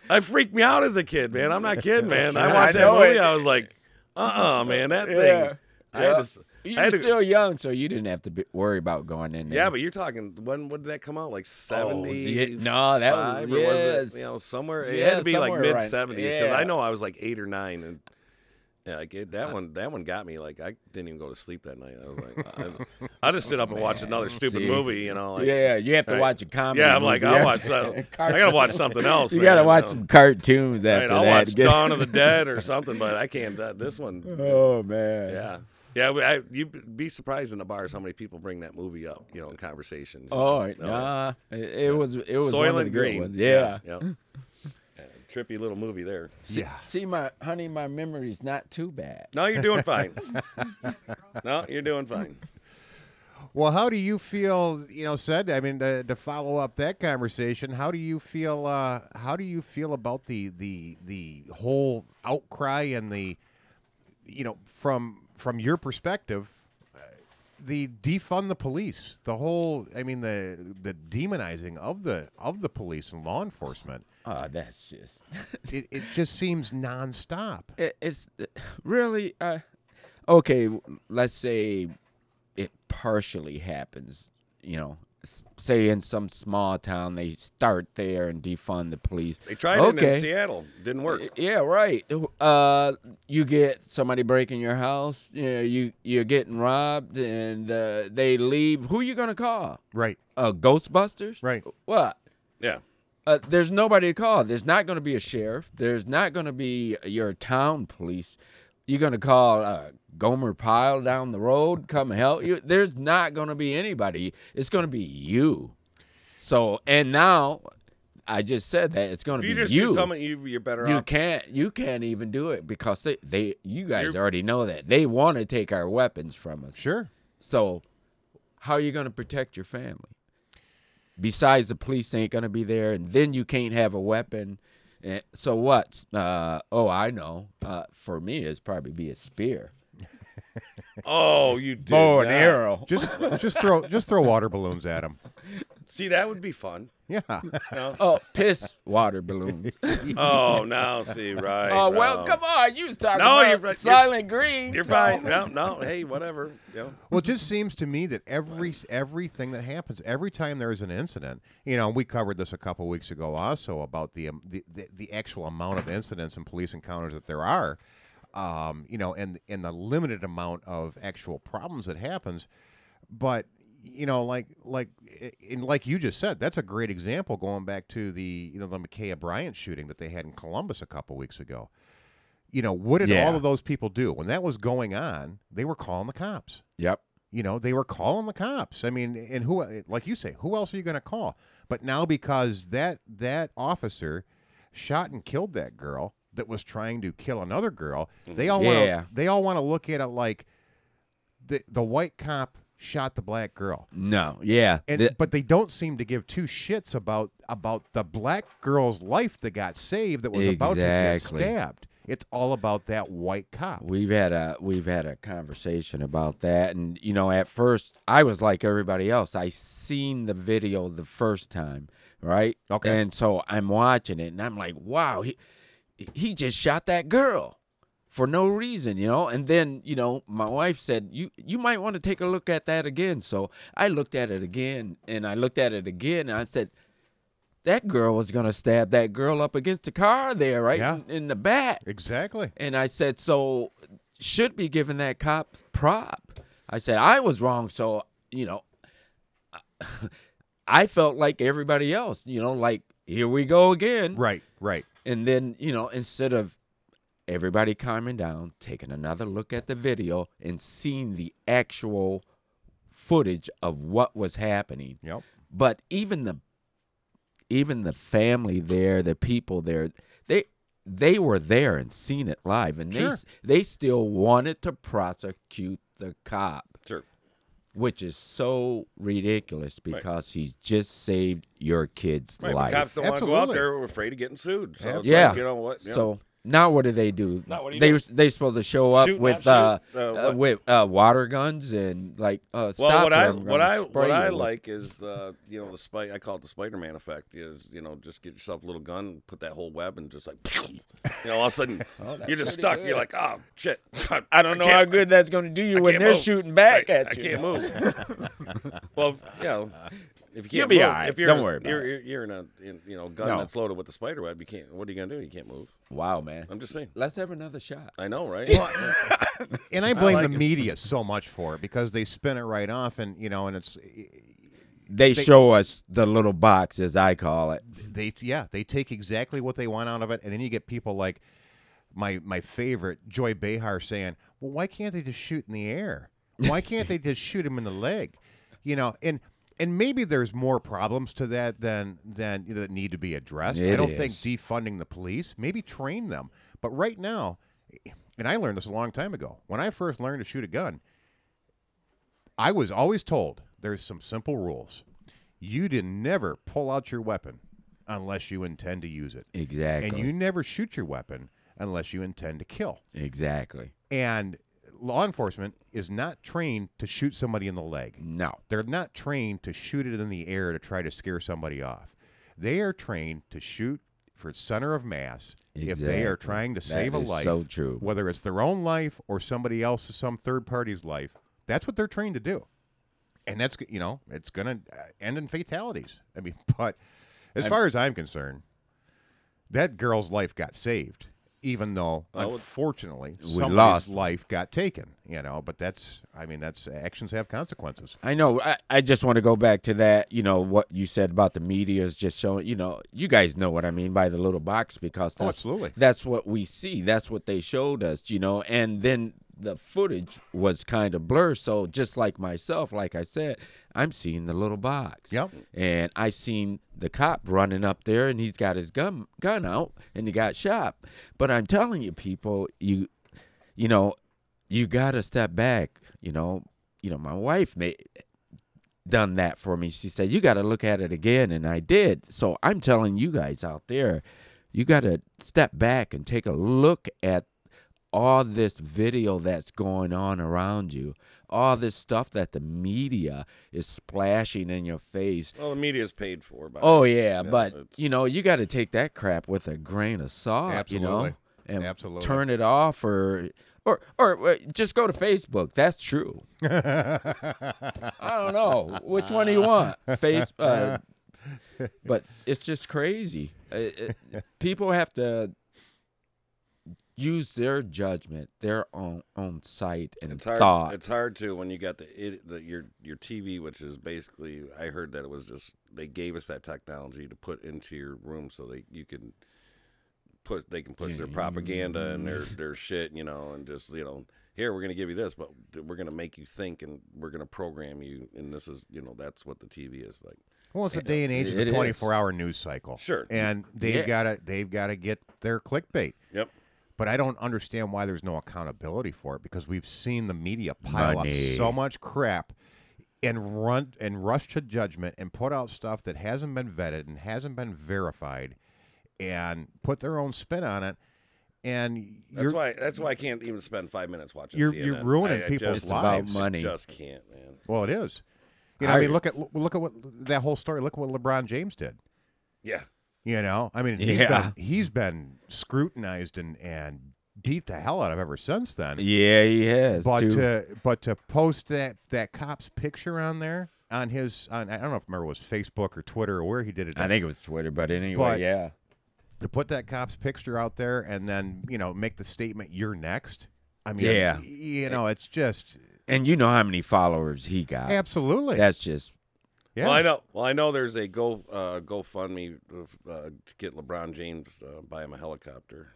[SPEAKER 4] That freaked me out as a kid, man. I'm not kidding, man. I
[SPEAKER 5] I
[SPEAKER 4] watched that
[SPEAKER 5] know it.
[SPEAKER 4] movie. I was like, uh-uh, man, that
[SPEAKER 5] Yeah.
[SPEAKER 4] thing. I had to, s- I
[SPEAKER 5] You're
[SPEAKER 4] had to-
[SPEAKER 5] still young, so you didn't have to be, worry about going in there.
[SPEAKER 4] yeah, but you're talking. When, when did that come out? Like seventy?
[SPEAKER 5] yeah, no, Oh, that was-
[SPEAKER 4] five, or was it,
[SPEAKER 5] yes.
[SPEAKER 4] you know somewhere. It
[SPEAKER 5] Yeah,
[SPEAKER 4] had to be like
[SPEAKER 5] somewhere around-
[SPEAKER 4] mid seventies because
[SPEAKER 5] yeah.
[SPEAKER 4] I know I was like eight or nine, and yeah, like it, that one that one got me. Like I didn't even go to sleep that night. I was like, I, I just sit up and watch another stupid
[SPEAKER 5] See?
[SPEAKER 4] movie. You know, like,
[SPEAKER 5] yeah, you have to
[SPEAKER 4] Right.
[SPEAKER 5] watch a comedy.
[SPEAKER 4] yeah. I'm like,
[SPEAKER 5] movie
[SPEAKER 4] I'll watch.
[SPEAKER 5] after-
[SPEAKER 4] That. I gotta watch something else.
[SPEAKER 5] You gotta
[SPEAKER 4] man,
[SPEAKER 5] watch
[SPEAKER 4] know.
[SPEAKER 5] some cartoons
[SPEAKER 4] Right,
[SPEAKER 5] after
[SPEAKER 4] I'll
[SPEAKER 5] that.
[SPEAKER 4] watch Dawn of the Dead or something, but I can't. Uh, this one,
[SPEAKER 5] Oh man.
[SPEAKER 4] yeah. Yeah, we- I, you'd be surprised in the bars how many people bring that movie up, you know, in conversation. you know.
[SPEAKER 5] Oh
[SPEAKER 4] No.
[SPEAKER 5] nah, it, it was it was one of the
[SPEAKER 4] Soylent
[SPEAKER 5] good
[SPEAKER 4] Green.
[SPEAKER 5] ones. Yeah.
[SPEAKER 4] yeah. Yeah, Trippy little movie there.
[SPEAKER 1] Yeah.
[SPEAKER 5] See, my honey, my memory's not too bad.
[SPEAKER 4] No, you're doing fine. no, you're doing fine.
[SPEAKER 1] Well, how do you feel? You know, said. I mean, to, to follow up that conversation, how do you feel? Uh, how do you feel about the the the whole outcry and the, you know, from from your perspective, uh, the defund the police, the whole. I mean, the the demonizing of the of the police and law enforcement.
[SPEAKER 5] Oh, that's just
[SPEAKER 1] It, it just seems nonstop.
[SPEAKER 5] it, it's really uh, okay. w- Let's say it partially happens. You know, s- say in some small town they start there and defund the police.
[SPEAKER 4] They tried it
[SPEAKER 5] Okay.
[SPEAKER 4] in Seattle. Didn't work.
[SPEAKER 5] Yeah, right. Uh, you get somebody breaking your house. You know, you you're getting robbed, and uh, they leave. Who you gonna call?
[SPEAKER 1] Right.
[SPEAKER 5] Uh, Ghostbusters.
[SPEAKER 1] Right.
[SPEAKER 5] What?
[SPEAKER 4] Yeah.
[SPEAKER 5] Uh, there's nobody to call. There's not going to be a sheriff. There's not going to be your town police. You're going to call uh, Gomer Pyle down the road, come help you. There's not going to be anybody. It's going to be you. So, and now I just said that it's going to
[SPEAKER 4] If
[SPEAKER 5] be
[SPEAKER 4] you just
[SPEAKER 5] you.
[SPEAKER 4] shoot someone, you, you're better
[SPEAKER 5] you
[SPEAKER 4] off.
[SPEAKER 5] can't you can't even do it because they, they you guys
[SPEAKER 4] You're-
[SPEAKER 5] already know that. They want to take our weapons from us.
[SPEAKER 1] Sure.
[SPEAKER 5] So, how are you going to protect your family? Besides, the police ain't going to be there, and then you can't have a weapon. Eh, So what? Uh, oh, I know. Uh, for me, it's probably be a spear,
[SPEAKER 4] Oh, you do. not.
[SPEAKER 1] Just just throw just throw water balloons at them.
[SPEAKER 4] See, that would be fun.
[SPEAKER 1] Yeah.
[SPEAKER 5] Oh, piss water balloons.
[SPEAKER 4] Oh, now see, right.
[SPEAKER 5] oh well,
[SPEAKER 4] no.
[SPEAKER 5] come on. You was talking
[SPEAKER 4] No,
[SPEAKER 5] about
[SPEAKER 4] you're right.
[SPEAKER 5] Silent Green.
[SPEAKER 4] You're fine. No, no. Hey, whatever. You know.
[SPEAKER 1] Well, it just seems to me that every everything that happens, every time there is an incident, you know, we covered this a couple weeks ago also about the um, the, the, the actual amount of incidents and police encounters that there are, um, you know, and and the limited amount of actual problems that happens, but you know, like like and like you just said, that's a great example going back to the you know the Micaiah Bryant shooting that they had in Columbus a couple weeks ago. You know, what did all
[SPEAKER 5] Yeah.
[SPEAKER 1] of those people do when that was going on? They were calling the cops
[SPEAKER 5] Yep.
[SPEAKER 1] you know they were calling the cops i mean and who eh, like you say who else are you going to call but now because that that officer shot and killed that girl that was trying to kill another girl they all
[SPEAKER 5] Yeah.
[SPEAKER 1] want to they all want to look at it like the the white cop shot the black girl
[SPEAKER 5] No. Yeah.
[SPEAKER 1] and
[SPEAKER 5] The-
[SPEAKER 1] but they don't seem to give two shits about about the black girl's life that got saved that was about to get
[SPEAKER 5] Exactly.
[SPEAKER 1] stabbed It's all about that white cop.
[SPEAKER 5] We've had a we've had a conversation about that, and you know, at first I was like everybody else. I seen the video the first time, right?
[SPEAKER 1] Okay.
[SPEAKER 5] And so I'm watching it, and I'm like, wow, he he just shot that girl for no reason, you know. And then you know, my wife said you you might want to take a look at that again. So I looked at it again, and I looked at it again, and I said. That girl was gonna stab that girl up against the car there, right
[SPEAKER 1] Yeah.
[SPEAKER 5] in, in the back.
[SPEAKER 1] Exactly.
[SPEAKER 5] And I said, so should be giving that cop prop. I said, I was wrong. So, you know, I felt like everybody else, you know, like, here we go again.
[SPEAKER 1] Right. Right.
[SPEAKER 5] And then, you know, instead of everybody calming down, taking another look at the video and seeing the actual footage of what was happening,
[SPEAKER 1] Yep.
[SPEAKER 5] but even the even the family there the people there they they were there and seen it live and they
[SPEAKER 1] Sure.
[SPEAKER 5] s- they still wanted to prosecute the cop
[SPEAKER 4] Sure.
[SPEAKER 5] which is so ridiculous because he just saved your kid's
[SPEAKER 4] Right, but
[SPEAKER 5] life
[SPEAKER 4] cops don't want to go out
[SPEAKER 1] Absolutely.
[SPEAKER 4] there. We're afraid of getting sued. So it's
[SPEAKER 5] yeah
[SPEAKER 4] like, you know what? you know,
[SPEAKER 5] so now what do they do
[SPEAKER 4] Now what do you
[SPEAKER 5] they
[SPEAKER 4] do?
[SPEAKER 5] was- they supposed to show up
[SPEAKER 4] Shoot,
[SPEAKER 5] with uh,
[SPEAKER 4] not shoot, uh,
[SPEAKER 5] uh,
[SPEAKER 4] what?
[SPEAKER 5] with uh, water guns and like uh
[SPEAKER 4] well,
[SPEAKER 5] stop
[SPEAKER 4] what
[SPEAKER 5] it,
[SPEAKER 4] I
[SPEAKER 5] I'm gonna
[SPEAKER 4] what I
[SPEAKER 5] spray
[SPEAKER 4] what
[SPEAKER 5] you
[SPEAKER 4] I
[SPEAKER 5] with-
[SPEAKER 4] like is the you know the spike. I call it the Spider Man effect. Is you know just get yourself a little gun, put that whole web, and just like you know all of a sudden
[SPEAKER 5] Oh,
[SPEAKER 4] you're just stuck. You're like oh shit.
[SPEAKER 5] I don't know
[SPEAKER 4] can't-
[SPEAKER 5] how good that's going to do you when
[SPEAKER 4] can't
[SPEAKER 5] they're
[SPEAKER 4] move.
[SPEAKER 5] shooting back at
[SPEAKER 4] Right, I
[SPEAKER 5] you.
[SPEAKER 4] can't move. well, you know, if you
[SPEAKER 5] You'll
[SPEAKER 4] can't
[SPEAKER 5] be
[SPEAKER 4] move,
[SPEAKER 5] all right.
[SPEAKER 4] if you're
[SPEAKER 5] Don't
[SPEAKER 4] in a-
[SPEAKER 5] worry about
[SPEAKER 4] you're, you're, you're in a in, you know gun
[SPEAKER 5] No.
[SPEAKER 4] that's loaded with the spider web, you can't. What are you gonna do? You can't move.
[SPEAKER 5] Wow, man.
[SPEAKER 4] I'm just saying.
[SPEAKER 5] Let's have another shot.
[SPEAKER 4] I know, right?
[SPEAKER 1] And I blame
[SPEAKER 4] like
[SPEAKER 1] the
[SPEAKER 4] it.
[SPEAKER 1] media so much for it because they spin it right off, and you know, and it's
[SPEAKER 5] They, show us the little box, as I call it.
[SPEAKER 1] they yeah they take exactly what they want out of it, and then you get people like my my favorite Joy Behar saying, "Well, why can't they just shoot in the air? Why can't they just shoot him in the leg?" You know, and and maybe there's more problems to that than than you know, that need to be addressed. I
[SPEAKER 5] It
[SPEAKER 1] don't think
[SPEAKER 5] is.
[SPEAKER 1] defunding the police, maybe train them, but right now, and I learned this a long time ago when I first learned to shoot a gun. I was always told there's some simple rules. You did never pull out your weapon unless you intend to use it.
[SPEAKER 5] Exactly.
[SPEAKER 1] And you never shoot your weapon unless you intend to kill.
[SPEAKER 5] exactly.
[SPEAKER 1] And law enforcement is not trained to shoot somebody in the leg.
[SPEAKER 5] No.
[SPEAKER 1] They're not trained to shoot it in the air to try to scare somebody off. They are trained to shoot for center of mass if they are
[SPEAKER 5] Exactly.
[SPEAKER 1] trying to
[SPEAKER 5] That
[SPEAKER 1] save a
[SPEAKER 5] is
[SPEAKER 1] life.
[SPEAKER 5] so true.
[SPEAKER 1] Whether it's their own life or somebody else's, some third party's life, that's what they're trained to do. And that's you know it's gonna uh, end in fatalities. I mean, but as far as I'm concerned, that girl's life got saved, even though
[SPEAKER 4] Well, it-
[SPEAKER 1] unfortunately
[SPEAKER 5] Oh, We
[SPEAKER 1] somebody's
[SPEAKER 5] lost.
[SPEAKER 1] life got taken. You know, but that's I mean that's actions have consequences.
[SPEAKER 5] I know. I, I just want to go back to that, you know, what you said about the media is just showing, you know, you guys know what I mean by the little box because
[SPEAKER 1] Oh,
[SPEAKER 5] that's,
[SPEAKER 1] absolutely.
[SPEAKER 5] that's what we see. That's what they showed us, you know, and then the footage was kind of blurred. So just like myself, like I said, I'm seeing the little box.
[SPEAKER 1] Yep.
[SPEAKER 5] And I seen the cop running up there and he's got his gun gun out and he got shot. But I'm telling you people, you you know, you gotta step back. You know, you know, my wife made done that for me. She said, You gotta look at it again and I did. So I'm telling you guys out there, you gotta step back and take a look at all this video that's going on around you, all this stuff that the media is splashing in your face.
[SPEAKER 4] well, the media's paid for. By
[SPEAKER 5] Oh yeah, but
[SPEAKER 4] it's-
[SPEAKER 5] you know, you got to take that crap with a grain of salt, you know,
[SPEAKER 1] Absolutely.
[SPEAKER 5] and
[SPEAKER 1] Absolutely.
[SPEAKER 5] turn it off or or or uh, just go to Facebook. That's true. I don't know which one do you want. Face, uh, but it's just crazy. Uh, it- people have to use their judgment, their own own sight and
[SPEAKER 4] It's hard.
[SPEAKER 5] thought.
[SPEAKER 4] It's hard to when you got the, it, the your your TV, which is basically. I heard that it was just they gave us that technology to put into your room so they you can put they can push their propaganda and their their shit, you know, and just you know here we're gonna give you this, but th- we're gonna make you think and we're gonna program you, and this is you know that's what the TV is like.
[SPEAKER 1] Well, it's a day and age of
[SPEAKER 5] It
[SPEAKER 1] the
[SPEAKER 5] is.
[SPEAKER 1] 24 hour news cycle.
[SPEAKER 4] Sure.
[SPEAKER 1] And they've
[SPEAKER 5] Yeah.
[SPEAKER 1] got to they've got to get their clickbait.
[SPEAKER 4] Yep.
[SPEAKER 1] But I don't understand why there's no accountability for it because we've seen the media pile
[SPEAKER 5] Money.
[SPEAKER 1] up so much crap and run and rush to judgment and put out stuff that hasn't been vetted and hasn't been verified and put their own spin on it and
[SPEAKER 4] That's
[SPEAKER 1] you're
[SPEAKER 4] why. That's why I can't even spend five minutes watching.
[SPEAKER 1] You're-
[SPEAKER 4] CNN.
[SPEAKER 1] you're ruining
[SPEAKER 4] I, I
[SPEAKER 1] people's
[SPEAKER 5] It's
[SPEAKER 4] just,
[SPEAKER 5] about
[SPEAKER 1] lives.
[SPEAKER 5] money.
[SPEAKER 4] Just can't, man.
[SPEAKER 1] well, it is. You know, I,
[SPEAKER 5] I-
[SPEAKER 1] mean, look at look at what that whole story. Look what LeBron James did.
[SPEAKER 4] Yeah.
[SPEAKER 1] You know, I mean,
[SPEAKER 5] Yeah.
[SPEAKER 1] he's been, he's been scrutinized and and beat the hell out of ever since then.
[SPEAKER 5] Yeah, he has.
[SPEAKER 1] but uh,
[SPEAKER 5] too.
[SPEAKER 1] to but to post that that cop's picture on there on his on I don't know if I remember it was Facebook or Twitter or where he did it.
[SPEAKER 5] I
[SPEAKER 1] at,
[SPEAKER 5] think it was Twitter, but anyway,
[SPEAKER 1] But-
[SPEAKER 5] yeah.
[SPEAKER 1] to put that cop's picture out there and then you know make the statement you're next. I mean,
[SPEAKER 5] Yeah.
[SPEAKER 1] y- you know, it's just
[SPEAKER 5] And you know how many followers he got.
[SPEAKER 1] absolutely.
[SPEAKER 5] That's just
[SPEAKER 1] yeah.
[SPEAKER 4] Well, I know. Well, I know. There's a go uh, GoFundMe uh, to get LeBron James uh, buy him a helicopter.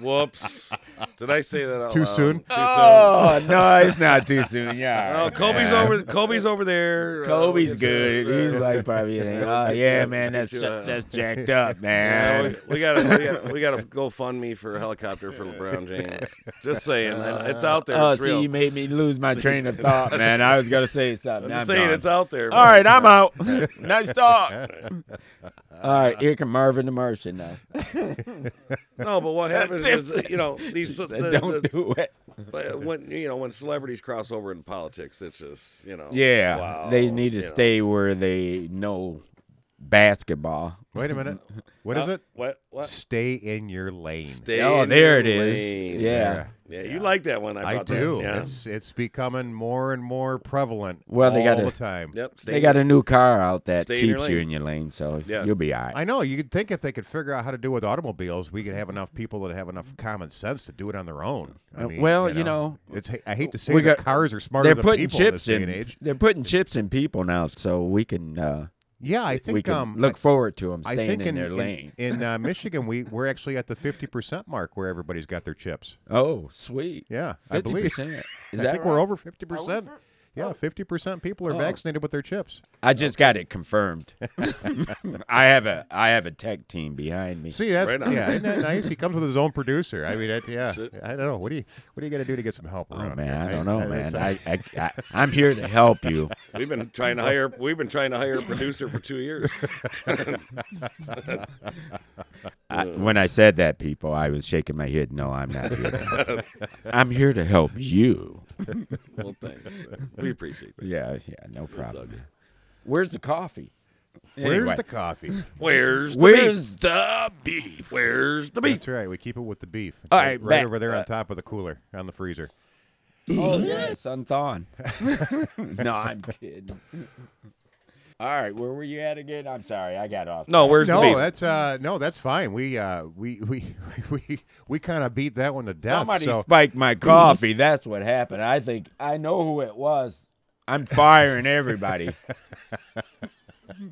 [SPEAKER 4] Whoops! Did I say that out
[SPEAKER 1] Too
[SPEAKER 4] loud?
[SPEAKER 1] soon?
[SPEAKER 4] Too soon.
[SPEAKER 5] Oh no, it's not too soon. Yeah.
[SPEAKER 4] Oh, Kobe's
[SPEAKER 5] yeah.
[SPEAKER 4] over. Kobe's over there. Uh,
[SPEAKER 5] Kobe's
[SPEAKER 4] we'll get you-
[SPEAKER 5] good. He's like probably thinking,
[SPEAKER 4] let's
[SPEAKER 5] oh
[SPEAKER 4] get
[SPEAKER 5] yeah,
[SPEAKER 4] you-
[SPEAKER 5] man,
[SPEAKER 4] get
[SPEAKER 5] that's
[SPEAKER 4] you a-
[SPEAKER 5] that's jacked up,
[SPEAKER 4] Yeah,
[SPEAKER 5] man.
[SPEAKER 4] we, we gotta, we gotta, we gotta go fund me for a helicopter for LeBron James. Just saying, I- it's out there.
[SPEAKER 5] Oh,
[SPEAKER 4] it's real.
[SPEAKER 5] see, you made me lose my train of thought, man. I was gonna say something.
[SPEAKER 4] I'm just
[SPEAKER 5] I'm
[SPEAKER 4] saying,
[SPEAKER 5] gone.
[SPEAKER 4] it's out there.
[SPEAKER 5] All right, I'm out. nice talk. All right, here come Marvin the Martian now.
[SPEAKER 4] No, but what happens is, you know, these the,
[SPEAKER 5] Said, Don't
[SPEAKER 4] the-
[SPEAKER 5] do it.
[SPEAKER 4] But when you know when celebrities cross over into politics, it's just you know.
[SPEAKER 5] Yeah,
[SPEAKER 4] wow,
[SPEAKER 5] they need to
[SPEAKER 4] you know.
[SPEAKER 5] stay where they know basketball.
[SPEAKER 1] Wait a minute. What is it?
[SPEAKER 4] What? Uh, What?
[SPEAKER 1] Stay in your lane.
[SPEAKER 4] Stay
[SPEAKER 5] oh,
[SPEAKER 4] in
[SPEAKER 5] there it
[SPEAKER 4] your
[SPEAKER 5] is.
[SPEAKER 4] lane.
[SPEAKER 5] Yeah.
[SPEAKER 4] Yeah, you like that one? I,
[SPEAKER 1] I
[SPEAKER 4] thought that,
[SPEAKER 1] do.
[SPEAKER 4] yeah.
[SPEAKER 1] It's it's becoming more and more prevalent.
[SPEAKER 5] Well,
[SPEAKER 1] all
[SPEAKER 5] they gotta-
[SPEAKER 1] the time.
[SPEAKER 4] Yep. Stay
[SPEAKER 5] They got a new car out that
[SPEAKER 4] Stay in your
[SPEAKER 5] keeps you
[SPEAKER 4] lane.
[SPEAKER 5] in your lane, so
[SPEAKER 4] Yeah.
[SPEAKER 5] you'll be all right.
[SPEAKER 1] I know. You could think if they could figure out how to do it with automobiles, we could have enough people that have enough common sense to do it on their own. I
[SPEAKER 5] Uh,
[SPEAKER 1] mean,
[SPEAKER 5] well, you know,
[SPEAKER 1] it's I hate to say
[SPEAKER 5] we
[SPEAKER 1] that
[SPEAKER 5] got-
[SPEAKER 1] cars are smarter
[SPEAKER 5] They're
[SPEAKER 1] than
[SPEAKER 5] putting
[SPEAKER 1] people in
[SPEAKER 5] chips
[SPEAKER 1] this day
[SPEAKER 5] in.
[SPEAKER 1] and age.
[SPEAKER 5] They're putting chips in people now, so we can uh,
[SPEAKER 1] Yeah, I think
[SPEAKER 5] we can
[SPEAKER 1] um,
[SPEAKER 5] look forward to them
[SPEAKER 1] I, I
[SPEAKER 5] staying
[SPEAKER 1] think
[SPEAKER 5] in,
[SPEAKER 1] in,
[SPEAKER 5] their
[SPEAKER 1] in-
[SPEAKER 5] lane.
[SPEAKER 1] in, uh, Michigan, we we're actually at the fifty percent mark where everybody's got their chips.
[SPEAKER 5] oh, sweet.
[SPEAKER 1] Yeah, I
[SPEAKER 5] fifty
[SPEAKER 1] believe.
[SPEAKER 5] percent. Is
[SPEAKER 1] I
[SPEAKER 5] that
[SPEAKER 1] think
[SPEAKER 5] right?
[SPEAKER 1] we're over fifty percent. Yeah, fifty percent people are
[SPEAKER 5] Oh.
[SPEAKER 1] vaccinated with their chips.
[SPEAKER 5] I just got it confirmed. I have a I have a tech team behind me.
[SPEAKER 1] See, that's
[SPEAKER 4] Right on.
[SPEAKER 1] yeah, isn't that nice? He comes with his own producer. I mean, that, yeah,
[SPEAKER 4] That's it.
[SPEAKER 1] I don't know. What do you what do you got to do to get some help
[SPEAKER 5] Oh
[SPEAKER 1] around?
[SPEAKER 5] man, I
[SPEAKER 1] here?
[SPEAKER 5] don't know,
[SPEAKER 1] that's-
[SPEAKER 5] man. I, I, I I'm here to help you.
[SPEAKER 4] We've been trying to hire. We've been trying to hire a producer for two years.
[SPEAKER 5] I, when I said that, people, I was shaking my head. No, I'm not here. to help. I'm here to help you.
[SPEAKER 4] Well, thanks. We appreciate that.
[SPEAKER 5] Yeah, yeah, no problem. Where's the coffee?
[SPEAKER 1] Where's
[SPEAKER 5] Anyway,
[SPEAKER 1] the coffee?
[SPEAKER 4] Where's the
[SPEAKER 5] Where's the
[SPEAKER 4] beef?
[SPEAKER 5] beef?
[SPEAKER 4] Where's the beef?
[SPEAKER 1] That's right. We keep it with the beef.
[SPEAKER 5] All
[SPEAKER 1] right,
[SPEAKER 5] right,
[SPEAKER 1] right
[SPEAKER 5] back-
[SPEAKER 1] over there
[SPEAKER 5] uh,
[SPEAKER 1] on top of the cooler on the freezer.
[SPEAKER 5] Oh yes, unthawn. no, I'm kidding. All right, where were you at again? I'm sorry, I got off.
[SPEAKER 4] No,
[SPEAKER 5] track.
[SPEAKER 4] where's
[SPEAKER 1] no,
[SPEAKER 4] the beef?
[SPEAKER 1] that's uh, no, that's fine. We uh, we we we we kind of beat that one to death.
[SPEAKER 5] Somebody
[SPEAKER 1] so
[SPEAKER 5] spiked my coffee. That's what happened. I think I know who it was. I'm firing everybody.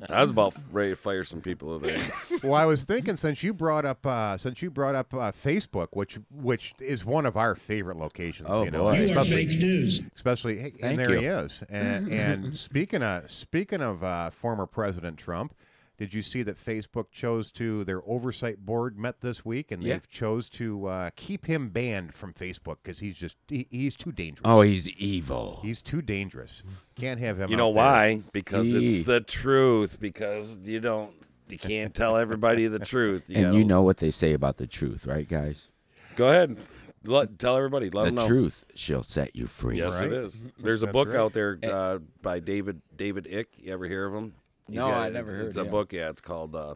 [SPEAKER 4] I was about ready to fire some people today.
[SPEAKER 1] well, I was thinking since you brought up uh, since you brought up uh, Facebook, which which is one of our favorite locations.
[SPEAKER 5] Oh,
[SPEAKER 1] you know,
[SPEAKER 5] boy. You are
[SPEAKER 1] especially especially hey,
[SPEAKER 5] Thank
[SPEAKER 1] and there he
[SPEAKER 5] you.
[SPEAKER 1] is. And, and speaking of speaking of uh, former President Trump. Did you see that Facebook chose to their oversight board met this week and
[SPEAKER 5] Yeah.
[SPEAKER 1] they've chose to uh, keep him banned from Facebook because he's just he, he's too dangerous.
[SPEAKER 5] oh, he's evil.
[SPEAKER 1] He's too dangerous. Can't have him.
[SPEAKER 4] You
[SPEAKER 1] out
[SPEAKER 4] know
[SPEAKER 1] there.
[SPEAKER 4] why? Because
[SPEAKER 5] Yee.
[SPEAKER 4] it's the truth. Because you don't, you can't tell everybody the truth.
[SPEAKER 5] and
[SPEAKER 4] gotta-
[SPEAKER 5] you know what they say about the truth, right, guys?
[SPEAKER 4] go ahead, Let, tell everybody. Let
[SPEAKER 5] The
[SPEAKER 4] them know.
[SPEAKER 5] truth shall set you free.
[SPEAKER 4] Oh, Yes,
[SPEAKER 1] Right?
[SPEAKER 4] it is. There's a
[SPEAKER 1] Mm-hmm. That's
[SPEAKER 4] book
[SPEAKER 1] right.
[SPEAKER 4] out there
[SPEAKER 5] Eh.
[SPEAKER 4] uh, by David David Ick. You ever hear of him? He's
[SPEAKER 5] No, I
[SPEAKER 4] it's-
[SPEAKER 5] never heard
[SPEAKER 4] It's
[SPEAKER 5] of
[SPEAKER 4] a
[SPEAKER 5] him.
[SPEAKER 4] book. Yeah, it's called uh,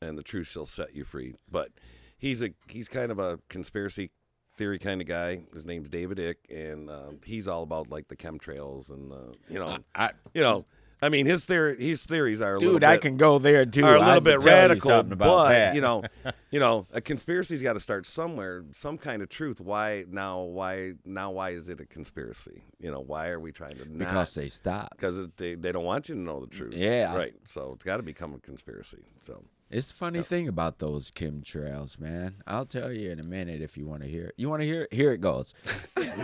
[SPEAKER 4] "And the Truth Shall Set You Free." But he's a he's kind of a conspiracy theory kind of guy. His name's David Ick, and um, he's all about like the chemtrails and the you know
[SPEAKER 5] I,
[SPEAKER 4] you know. I mean, his theory his theories are a little
[SPEAKER 5] dude,
[SPEAKER 4] bit,
[SPEAKER 5] I can go there too.
[SPEAKER 4] are a
[SPEAKER 5] I
[SPEAKER 4] little
[SPEAKER 5] can
[SPEAKER 4] bit
[SPEAKER 5] tell you
[SPEAKER 4] radical,
[SPEAKER 5] something about
[SPEAKER 4] but
[SPEAKER 5] that.
[SPEAKER 4] you know, you know, a conspiracy's got to start somewhere, some kind of truth. Why now? Why now? Why is it a conspiracy? You know, why are we trying to not?
[SPEAKER 5] because they stopped.
[SPEAKER 4] because it- they, they don't want you to know the truth.
[SPEAKER 5] Yeah.
[SPEAKER 4] right. So it's got to become a conspiracy. So
[SPEAKER 5] It's the funny thing about those chemtrails, man. I'll tell you in a minute if you want to hear it. You want to hear it? Here it goes.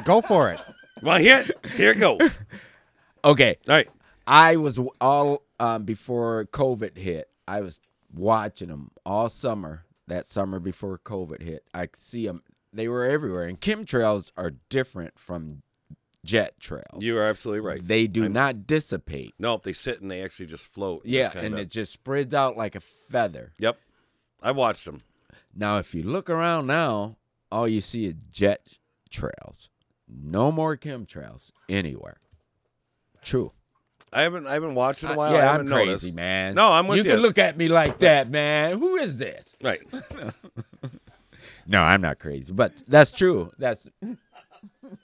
[SPEAKER 1] Go for it.
[SPEAKER 4] well, here here it go. All
[SPEAKER 5] Okay.
[SPEAKER 4] right,
[SPEAKER 5] I was w- all um, before COVID hit. I was watching them all summer. That summer before COVID hit, I could see them. They were everywhere, and chemtrails are different from jet trail.
[SPEAKER 4] You are absolutely right.
[SPEAKER 5] They do
[SPEAKER 4] I'm-
[SPEAKER 5] not dissipate.
[SPEAKER 4] Nope, they sit and they actually just float. just
[SPEAKER 5] Yeah,
[SPEAKER 4] kinda-
[SPEAKER 5] and it just spreads out like a feather.
[SPEAKER 4] Yep, I watched them.
[SPEAKER 5] Now, if you look around now, all you see is jet trails. No more chemtrails anywhere. True.
[SPEAKER 4] I haven't I haven't watched in a
[SPEAKER 5] I-
[SPEAKER 4] while.
[SPEAKER 5] Uh,
[SPEAKER 4] I
[SPEAKER 5] yeah,
[SPEAKER 4] haven't
[SPEAKER 5] am crazy,
[SPEAKER 4] noticed.
[SPEAKER 5] man.
[SPEAKER 4] No, I'm with
[SPEAKER 5] you.
[SPEAKER 4] you.
[SPEAKER 5] can look at me like that, man. Who is this?
[SPEAKER 4] Right.
[SPEAKER 5] No, I'm not crazy, but that's true. That's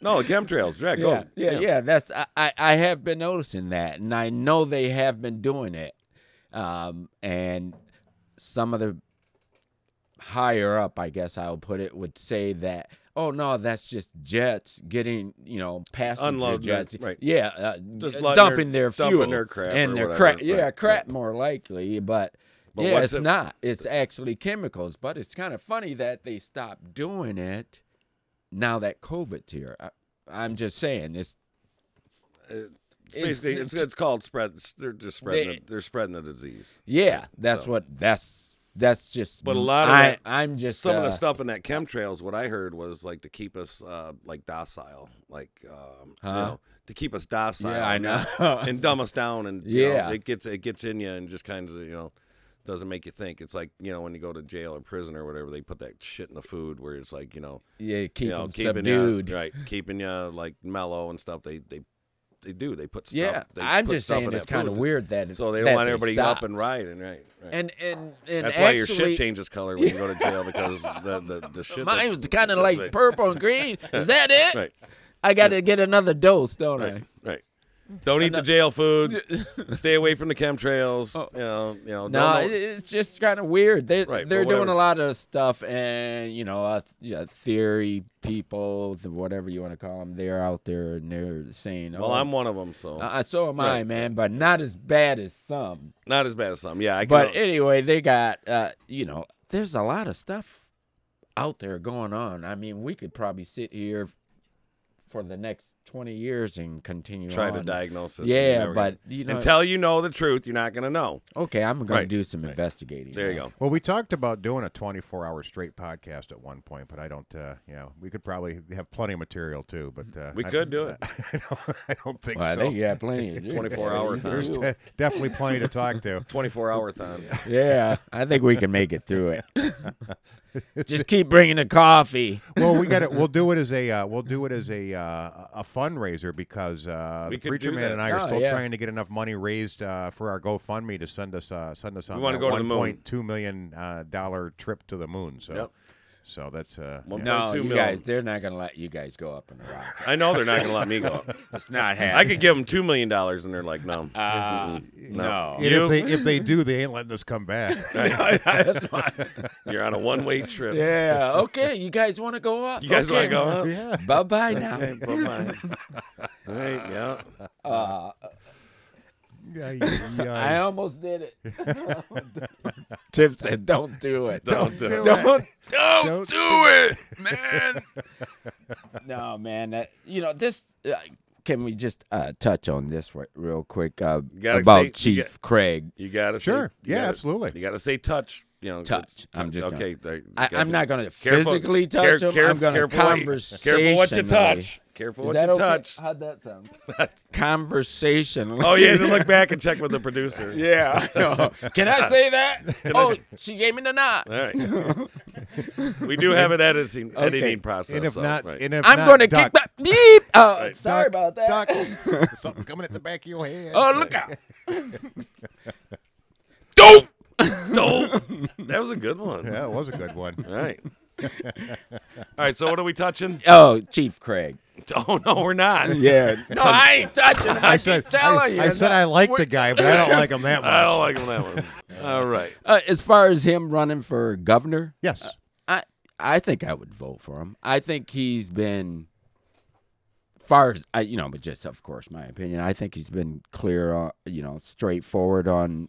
[SPEAKER 4] No, the chemtrails. Yeah, go.
[SPEAKER 5] yeah, yeah, yeah, That's I, I, I have been noticing that, and I know they have been doing it. Um, and some of the higher up, I guess I'll put it, would say that. Oh no, that's just jets getting you know passenger
[SPEAKER 4] Unloading their-
[SPEAKER 5] jets,
[SPEAKER 4] right.
[SPEAKER 5] Yeah, uh,
[SPEAKER 4] Just
[SPEAKER 5] uh,
[SPEAKER 4] letting their-
[SPEAKER 5] dumping their, fuel
[SPEAKER 4] dumping their crap or
[SPEAKER 5] and their
[SPEAKER 4] whatever,
[SPEAKER 5] crap. Yeah,
[SPEAKER 4] right,
[SPEAKER 5] crap
[SPEAKER 4] right.
[SPEAKER 5] more likely, but.
[SPEAKER 4] But
[SPEAKER 5] yeah,
[SPEAKER 4] what's
[SPEAKER 5] it's
[SPEAKER 4] it-
[SPEAKER 5] not. It's actually chemicals, but it's kind of funny that they stopped doing it now that COVID's here. I, I'm just saying it's
[SPEAKER 4] It's basically, it's, it's called spread. They're just spreading. the, they're spreading the disease.
[SPEAKER 5] yeah. That's what that's that's just.
[SPEAKER 4] But a lot of
[SPEAKER 5] I,
[SPEAKER 4] that-
[SPEAKER 5] I'm just
[SPEAKER 4] some of the
[SPEAKER 5] uh,
[SPEAKER 4] stuff in that chemtrails. What I heard was like to keep us uh, like docile, like um, you
[SPEAKER 5] Huh?
[SPEAKER 4] know, to keep us docile.
[SPEAKER 5] Yeah, I
[SPEAKER 4] and
[SPEAKER 5] know.
[SPEAKER 4] not- and dumb us down, and you know,
[SPEAKER 5] Yeah.
[SPEAKER 4] it gets it gets in you, and just kind of you know doesn't make you think. It's like you know when you go to jail or prison or whatever, they put that shit in the food where it's like you know
[SPEAKER 5] yeah, keep
[SPEAKER 4] you know,
[SPEAKER 5] them
[SPEAKER 4] keeping
[SPEAKER 5] subdued.
[SPEAKER 4] you right, keeping you like mellow and stuff. They they they do. They put stuff.
[SPEAKER 5] yeah,
[SPEAKER 4] they
[SPEAKER 5] I'm
[SPEAKER 4] put
[SPEAKER 5] just
[SPEAKER 4] stuff
[SPEAKER 5] saying
[SPEAKER 4] in
[SPEAKER 5] it's
[SPEAKER 4] that
[SPEAKER 5] kind of
[SPEAKER 4] food.
[SPEAKER 5] weird that
[SPEAKER 4] So they
[SPEAKER 5] that
[SPEAKER 4] don't want everybody up
[SPEAKER 5] stopped.
[SPEAKER 4] and riding, right? right.
[SPEAKER 5] and and and
[SPEAKER 4] That's
[SPEAKER 5] actually,
[SPEAKER 4] why your shit changes color when you go to jail because the the, the shit.
[SPEAKER 5] Mine
[SPEAKER 4] that's-
[SPEAKER 5] was kind of
[SPEAKER 4] that's
[SPEAKER 5] like
[SPEAKER 4] right.
[SPEAKER 5] purple and green. Is that it?
[SPEAKER 4] Right,
[SPEAKER 5] I got to get another dose, don't
[SPEAKER 4] right, right. Don't eat the jail food.
[SPEAKER 5] I?
[SPEAKER 4] Stay away from the chemtrails. You know, you know.
[SPEAKER 5] No,
[SPEAKER 4] don't
[SPEAKER 5] Oh. it,
[SPEAKER 4] know-
[SPEAKER 5] it's just kind of weird. They
[SPEAKER 4] Right, but
[SPEAKER 5] they're doing
[SPEAKER 4] whatever.
[SPEAKER 5] a lot of stuff, and you know, uh, th- yeah, theory people, the, whatever you want to call them, they're out there and they're saying,
[SPEAKER 4] well,
[SPEAKER 5] oh,
[SPEAKER 4] I'm one of them, so
[SPEAKER 5] uh, so am I,
[SPEAKER 4] Right.
[SPEAKER 5] man, but not as bad as some.
[SPEAKER 4] not as bad as some. Yeah, I can.
[SPEAKER 5] But anyway, they got uh, you know, there's a lot of stuff out there going on. I mean, we could probably sit here f- for the next twenty years and continue
[SPEAKER 4] try to
[SPEAKER 5] on.
[SPEAKER 4] diagnose this. You're
[SPEAKER 5] Yeah,
[SPEAKER 4] never gonna-
[SPEAKER 5] but you know,
[SPEAKER 4] until you know the truth, you're not gonna know.
[SPEAKER 5] okay, I'm gonna
[SPEAKER 4] Right,
[SPEAKER 5] do some investigating.
[SPEAKER 4] There you
[SPEAKER 5] now.
[SPEAKER 4] go.
[SPEAKER 1] Well, we talked about doing a 24-hour straight podcast at one point, but I don't. Uh, you know, we could probably have plenty of material too, but uh,
[SPEAKER 4] We
[SPEAKER 1] I-
[SPEAKER 4] could do it.
[SPEAKER 1] I don't, I don't think
[SPEAKER 5] Well, I
[SPEAKER 1] so.
[SPEAKER 5] think you have plenty of
[SPEAKER 4] 24 hour
[SPEAKER 5] You
[SPEAKER 4] times.
[SPEAKER 5] do.
[SPEAKER 1] De- definitely plenty to talk to.
[SPEAKER 4] 24 hour time.
[SPEAKER 5] Yeah, I think we can make it through it. Just keep bringing the coffee.
[SPEAKER 1] Well, we got it. We'll do it as a uh, we'll do it as a uh, a fundraiser because uh,
[SPEAKER 4] We
[SPEAKER 1] the
[SPEAKER 4] could
[SPEAKER 1] preacher
[SPEAKER 4] do
[SPEAKER 1] man
[SPEAKER 4] that.
[SPEAKER 1] and I are
[SPEAKER 5] Oh,
[SPEAKER 1] still
[SPEAKER 5] yeah.
[SPEAKER 1] trying to get enough money raised uh, for our GoFundMe to send us uh, send us on
[SPEAKER 4] wanna
[SPEAKER 1] that
[SPEAKER 4] go to the moon.
[SPEAKER 1] 1.2 million uh, dollar trip to the moon. So
[SPEAKER 4] Yep.
[SPEAKER 1] so that's uh,
[SPEAKER 4] One
[SPEAKER 1] yeah.
[SPEAKER 5] No,
[SPEAKER 4] 1.2
[SPEAKER 5] you
[SPEAKER 4] million.
[SPEAKER 5] guys, they're not gonna let you guys go up in the rock.
[SPEAKER 4] I know they're not gonna let me go. up.
[SPEAKER 5] It's not
[SPEAKER 4] I
[SPEAKER 5] happening.
[SPEAKER 4] could give them two million dollars, and they're like, no,
[SPEAKER 5] Ah,
[SPEAKER 4] Mm-mm.
[SPEAKER 5] no.
[SPEAKER 1] And
[SPEAKER 4] You-
[SPEAKER 1] if they if they do, they ain't letting us come back.
[SPEAKER 5] That's fine.
[SPEAKER 4] you're on a one way trip.
[SPEAKER 5] Yeah. Okay. You guys want to go up?
[SPEAKER 4] You guys
[SPEAKER 5] okay.
[SPEAKER 4] want to go? Huh?
[SPEAKER 1] yeah.
[SPEAKER 5] Bye bye now.
[SPEAKER 4] Okay, bye-bye. All right, yeah.
[SPEAKER 5] Uh,
[SPEAKER 1] Yeah, yeah, yeah.
[SPEAKER 5] I almost did it. Tim said, "Don't do it.
[SPEAKER 4] Don't do it.
[SPEAKER 5] Don't don't,
[SPEAKER 1] Don't
[SPEAKER 5] do it, man." no, man. That, you know this. Uh, can we just uh, touch on this re- real quick uh,
[SPEAKER 4] gotta
[SPEAKER 5] about
[SPEAKER 4] say- you
[SPEAKER 5] Chief
[SPEAKER 4] get-
[SPEAKER 5] Craig?
[SPEAKER 4] You gotta say-
[SPEAKER 1] Sure.
[SPEAKER 4] you
[SPEAKER 1] Yeah,
[SPEAKER 4] gotta-
[SPEAKER 1] absolutely.
[SPEAKER 4] You gotta say touch. You know,
[SPEAKER 5] Touch.
[SPEAKER 4] it's
[SPEAKER 5] I'm just
[SPEAKER 4] okay. there- you
[SPEAKER 5] I,
[SPEAKER 4] gotta
[SPEAKER 5] I'm
[SPEAKER 4] do-
[SPEAKER 5] not going to
[SPEAKER 4] Careful-
[SPEAKER 5] physically
[SPEAKER 4] care-
[SPEAKER 5] touch him.
[SPEAKER 4] care-
[SPEAKER 5] I'm going to
[SPEAKER 4] careful what you-
[SPEAKER 5] conversationally.
[SPEAKER 4] Careful what you touch. Careful
[SPEAKER 5] Is
[SPEAKER 4] what
[SPEAKER 5] that
[SPEAKER 4] you
[SPEAKER 5] okay?
[SPEAKER 4] touch.
[SPEAKER 5] How'd that sound? conversationally.
[SPEAKER 4] Oh, you had to look back and check with the producer.
[SPEAKER 5] Yeah, I know. Can I say that? oh, she gave me the nod.
[SPEAKER 4] All right. we do have an editing editing process.
[SPEAKER 1] and if
[SPEAKER 4] so,
[SPEAKER 1] not,
[SPEAKER 4] right.
[SPEAKER 1] and if
[SPEAKER 5] I'm
[SPEAKER 1] not,
[SPEAKER 5] going to
[SPEAKER 1] duck,
[SPEAKER 5] kick back. Beep. Oh,
[SPEAKER 4] Right.
[SPEAKER 5] sorry
[SPEAKER 1] duck,
[SPEAKER 5] about that.
[SPEAKER 1] Duck. Something coming at the back of your head.
[SPEAKER 5] Oh, look out.
[SPEAKER 4] dope, dope. That was a good one.
[SPEAKER 1] Yeah, it was a good one.
[SPEAKER 4] All right. All right. So what are we touching?
[SPEAKER 5] Oh, Chief Craig.
[SPEAKER 4] Oh no, we're not.
[SPEAKER 5] Yeah. No, I ain't touching him. I,
[SPEAKER 1] I
[SPEAKER 5] keep
[SPEAKER 1] said,
[SPEAKER 5] telling you.
[SPEAKER 1] I, I said I like the guy, but I don't like him that much.
[SPEAKER 4] I don't like that one. All right.
[SPEAKER 5] Uh, as far as him running for governor,
[SPEAKER 1] Yes.
[SPEAKER 5] I I think I would vote for him. I think he's been far as I, you know, but just of course my opinion. I think he's been clear, on, you know, straightforward on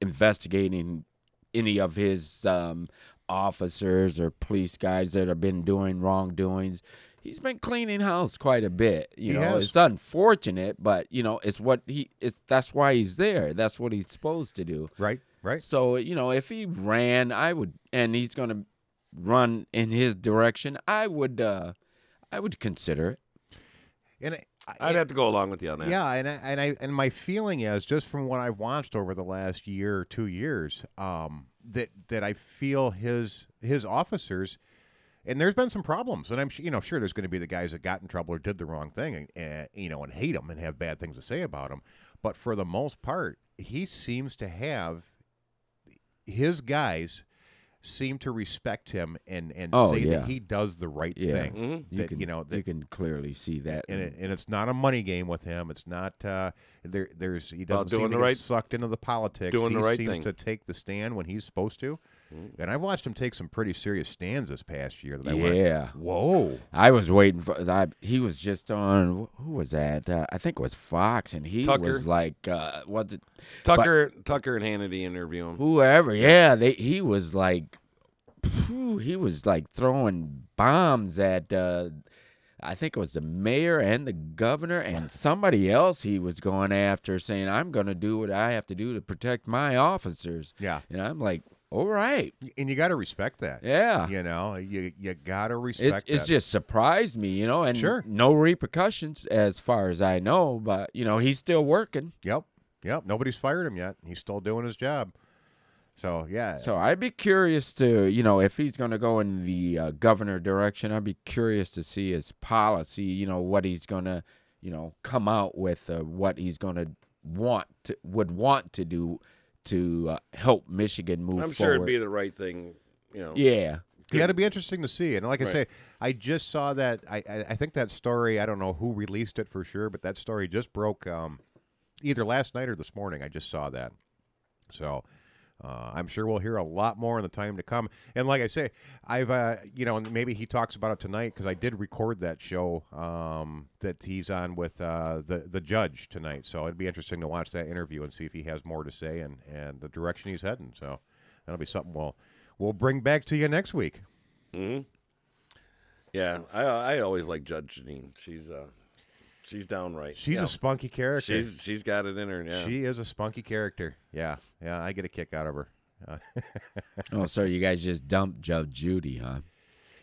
[SPEAKER 5] investigating any of his um, officers or police guys that have been doing wrongdoings. He's been cleaning house quite a bit. You
[SPEAKER 1] He
[SPEAKER 5] know,
[SPEAKER 1] has.
[SPEAKER 5] it's unfortunate, but you know, it's what he. It's that's why he's there. That's what he's supposed to do.
[SPEAKER 1] Right. Right.
[SPEAKER 5] So you know, if he ran, I would, and he's gonna run in his direction. I would, uh I would consider it.
[SPEAKER 1] And I- I,
[SPEAKER 4] I'd have to go along with you on that.
[SPEAKER 1] Yeah, and I, and I and my feeling is just from what I've watched over the last year or two years, um, that that I feel his his officers, and there's been some problems, and I'm su- you know sure there's going to be the guys that got in trouble or did the wrong thing, and, and you know and hate him and have bad things to say about him, but for the most part, he seems to have his guys seem to respect him and and
[SPEAKER 5] Oh,
[SPEAKER 1] say
[SPEAKER 5] yeah.
[SPEAKER 1] that he does the right
[SPEAKER 5] Yeah.
[SPEAKER 1] thing.
[SPEAKER 4] Mhm.
[SPEAKER 5] You
[SPEAKER 1] That,
[SPEAKER 5] can
[SPEAKER 1] you know, that-
[SPEAKER 5] you can clearly see that.
[SPEAKER 1] and it, and it's not a money game with him. It's not uh, there. There's he doesn't
[SPEAKER 4] doing
[SPEAKER 1] seem
[SPEAKER 4] the
[SPEAKER 1] to get
[SPEAKER 4] right-
[SPEAKER 1] sucked into the politics.
[SPEAKER 4] doing
[SPEAKER 1] he
[SPEAKER 4] the right
[SPEAKER 1] seems
[SPEAKER 4] thing. Mm.
[SPEAKER 1] to take the stand when he's supposed to. And I've watched him take some pretty serious stands this past year. That I went,
[SPEAKER 5] yeah.
[SPEAKER 1] whoa,
[SPEAKER 5] I was waiting for I, he was just on who was that? Uh, I think it was Fox and he
[SPEAKER 4] Tucker.
[SPEAKER 5] was like uh what the,
[SPEAKER 4] Tucker, Tucker and Hannity interview him.
[SPEAKER 5] whoever. Yeah, they he was like phew, he was like throwing bombs at uh I think it was the mayor and the governor and somebody else he was going after saying I'm going to do what I have to do to protect my officers.
[SPEAKER 1] yeah.
[SPEAKER 5] And I'm like, "All right.
[SPEAKER 1] And you got to respect that.
[SPEAKER 5] Yeah.
[SPEAKER 1] You know, you you got to
[SPEAKER 5] it,
[SPEAKER 1] respect.
[SPEAKER 5] it's
[SPEAKER 1] that.
[SPEAKER 5] just surprised me, you know, and
[SPEAKER 1] Sure.
[SPEAKER 5] no repercussions as far as I know. But you know, he's still working,
[SPEAKER 1] yep, yep. Nobody's fired him yet. He's still doing his job. So yeah,
[SPEAKER 5] so I'd be curious to, you know, if he's going to go in the uh, governor direction. I'd be curious to see his policy, you know, what he's going to, you know, come out with, uh, what he's going to want to would want to do to uh, help Michigan move
[SPEAKER 4] I'm
[SPEAKER 5] forward.
[SPEAKER 4] sure it'd be the right thing. You know,
[SPEAKER 5] yeah,
[SPEAKER 1] Yeah, it'll be interesting to see. And like I
[SPEAKER 4] Right.
[SPEAKER 1] say, I just saw that. I, I I think that story. I don't know who released it for sure, but that story just broke um, either last night or this morning. I just saw that. So uh, I'm sure we'll hear a lot more in the time to come. And like I say, I've uh, you know, and maybe he talks about it tonight because I did record that show um, that he's on with uh, the the judge tonight. So it'd be interesting to watch that interview and see if he has more to say and and the direction he's heading. So that'll be something we'll we'll bring back to you next week.
[SPEAKER 4] yeah. I I always like Judge Janine. She's uh, she's downright.
[SPEAKER 1] She's
[SPEAKER 4] yeah.
[SPEAKER 1] a spunky character.
[SPEAKER 4] she's she's got it in her. Yeah.
[SPEAKER 1] She is a spunky character. Yeah, yeah, I get a kick out of her. Uh,
[SPEAKER 5] oh, so you guys just dumped Judge Judy, huh?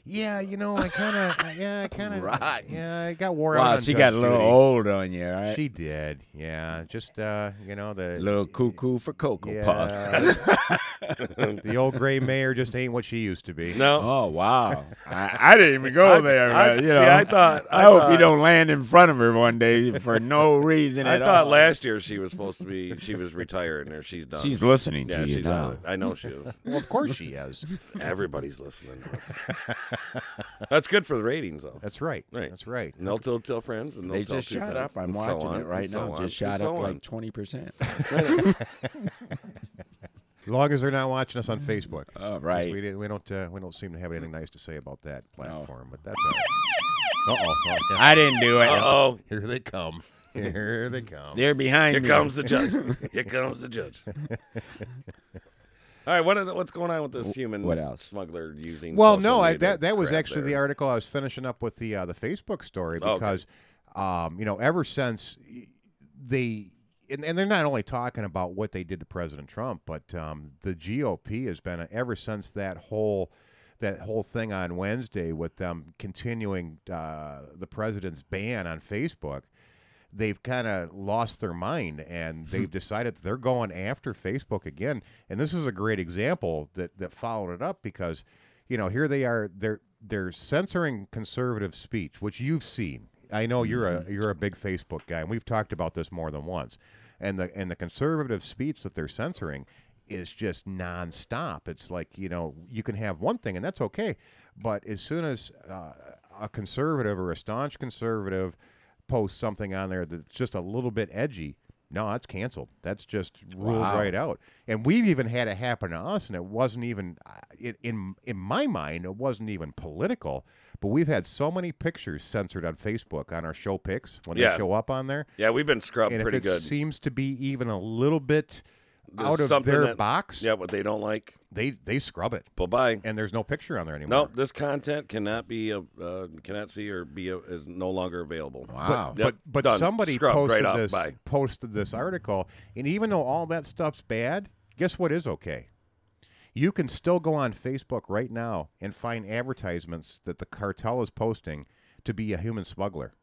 [SPEAKER 1] yeah, you know, I kind of, yeah, I kind of,
[SPEAKER 4] Right.
[SPEAKER 1] yeah, I got wore out.
[SPEAKER 5] Wow,
[SPEAKER 1] on
[SPEAKER 5] she
[SPEAKER 1] Judge
[SPEAKER 5] got a little
[SPEAKER 1] Judy.
[SPEAKER 5] old on you, right?
[SPEAKER 1] She did. Yeah, just uh, you know the
[SPEAKER 5] a little cuckoo for cocoa
[SPEAKER 1] yeah,
[SPEAKER 5] puffs.
[SPEAKER 1] the old gray mayor just ain't what she used to be.
[SPEAKER 4] No.
[SPEAKER 5] Oh wow! I, I didn't even go
[SPEAKER 4] I-
[SPEAKER 5] Oh, there.
[SPEAKER 4] I-
[SPEAKER 5] but, you
[SPEAKER 4] see,
[SPEAKER 5] know,
[SPEAKER 4] I thought- I
[SPEAKER 5] hope you
[SPEAKER 4] thought-
[SPEAKER 5] don't land in front of her one day for no reason
[SPEAKER 4] I
[SPEAKER 5] at
[SPEAKER 4] thought
[SPEAKER 5] all.
[SPEAKER 4] last year she was supposed to be. She was retiring, or she's done.
[SPEAKER 5] She's listening
[SPEAKER 4] Yeah,
[SPEAKER 5] to you
[SPEAKER 4] she's on
[SPEAKER 5] now.
[SPEAKER 4] it. I know she is.
[SPEAKER 1] Well, of course she is.
[SPEAKER 4] Everybody's listening to us. That's good for the ratings, though.
[SPEAKER 1] That's right.
[SPEAKER 4] Right.
[SPEAKER 1] That's right.
[SPEAKER 4] And they'll tell, tell friends, and they'll
[SPEAKER 5] They
[SPEAKER 4] tell
[SPEAKER 5] just
[SPEAKER 4] two
[SPEAKER 5] shot
[SPEAKER 4] friends,
[SPEAKER 5] up. I'm
[SPEAKER 4] and so
[SPEAKER 5] watching
[SPEAKER 4] on,
[SPEAKER 5] it right
[SPEAKER 4] and so
[SPEAKER 5] now.
[SPEAKER 4] on,
[SPEAKER 5] just shot
[SPEAKER 4] and so
[SPEAKER 5] up
[SPEAKER 4] on.
[SPEAKER 5] like twenty percent.
[SPEAKER 1] As long as they're not watching us on Facebook. 'Cause
[SPEAKER 5] All
[SPEAKER 1] We,
[SPEAKER 5] right.
[SPEAKER 1] didn't- we don't. Uh, we don't seem to have anything nice to say about that platform. But that's. all right. Uh-oh. oh. yeah.
[SPEAKER 5] I didn't do it.
[SPEAKER 4] Uh-oh.
[SPEAKER 1] Here they come. Here they come.
[SPEAKER 5] They're behind
[SPEAKER 4] Here
[SPEAKER 5] me.
[SPEAKER 4] comes the judge. Here comes the judge. All right, what is, what's going on with this human
[SPEAKER 5] what else?
[SPEAKER 4] smuggler using?
[SPEAKER 1] Well,
[SPEAKER 4] social
[SPEAKER 1] no, I,
[SPEAKER 4] media
[SPEAKER 1] that that was
[SPEAKER 4] crap
[SPEAKER 1] actually the
[SPEAKER 4] there?
[SPEAKER 1] article I was finishing up with the uh, the Facebook story
[SPEAKER 4] Oh, okay.
[SPEAKER 1] because, um, you know, ever since they and, and they're not only talking about what they did to President Trump, but um, the GOP has been ever since that whole that whole thing on Wednesday with them continuing uh, the president's ban on Facebook. They've kind of lost their mind and they've decided that they're going after Facebook again. And this is a great example that, that followed it up because, you know, here they are. They're they're censoring conservative speech, which you've seen. I know you're a you're a big Facebook guy, and we've talked about this more than once. And the and the conservative speech that they're censoring is just nonstop. It's like you know you can have one thing and that's okay, but as soon as uh, a conservative or a staunch conservative posts something on there that's just a little bit edgy, no, that's canceled. That's just ruled
[SPEAKER 5] Wow.
[SPEAKER 1] right out. And we've even had it happen to us, and it wasn't even I- it, in in my mind, it wasn't even political. But we've had so many pictures censored on Facebook on our show pics when
[SPEAKER 4] Yeah.
[SPEAKER 1] they show up on there,
[SPEAKER 4] Yeah, we've been scrubbed
[SPEAKER 1] and if
[SPEAKER 4] pretty
[SPEAKER 1] it
[SPEAKER 4] good.
[SPEAKER 1] seems to be even a little bit
[SPEAKER 4] There's
[SPEAKER 1] out of
[SPEAKER 4] something
[SPEAKER 1] their
[SPEAKER 4] that-
[SPEAKER 1] box,
[SPEAKER 4] Yeah, what they don't like.
[SPEAKER 1] they they scrub it,
[SPEAKER 4] Bye bye.
[SPEAKER 1] and there's no picture on there
[SPEAKER 4] No,
[SPEAKER 1] anymore.
[SPEAKER 4] this content cannot be a, uh, cannot see or be a, is no longer available.
[SPEAKER 5] Wow.
[SPEAKER 4] Yep,
[SPEAKER 1] but but
[SPEAKER 4] done.
[SPEAKER 1] somebody
[SPEAKER 4] Scrubbed
[SPEAKER 1] posted
[SPEAKER 4] right up,
[SPEAKER 1] this
[SPEAKER 4] bye.
[SPEAKER 1] posted this article, and even though all that stuff's bad, guess what is okay? You can still go on Facebook right now and find advertisements that the cartel is posting to be a human smuggler.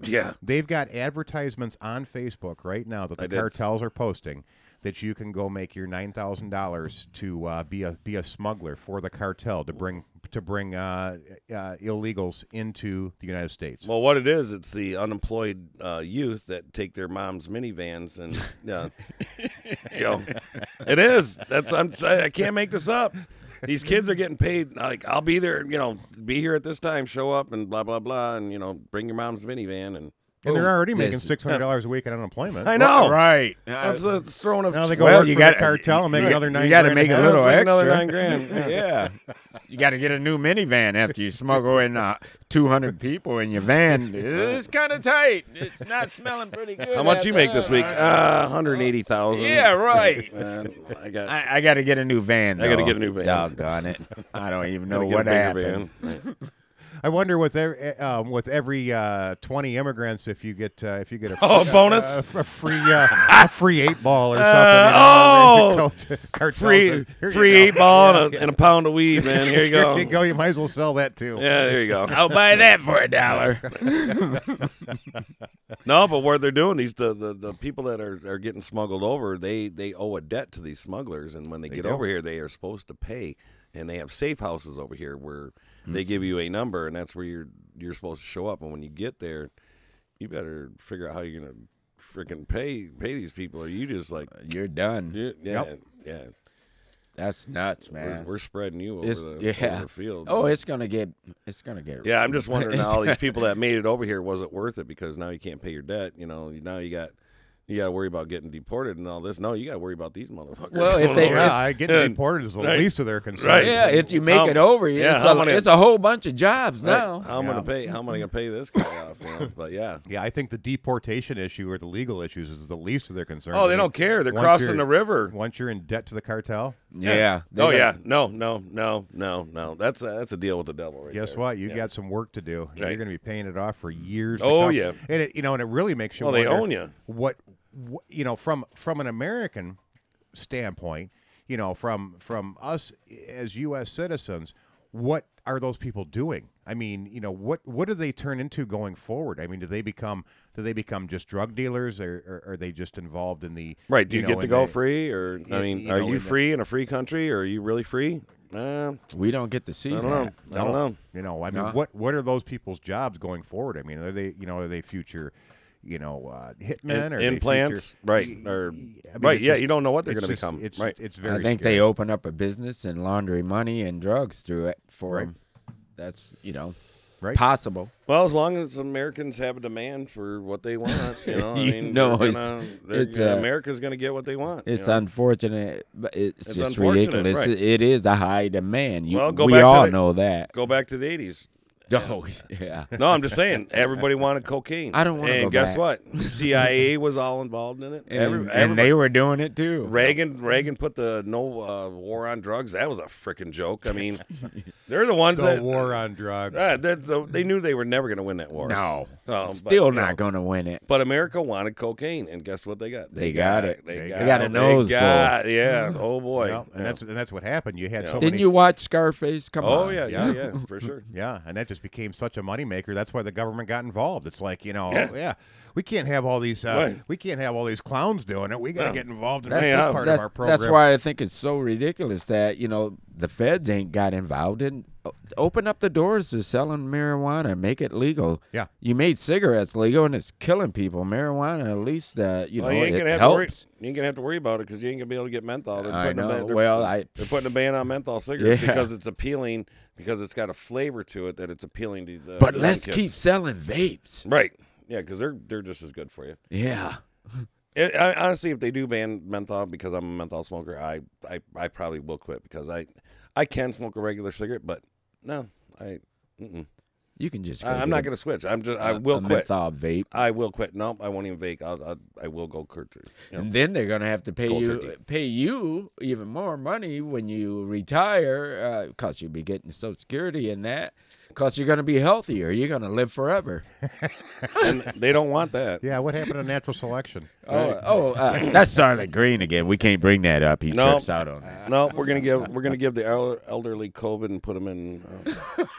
[SPEAKER 4] Yeah.
[SPEAKER 1] They've got advertisements on Facebook right now that
[SPEAKER 4] I
[SPEAKER 1] the
[SPEAKER 4] did.
[SPEAKER 1] cartels are posting that you can go make your nine thousand dollars to uh, be a be a smuggler for the cartel to bring to bring uh, uh, illegals into the United States.
[SPEAKER 4] Well, what it is, it's the unemployed uh, youth that take their mom's minivans and, uh, you know, it is. That's I'm. I can't make this up. These kids are getting paid. Like I'll be there. You know, be here at this time. Show up and blah blah blah. And you know, bring your mom's minivan. And
[SPEAKER 1] and they're already making
[SPEAKER 5] Yes.
[SPEAKER 1] six hundred dollars a week in unemployment.
[SPEAKER 4] I know.
[SPEAKER 6] Right.
[SPEAKER 4] That's a it's throwing a.
[SPEAKER 1] Now they go
[SPEAKER 6] Well,
[SPEAKER 1] work
[SPEAKER 6] you
[SPEAKER 1] for
[SPEAKER 6] gotta-
[SPEAKER 1] the cartel and make
[SPEAKER 6] you-
[SPEAKER 1] another
[SPEAKER 6] you
[SPEAKER 1] nine.
[SPEAKER 6] gotta
[SPEAKER 1] grand and
[SPEAKER 6] make a
[SPEAKER 1] half.
[SPEAKER 6] little
[SPEAKER 4] Make another
[SPEAKER 6] extra.
[SPEAKER 4] nine grand. Yeah.
[SPEAKER 6] Yeah. You got to get a new minivan after you smuggle in uh, 200 people in your van. It's kind of tight. It's not smelling pretty good.
[SPEAKER 4] How much
[SPEAKER 6] out
[SPEAKER 4] you make this
[SPEAKER 6] there.
[SPEAKER 4] week? Uh, hundred eighty thousand.
[SPEAKER 6] Yeah, right.
[SPEAKER 4] I got.
[SPEAKER 6] I, I got to get a new van.
[SPEAKER 4] I gotta
[SPEAKER 6] though.
[SPEAKER 4] get a new van.
[SPEAKER 6] Doggone it! I don't even know
[SPEAKER 4] gotta get a
[SPEAKER 6] what
[SPEAKER 4] bigger
[SPEAKER 6] happened.
[SPEAKER 4] van.
[SPEAKER 1] I wonder with every, um, with every uh, twenty immigrants if you get uh, if you get a
[SPEAKER 4] Oh, a bonus?
[SPEAKER 1] uh, a free uh, a free eight ball or something.
[SPEAKER 4] Uh,
[SPEAKER 1] you know,
[SPEAKER 4] oh!
[SPEAKER 1] to cartels.
[SPEAKER 4] Free,
[SPEAKER 1] Here you
[SPEAKER 4] free
[SPEAKER 1] go.
[SPEAKER 4] eight ball and, a,
[SPEAKER 1] Yeah.
[SPEAKER 4] and a pound of weed, man. Here you go.
[SPEAKER 1] Here you go. You might as well sell that too.
[SPEAKER 4] Yeah, there you go.
[SPEAKER 6] I'll buy that for a dollar.
[SPEAKER 4] No, but what they're doing these the, the, the people that are, are getting smuggled over, they they owe a debt to these smugglers, and when they, get
[SPEAKER 1] do.
[SPEAKER 4] over here, they are supposed to pay, and they have safe houses over here where
[SPEAKER 1] Hmm.
[SPEAKER 4] they give you a number, and that's where you're you're supposed to show up, and when you get there, you better figure out how you're gonna freaking pay pay these people, or you just like
[SPEAKER 5] You're done.
[SPEAKER 4] yeah yeah,
[SPEAKER 1] Uh, Yep.
[SPEAKER 4] yeah
[SPEAKER 5] That's nuts,
[SPEAKER 4] we're,
[SPEAKER 5] man.
[SPEAKER 4] we're spreading you over,
[SPEAKER 5] It's-
[SPEAKER 4] the,
[SPEAKER 5] yeah.
[SPEAKER 4] over the field.
[SPEAKER 5] oh, it's gonna get. It's gonna get.
[SPEAKER 4] Yeah, I'm just wondering how all these people that made it over here was it worth it because now you can't pay your debt. You know, now you got you got to worry about getting deported and all this. No, you got to worry about these motherfuckers.
[SPEAKER 5] Well, if
[SPEAKER 4] going
[SPEAKER 5] they-
[SPEAKER 4] over.
[SPEAKER 1] Oh, Yeah, I get
[SPEAKER 4] Yeah.
[SPEAKER 1] deported is the
[SPEAKER 4] Right.
[SPEAKER 1] least of their concerns.
[SPEAKER 4] Right.
[SPEAKER 5] Yeah, if you make
[SPEAKER 4] How-
[SPEAKER 5] it over, it's,
[SPEAKER 4] yeah,
[SPEAKER 5] a,
[SPEAKER 4] how many-
[SPEAKER 5] it's a whole bunch of jobs
[SPEAKER 4] Right,
[SPEAKER 5] now.
[SPEAKER 4] how am I gonna
[SPEAKER 1] Yeah.
[SPEAKER 4] pay? How am I gonna pay this guy off? You know? But yeah.
[SPEAKER 1] Yeah, I think the deportation issue or the legal issues is the least of their concerns.
[SPEAKER 4] Oh,
[SPEAKER 1] I
[SPEAKER 4] they
[SPEAKER 1] mean,
[SPEAKER 4] don't care. They're
[SPEAKER 1] once
[SPEAKER 4] crossing
[SPEAKER 1] you're-
[SPEAKER 4] the river.
[SPEAKER 1] Once you're in debt to the cartel,
[SPEAKER 5] Yeah. they
[SPEAKER 4] Oh
[SPEAKER 5] got-
[SPEAKER 4] yeah. No. No. No. No. No. That's a, that's a deal with the devil, right
[SPEAKER 1] guess
[SPEAKER 4] there.
[SPEAKER 1] what? You
[SPEAKER 4] Yeah.
[SPEAKER 1] got some work to do. and You're
[SPEAKER 4] Right.
[SPEAKER 1] going to be paying it off for years. to
[SPEAKER 4] Oh,
[SPEAKER 1] come.
[SPEAKER 4] yeah.
[SPEAKER 1] and it, you know, and it really makes you.
[SPEAKER 4] Well, they
[SPEAKER 1] wonder
[SPEAKER 4] own ya.
[SPEAKER 1] What, wh- you know, from from an American standpoint, you know, from from us as U.S. citizens, what are those people doing? I mean, you know, what what do they turn into going forward? I mean, do they become do they become just drug dealers, or, or are they just involved in the
[SPEAKER 4] Right. Do you,
[SPEAKER 1] know,
[SPEAKER 4] get to
[SPEAKER 1] in
[SPEAKER 4] go
[SPEAKER 1] the-
[SPEAKER 4] free, or I mean,
[SPEAKER 1] you
[SPEAKER 4] are
[SPEAKER 1] know,
[SPEAKER 4] you
[SPEAKER 1] in the-
[SPEAKER 4] free in a free country, or are you really free? Uh,
[SPEAKER 5] We don't get to see
[SPEAKER 4] I don't know.
[SPEAKER 5] that.
[SPEAKER 4] I don't know.
[SPEAKER 1] You know, I mean,
[SPEAKER 5] No.
[SPEAKER 1] what what are those people's jobs going forward? I mean, are they you know are they future, you know, uh, hitmen
[SPEAKER 4] In-
[SPEAKER 1] or
[SPEAKER 4] implants,
[SPEAKER 1] Are they
[SPEAKER 4] right?
[SPEAKER 1] future,
[SPEAKER 4] Or
[SPEAKER 1] I mean,
[SPEAKER 4] right?
[SPEAKER 1] it's
[SPEAKER 4] Yeah,
[SPEAKER 1] just-
[SPEAKER 4] you don't know what they're
[SPEAKER 1] it's
[SPEAKER 4] going to
[SPEAKER 1] just-
[SPEAKER 4] become.
[SPEAKER 1] It's
[SPEAKER 4] right?
[SPEAKER 1] it's very.
[SPEAKER 5] I think
[SPEAKER 1] scary.
[SPEAKER 5] they open up a business and laundry money and drugs through it for
[SPEAKER 1] Right.
[SPEAKER 5] 'em. That's you know
[SPEAKER 1] Right.
[SPEAKER 5] possible.
[SPEAKER 4] Well, as long as Americans have a demand for what they want, you know, I
[SPEAKER 5] You
[SPEAKER 4] mean,
[SPEAKER 5] know,
[SPEAKER 4] they're
[SPEAKER 5] it's-
[SPEAKER 4] gonna- they're-
[SPEAKER 5] it's, uh,
[SPEAKER 4] America's going to get what they want. you
[SPEAKER 5] It's
[SPEAKER 4] know.
[SPEAKER 5] unfortunate, but it's,
[SPEAKER 4] It's
[SPEAKER 5] just
[SPEAKER 4] unfortunate,
[SPEAKER 5] ridiculous.
[SPEAKER 4] right.
[SPEAKER 5] It is a high demand. You,
[SPEAKER 4] Well, go
[SPEAKER 5] we
[SPEAKER 4] back to
[SPEAKER 5] all
[SPEAKER 4] the-
[SPEAKER 5] know that.
[SPEAKER 4] Go back to the eighties.
[SPEAKER 5] Oh, yeah.
[SPEAKER 4] No, I'm just saying, everybody wanted cocaine.
[SPEAKER 5] I don't wanna
[SPEAKER 4] And
[SPEAKER 5] go
[SPEAKER 4] guess
[SPEAKER 5] back.
[SPEAKER 4] what? CIA was all involved in it. Every-
[SPEAKER 5] And-
[SPEAKER 6] And
[SPEAKER 4] everybody-
[SPEAKER 6] they were doing it too.
[SPEAKER 4] Reagan, Reagan put the no uh, war on drugs. That was a freaking joke. I mean, they're the ones
[SPEAKER 1] the
[SPEAKER 4] that
[SPEAKER 1] war on drugs.
[SPEAKER 4] Uh, they're the- they knew they were never going to win that war.
[SPEAKER 6] No,
[SPEAKER 4] Um, but,
[SPEAKER 5] Still
[SPEAKER 4] you
[SPEAKER 5] not
[SPEAKER 4] know,
[SPEAKER 5] going to win it.
[SPEAKER 4] But America wanted cocaine, and guess what they got?
[SPEAKER 5] They got it.
[SPEAKER 4] They,
[SPEAKER 1] They
[SPEAKER 4] got,
[SPEAKER 5] got a
[SPEAKER 4] it. They
[SPEAKER 5] nose full.
[SPEAKER 4] got- Yeah. Oh boy.
[SPEAKER 1] Well, and that's and that's what happened. You had
[SPEAKER 4] Yeah.
[SPEAKER 1] so
[SPEAKER 5] Didn't
[SPEAKER 1] many.
[SPEAKER 5] you watch Scarface? Come
[SPEAKER 4] oh
[SPEAKER 5] on.
[SPEAKER 4] yeah, yeah, yeah, for sure.
[SPEAKER 1] Yeah, and that just became such a moneymaker. That's why the government got involved. It's like you know, yeah, we can't have all these uh,
[SPEAKER 4] Right.
[SPEAKER 1] we can't have all these clowns doing it. We got to get involved in
[SPEAKER 4] That's-
[SPEAKER 1] this
[SPEAKER 4] yeah.
[SPEAKER 1] part of
[SPEAKER 5] That's,
[SPEAKER 1] our program.
[SPEAKER 5] that's why I think it's so ridiculous that you know the feds ain't got involved in o- open up the doors to selling marijuana, make it legal.
[SPEAKER 1] Yeah.
[SPEAKER 5] you made cigarettes legal and it's killing people. Marijuana, at least uh, you
[SPEAKER 4] Well,
[SPEAKER 5] know
[SPEAKER 4] you ain't
[SPEAKER 5] it
[SPEAKER 4] gonna have to worry.
[SPEAKER 5] helps.
[SPEAKER 4] You ain't gonna have to worry about it because you ain't gonna be able to get menthol. They're
[SPEAKER 5] I
[SPEAKER 4] putting a
[SPEAKER 5] know.
[SPEAKER 4] ban- they're,
[SPEAKER 5] Well, I-
[SPEAKER 4] they're putting a ban on menthol cigarettes
[SPEAKER 5] Yeah.
[SPEAKER 4] because it's appealing because it's got a flavor to it that it's appealing to the.
[SPEAKER 5] But
[SPEAKER 4] young
[SPEAKER 5] let's
[SPEAKER 4] kids.
[SPEAKER 5] keep selling vapes.
[SPEAKER 4] right. Yeah, because they're they're just as good for you.
[SPEAKER 5] Yeah,
[SPEAKER 4] It, I, honestly, if they do ban menthol, because I'm a menthol smoker, I, I, I probably will quit because I, I can smoke a regular cigarette, but no, I, mm-mm.
[SPEAKER 5] you can just.
[SPEAKER 4] I I'm not gonna switch. I'm just I
[SPEAKER 5] I
[SPEAKER 4] will
[SPEAKER 5] a
[SPEAKER 4] quit.
[SPEAKER 5] Menthol vape.
[SPEAKER 4] I will quit. Nope, I won't even bake. I'll, I'll I will go curtain.
[SPEAKER 5] And then they're gonna have to pay
[SPEAKER 4] Cold
[SPEAKER 5] you
[SPEAKER 4] turkey.
[SPEAKER 5] pay you even more money when you retire, uh, cause you'll be getting Social Security and that, cause you're gonna be healthier. You're gonna live forever.
[SPEAKER 4] and they don't want that.
[SPEAKER 1] yeah, what happened to natural selection?
[SPEAKER 5] Oh, oh uh,
[SPEAKER 6] that's Silent Green again. We can't bring that up. He
[SPEAKER 4] No.
[SPEAKER 6] trips out on that.
[SPEAKER 4] No, we're gonna give we're gonna give the el- elderly COVID and put them in.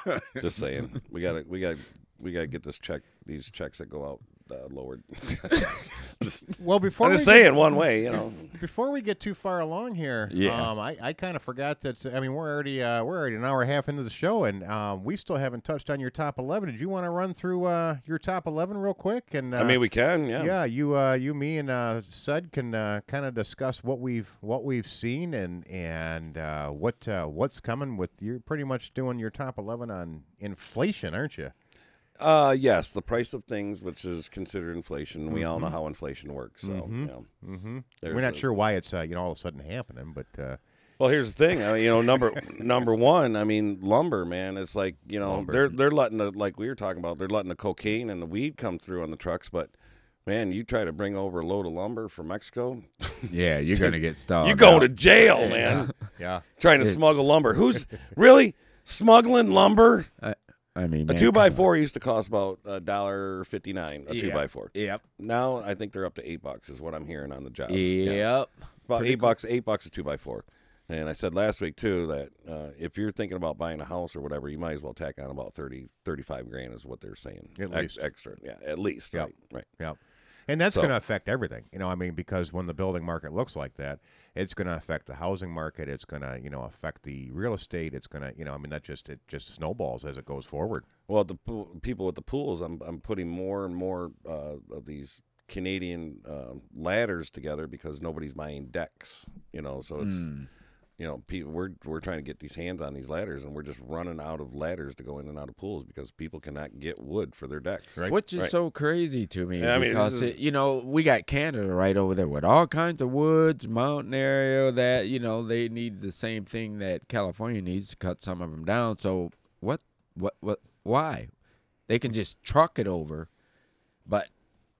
[SPEAKER 4] uh, just saying, we gotta we gotta we gotta get this check, these checks that go out uh, lowered. just,
[SPEAKER 1] Well, before
[SPEAKER 4] I'm
[SPEAKER 1] we
[SPEAKER 4] just
[SPEAKER 1] get-
[SPEAKER 4] saying, one way, you know.
[SPEAKER 1] Before we get too far along here,
[SPEAKER 5] Yeah.
[SPEAKER 1] um, I, I kind of forgot that. I mean, we're already uh, we're already an hour and a half into the show, and um, we still haven't touched on your top eleven. Did you want to run through uh, your top eleven real quick? And uh,
[SPEAKER 4] I mean, we can, yeah.
[SPEAKER 1] yeah. you uh, you me and uh, Sud can uh, kind of discuss what we've what we've seen and and uh, what uh, what's coming with. You're pretty much doing your top eleven on inflation, aren't you?
[SPEAKER 4] Uh, yes, the price of things, which is considered inflation. We all know how inflation works. So, you know,
[SPEAKER 1] Mm-hmm.
[SPEAKER 4] there's
[SPEAKER 1] we're not
[SPEAKER 4] a-
[SPEAKER 1] sure why it's uh, you know all of a sudden happening, but uh,
[SPEAKER 4] Well, here's the thing. I mean, you know, number number one. I mean, lumber, man. It's like you know they're they're letting the like we were talking about. They're letting the cocaine and the weed come through on the trucks, but man, you try to bring over a load of lumber from Mexico,
[SPEAKER 5] Yeah, you're gonna get stalled.
[SPEAKER 4] you go
[SPEAKER 5] out.
[SPEAKER 4] to jail, man.
[SPEAKER 1] Oh, yeah,
[SPEAKER 4] Trying to smuggle lumber. Who's really smuggling lumber?
[SPEAKER 5] I mean,
[SPEAKER 4] A
[SPEAKER 5] man,
[SPEAKER 4] two by
[SPEAKER 5] come on.
[SPEAKER 4] four used to cost about a dollar fifty nine. A two
[SPEAKER 5] Yeah.
[SPEAKER 4] by four.
[SPEAKER 5] Yep.
[SPEAKER 4] Now I think they're up to eight bucks is what I'm hearing on the
[SPEAKER 6] Oh,
[SPEAKER 4] jobs.
[SPEAKER 5] Yep.
[SPEAKER 4] about eight bucks. Eight bucks a two by four. And I said last week too that uh, if you're thinking about buying a house or whatever, you might as well tack on about 30, 35 grand is what they're saying.
[SPEAKER 1] At
[SPEAKER 4] Ex-
[SPEAKER 1] least.
[SPEAKER 4] extra, yeah, at least.
[SPEAKER 1] Yep.
[SPEAKER 4] Right, right.
[SPEAKER 1] Yep. And that's
[SPEAKER 4] So-
[SPEAKER 1] going to affect everything. You know, I mean, because when the building market looks like that, it's going to affect the housing market. It's going to, you know, affect the real estate. It's going to, you know, I mean, that just, it just snowballs as it goes forward.
[SPEAKER 4] Well, the pool, people with the pools, I'm I'm putting more and more uh, of these Canadian uh, ladders together because nobody's buying decks. You know, so it's.
[SPEAKER 1] Hmm.
[SPEAKER 4] You know, people, we're we're trying to get these hands on these ladders, and we're just running out of ladders to go in and out of pools because people cannot get wood for their decks.
[SPEAKER 1] Right.
[SPEAKER 5] Which is
[SPEAKER 4] Right.
[SPEAKER 5] so crazy to me
[SPEAKER 4] Yeah, I mean,
[SPEAKER 5] because
[SPEAKER 4] this is-
[SPEAKER 5] it, you know we got Canada right over there with all kinds of woods, mountain area that you know they need the same thing that California needs to cut some of them down. So what, what, what? Why? They can just truck it over, but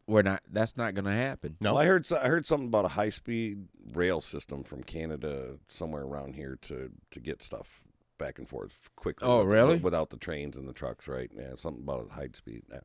[SPEAKER 5] we're not. That's not going to happen.
[SPEAKER 1] No.
[SPEAKER 4] Well, I heard so- I heard something about a high speed rail system from Canada somewhere around here to to get stuff back and forth quickly.
[SPEAKER 5] Oh,
[SPEAKER 4] with-
[SPEAKER 5] really?
[SPEAKER 4] Without the trains and the trucks, right? Yeah, something about a high speed. Yeah.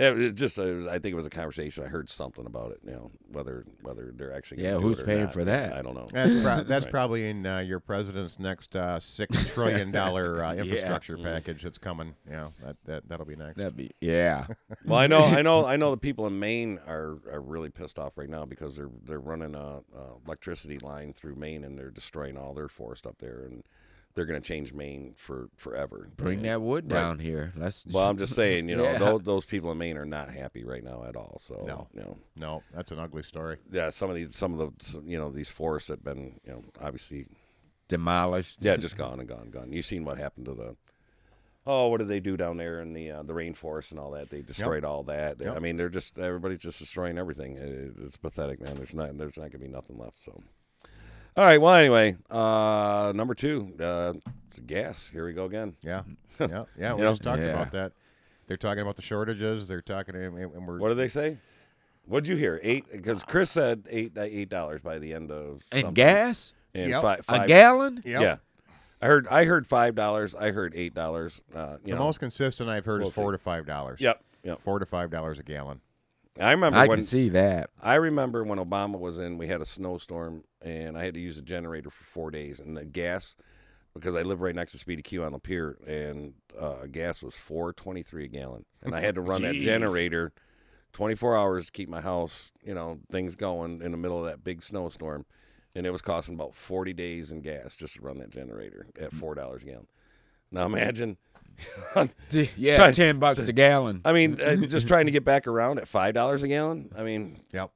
[SPEAKER 4] Yeah, it was just it was- I think it was a conversation. I heard something about it. You know, whether whether they're actually gonna
[SPEAKER 5] Yeah,
[SPEAKER 4] do it
[SPEAKER 5] who's
[SPEAKER 4] or
[SPEAKER 5] paying
[SPEAKER 4] not,
[SPEAKER 5] for that?
[SPEAKER 4] I don't know.
[SPEAKER 1] That's, pro- that's
[SPEAKER 4] Right.
[SPEAKER 1] probably in uh, your president's next uh, six trillion dollar uh, infrastructure
[SPEAKER 4] Mm.
[SPEAKER 1] package that's coming. Yeah, that, that that'll be next.
[SPEAKER 5] That'd be yeah.
[SPEAKER 4] Well, I know, I know, I know. The people in Maine are, are really pissed off right now because they're they're running a, a electricity line through Maine and they're destroying all their forest up there, and they're going to change Maine for forever.
[SPEAKER 5] Bring
[SPEAKER 4] And-
[SPEAKER 5] that wood
[SPEAKER 4] Right.
[SPEAKER 5] down here. Let's.
[SPEAKER 4] Well, I'm just saying, you know,
[SPEAKER 5] Yeah.
[SPEAKER 4] those, those people in Maine are not happy right now at all. So,
[SPEAKER 1] No.
[SPEAKER 4] you know,
[SPEAKER 1] no, that's an ugly story.
[SPEAKER 4] yeah, some of these, some of the, some, you know, these forests have been, you know, obviously,
[SPEAKER 5] demolished.
[SPEAKER 4] yeah, just gone and gone, gone. You've seen what happened to the, oh, what did they do down there in the uh, the rainforest and all that? They destroyed all that. They- I
[SPEAKER 1] Yep.
[SPEAKER 4] mean, they're just everybody's just destroying everything. It, it's pathetic, man. There's not there's not gonna be nothing left. So, all right. Well, anyway, uh, number two, uh, it's gas. Here we go again.
[SPEAKER 1] Yeah, yeah, yeah. We
[SPEAKER 4] know?
[SPEAKER 1] just talked
[SPEAKER 5] Yeah.
[SPEAKER 1] about that. They're talking about the shortages. They're talking, and, and we're
[SPEAKER 4] What did they say? What'd you hear? Eight? Because Chris said eight uh, eight dollars by the end of
[SPEAKER 5] And
[SPEAKER 4] something.
[SPEAKER 5] gas,
[SPEAKER 4] and
[SPEAKER 1] Yep.
[SPEAKER 4] fi- five
[SPEAKER 5] a gallon.
[SPEAKER 1] Yep.
[SPEAKER 4] Yeah, I heard I heard five dollars. I heard eight dollars. Uh, you
[SPEAKER 1] the
[SPEAKER 4] know.
[SPEAKER 1] most consistent I've heard
[SPEAKER 4] We'll
[SPEAKER 1] is four to five dollars.
[SPEAKER 4] Yep. Yep.
[SPEAKER 1] four to five dollars a gallon.
[SPEAKER 4] I remember
[SPEAKER 5] I
[SPEAKER 4] when
[SPEAKER 5] can see that.
[SPEAKER 4] I remember when Obama was in. We had a snowstorm, and I had to use a generator for four days, and the gas because I live right next to Speedy Q on the pier, and uh, gas was four twenty three a gallon, and I had to run that generator twenty four hours to keep my house, you know, things going in the middle of that big snowstorm, and it was costing about forty days in gas just to run that generator at
[SPEAKER 5] Mm.
[SPEAKER 4] four dollars a gallon. Now imagine.
[SPEAKER 5] D- Yeah,
[SPEAKER 4] Try-
[SPEAKER 5] ten bucks a gallon.
[SPEAKER 4] I mean, uh, just trying to get back around at five dollars a gallon. I mean,
[SPEAKER 1] Yep.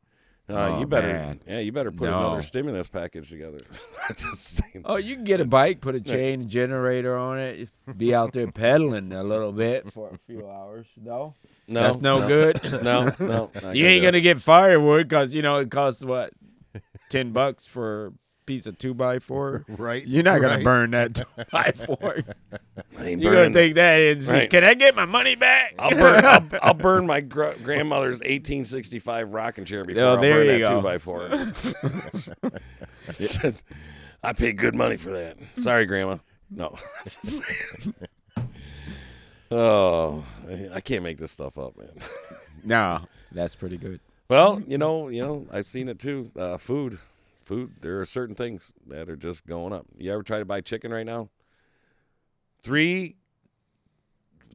[SPEAKER 4] uh,
[SPEAKER 5] Oh,
[SPEAKER 4] you better,
[SPEAKER 5] man.
[SPEAKER 4] yeah, you better put
[SPEAKER 5] No.
[SPEAKER 4] another stimulus package together. I'm just saying.
[SPEAKER 5] Oh, you can get a bike, put a chain generator on it, be out there pedaling a little bit for a few hours. No,
[SPEAKER 4] no,
[SPEAKER 5] that's no, good.
[SPEAKER 4] No, no, not
[SPEAKER 6] You ain't
[SPEAKER 4] do it.
[SPEAKER 6] gonna get firewood because you know it costs what, ten bucks for a piece of two by four.
[SPEAKER 1] Right.
[SPEAKER 6] You're not gonna
[SPEAKER 1] right.
[SPEAKER 6] burn that two by four.
[SPEAKER 4] I ain't
[SPEAKER 6] You're gonna
[SPEAKER 4] burning.
[SPEAKER 6] take that and say,
[SPEAKER 4] Right.
[SPEAKER 6] "Can I get my money back?"
[SPEAKER 4] I'll burn. I'll, I'll burn my gr- grandmother's 1865 rocking chair before
[SPEAKER 6] Oh,
[SPEAKER 4] I'll
[SPEAKER 6] there
[SPEAKER 4] burn that
[SPEAKER 6] you go.
[SPEAKER 4] two by four. Said, I paid good money for that. Sorry, Grandma. No. oh, I- I can't make this stuff up, man.
[SPEAKER 6] no,
[SPEAKER 5] that's pretty good.
[SPEAKER 4] Well, you know, you know, I've seen it too. Uh, food, food. There are certain things that are just going up. You ever try to buy chicken right now? Three,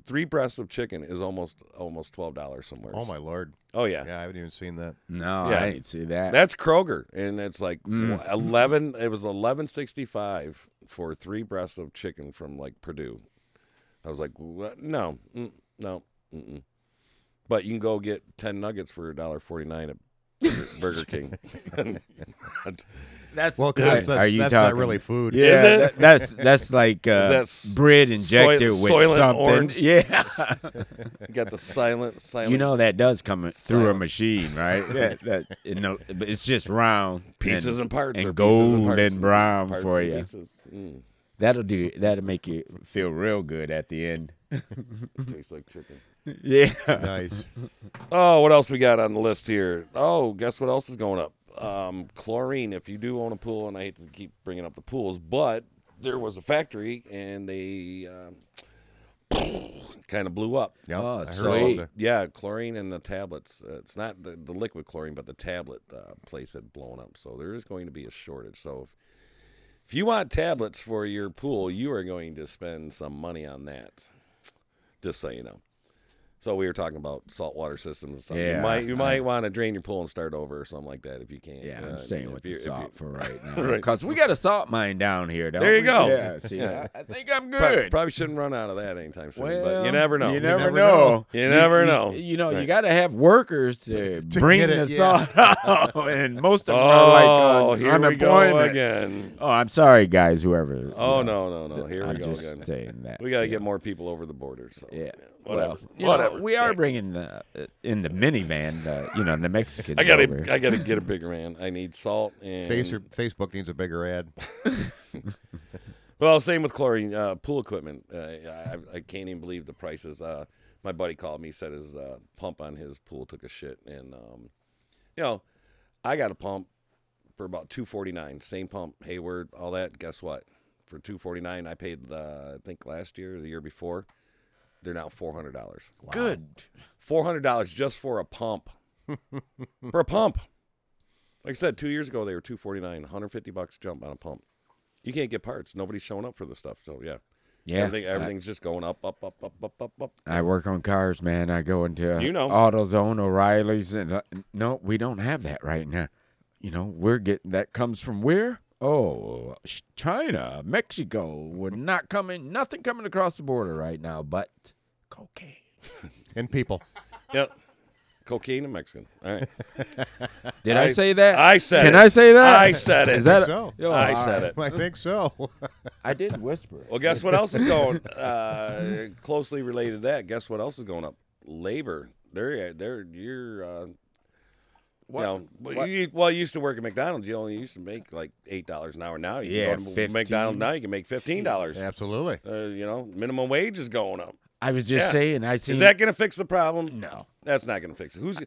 [SPEAKER 4] three breasts of chicken is almost almost twelve dollars somewhere.
[SPEAKER 1] Oh my lord!
[SPEAKER 4] Oh yeah.
[SPEAKER 1] Yeah, I haven't even seen that.
[SPEAKER 5] No,
[SPEAKER 4] Yeah.
[SPEAKER 5] I ain't see that.
[SPEAKER 4] That's Kroger, and it's like
[SPEAKER 5] Mm.
[SPEAKER 4] wh- eleven. It was eleven sixty five for three breasts of chicken from like Purdue. I was like, what? no, mm, no, mm-mm. but you can go get ten nuggets for a dollar forty nine at Burger, Burger King.
[SPEAKER 5] that's
[SPEAKER 1] Well, 'cause
[SPEAKER 5] Hey,
[SPEAKER 1] that's, that's,
[SPEAKER 6] are you
[SPEAKER 1] that's not
[SPEAKER 6] talking-
[SPEAKER 1] really food.
[SPEAKER 5] yeah,
[SPEAKER 4] Is it?
[SPEAKER 5] that- that's that's like uh,
[SPEAKER 4] that s-
[SPEAKER 5] bread injected
[SPEAKER 4] soil-
[SPEAKER 5] with
[SPEAKER 4] soylent
[SPEAKER 5] something.
[SPEAKER 4] orange?
[SPEAKER 5] Yeah,
[SPEAKER 4] You got the silent, silent
[SPEAKER 6] You know that does come in- through a
[SPEAKER 4] Silent.
[SPEAKER 6] machine, right? that, that, you know, but it's just round
[SPEAKER 4] pieces and,
[SPEAKER 6] and,
[SPEAKER 4] parts
[SPEAKER 6] and
[SPEAKER 4] or pieces
[SPEAKER 6] gold
[SPEAKER 4] parts
[SPEAKER 6] and brown
[SPEAKER 4] parts
[SPEAKER 6] for
[SPEAKER 4] and
[SPEAKER 6] you.
[SPEAKER 4] pieces. Mm,
[SPEAKER 6] That'll do. That'll make you feel real good at the end.
[SPEAKER 4] tastes like chicken.
[SPEAKER 6] Yeah.
[SPEAKER 1] Nice.
[SPEAKER 4] Oh, what else we got on the list here? Oh, guess what else is going up? Um, chlorine. If you do own a pool, and I hate to keep bringing up the pools, but there was a factory and they um, kind of blew up.
[SPEAKER 1] Yep,
[SPEAKER 5] Oh,
[SPEAKER 1] I heard
[SPEAKER 5] sweet.
[SPEAKER 1] about that.
[SPEAKER 4] Yeah, chlorine and the tablets. Uh, it's not the, the liquid chlorine, but the tablet uh, place had blown up. So there is going to be a shortage. So if, if you want tablets for your pool, you are going to spend some money on that. Just so you know. So we were talking about saltwater systems. And stuff.
[SPEAKER 5] Yeah,
[SPEAKER 4] you might you
[SPEAKER 5] I-
[SPEAKER 4] might want to drain your pool and start over or something like that if you can.
[SPEAKER 5] yeah,
[SPEAKER 4] Uh,
[SPEAKER 5] I'm staying
[SPEAKER 4] if
[SPEAKER 5] with
[SPEAKER 4] you-
[SPEAKER 5] the
[SPEAKER 4] if you-
[SPEAKER 5] salt for right now
[SPEAKER 4] Right.
[SPEAKER 5] because we got a salt mine down here. Don't
[SPEAKER 4] There you
[SPEAKER 5] we?
[SPEAKER 4] go.
[SPEAKER 5] Yeah, see,
[SPEAKER 4] Yeah.
[SPEAKER 5] I, I think I'm
[SPEAKER 4] Prob-
[SPEAKER 5] good.
[SPEAKER 4] Probably shouldn't run out of that anytime soon, but
[SPEAKER 5] Well,
[SPEAKER 4] you never know.
[SPEAKER 6] You
[SPEAKER 4] You
[SPEAKER 6] never,
[SPEAKER 1] never
[SPEAKER 6] know.
[SPEAKER 1] know.
[SPEAKER 4] You never know.
[SPEAKER 5] You, know, you
[SPEAKER 4] Right.
[SPEAKER 5] got to have workers to, bring
[SPEAKER 1] get
[SPEAKER 5] the
[SPEAKER 1] it, yeah.
[SPEAKER 5] salt out, and most of them are like
[SPEAKER 4] Oh,
[SPEAKER 5] on
[SPEAKER 4] here we go
[SPEAKER 5] unemployment.
[SPEAKER 4] again.
[SPEAKER 6] Oh, I'm sorry, guys. Whoever.
[SPEAKER 4] Oh no, no, no! Here we
[SPEAKER 6] I'm
[SPEAKER 4] go
[SPEAKER 6] just
[SPEAKER 4] again.
[SPEAKER 6] saying that.
[SPEAKER 4] We got to get more people over the border. So
[SPEAKER 5] Yeah.
[SPEAKER 4] whatever.
[SPEAKER 5] Well, you know,
[SPEAKER 4] whatever.
[SPEAKER 5] we are bringing the uh, in the minivan, the you know, the Mexicans.
[SPEAKER 4] I gotta,
[SPEAKER 5] over.
[SPEAKER 4] I gotta get a bigger man. I need salt and.
[SPEAKER 1] Face or, Facebook needs a bigger ad.
[SPEAKER 4] well, same with chlorine uh, pool equipment. Uh, I, I can't even believe the prices. Uh, my buddy called me. Said his uh, pump on his pool took a shit, and um, you know, I got a pump for about two forty nine. Same pump, Hayward, all that. Guess what? For two forty nine, I paid. Uh, I think last year, or the year before, they're now four hundred dollars.
[SPEAKER 5] Good.
[SPEAKER 4] four hundred dollars just for a pump. for a pump. Like I said, two years ago they were two forty nine, hundred fifty bucks jump on a pump. You can't get parts. Nobody's showing up for this stuff. So yeah.
[SPEAKER 5] Yeah.
[SPEAKER 4] Everything, everything's just going up, up, up, up, up, up, up.
[SPEAKER 5] I, I work on cars, man. I go into uh,
[SPEAKER 4] You know.
[SPEAKER 5] AutoZone, O'Reilly's, and uh, no, we don't have that right now. You know, we're getting that comes from where? Oh, sh- China, Mexico. We're not coming. Nothing coming across the border right now, but cocaine.
[SPEAKER 1] And people.
[SPEAKER 4] Yep. Cocaine and Mexican. All right.
[SPEAKER 5] Did I,
[SPEAKER 4] I-
[SPEAKER 5] say that?
[SPEAKER 4] I said
[SPEAKER 5] Can
[SPEAKER 4] it.
[SPEAKER 5] I say that?
[SPEAKER 4] I said it.
[SPEAKER 5] Is that
[SPEAKER 1] so.
[SPEAKER 5] Yo,
[SPEAKER 4] I
[SPEAKER 5] all
[SPEAKER 4] said
[SPEAKER 5] right.
[SPEAKER 4] it.
[SPEAKER 1] I think so.
[SPEAKER 5] I did whisper. it.
[SPEAKER 4] Well, guess what else is going uh, closely related to that? Guess what else is going up? Labor. They're they're you're uh,
[SPEAKER 5] What-
[SPEAKER 4] you know, well,
[SPEAKER 5] what-
[SPEAKER 4] you, well, you used to work at McDonald's. You only used to make like eight dollars an hour. Now you
[SPEAKER 5] Yeah,
[SPEAKER 4] can go to
[SPEAKER 5] 15.
[SPEAKER 4] McDonald's. Now you can make fifteen dollars.
[SPEAKER 1] Absolutely.
[SPEAKER 4] Uh, you know, minimum wage is going up.
[SPEAKER 5] I was just
[SPEAKER 4] Yeah.
[SPEAKER 5] saying. I seen
[SPEAKER 4] Is that going to fix the problem?
[SPEAKER 5] no.
[SPEAKER 4] That's not going to fix it. Who's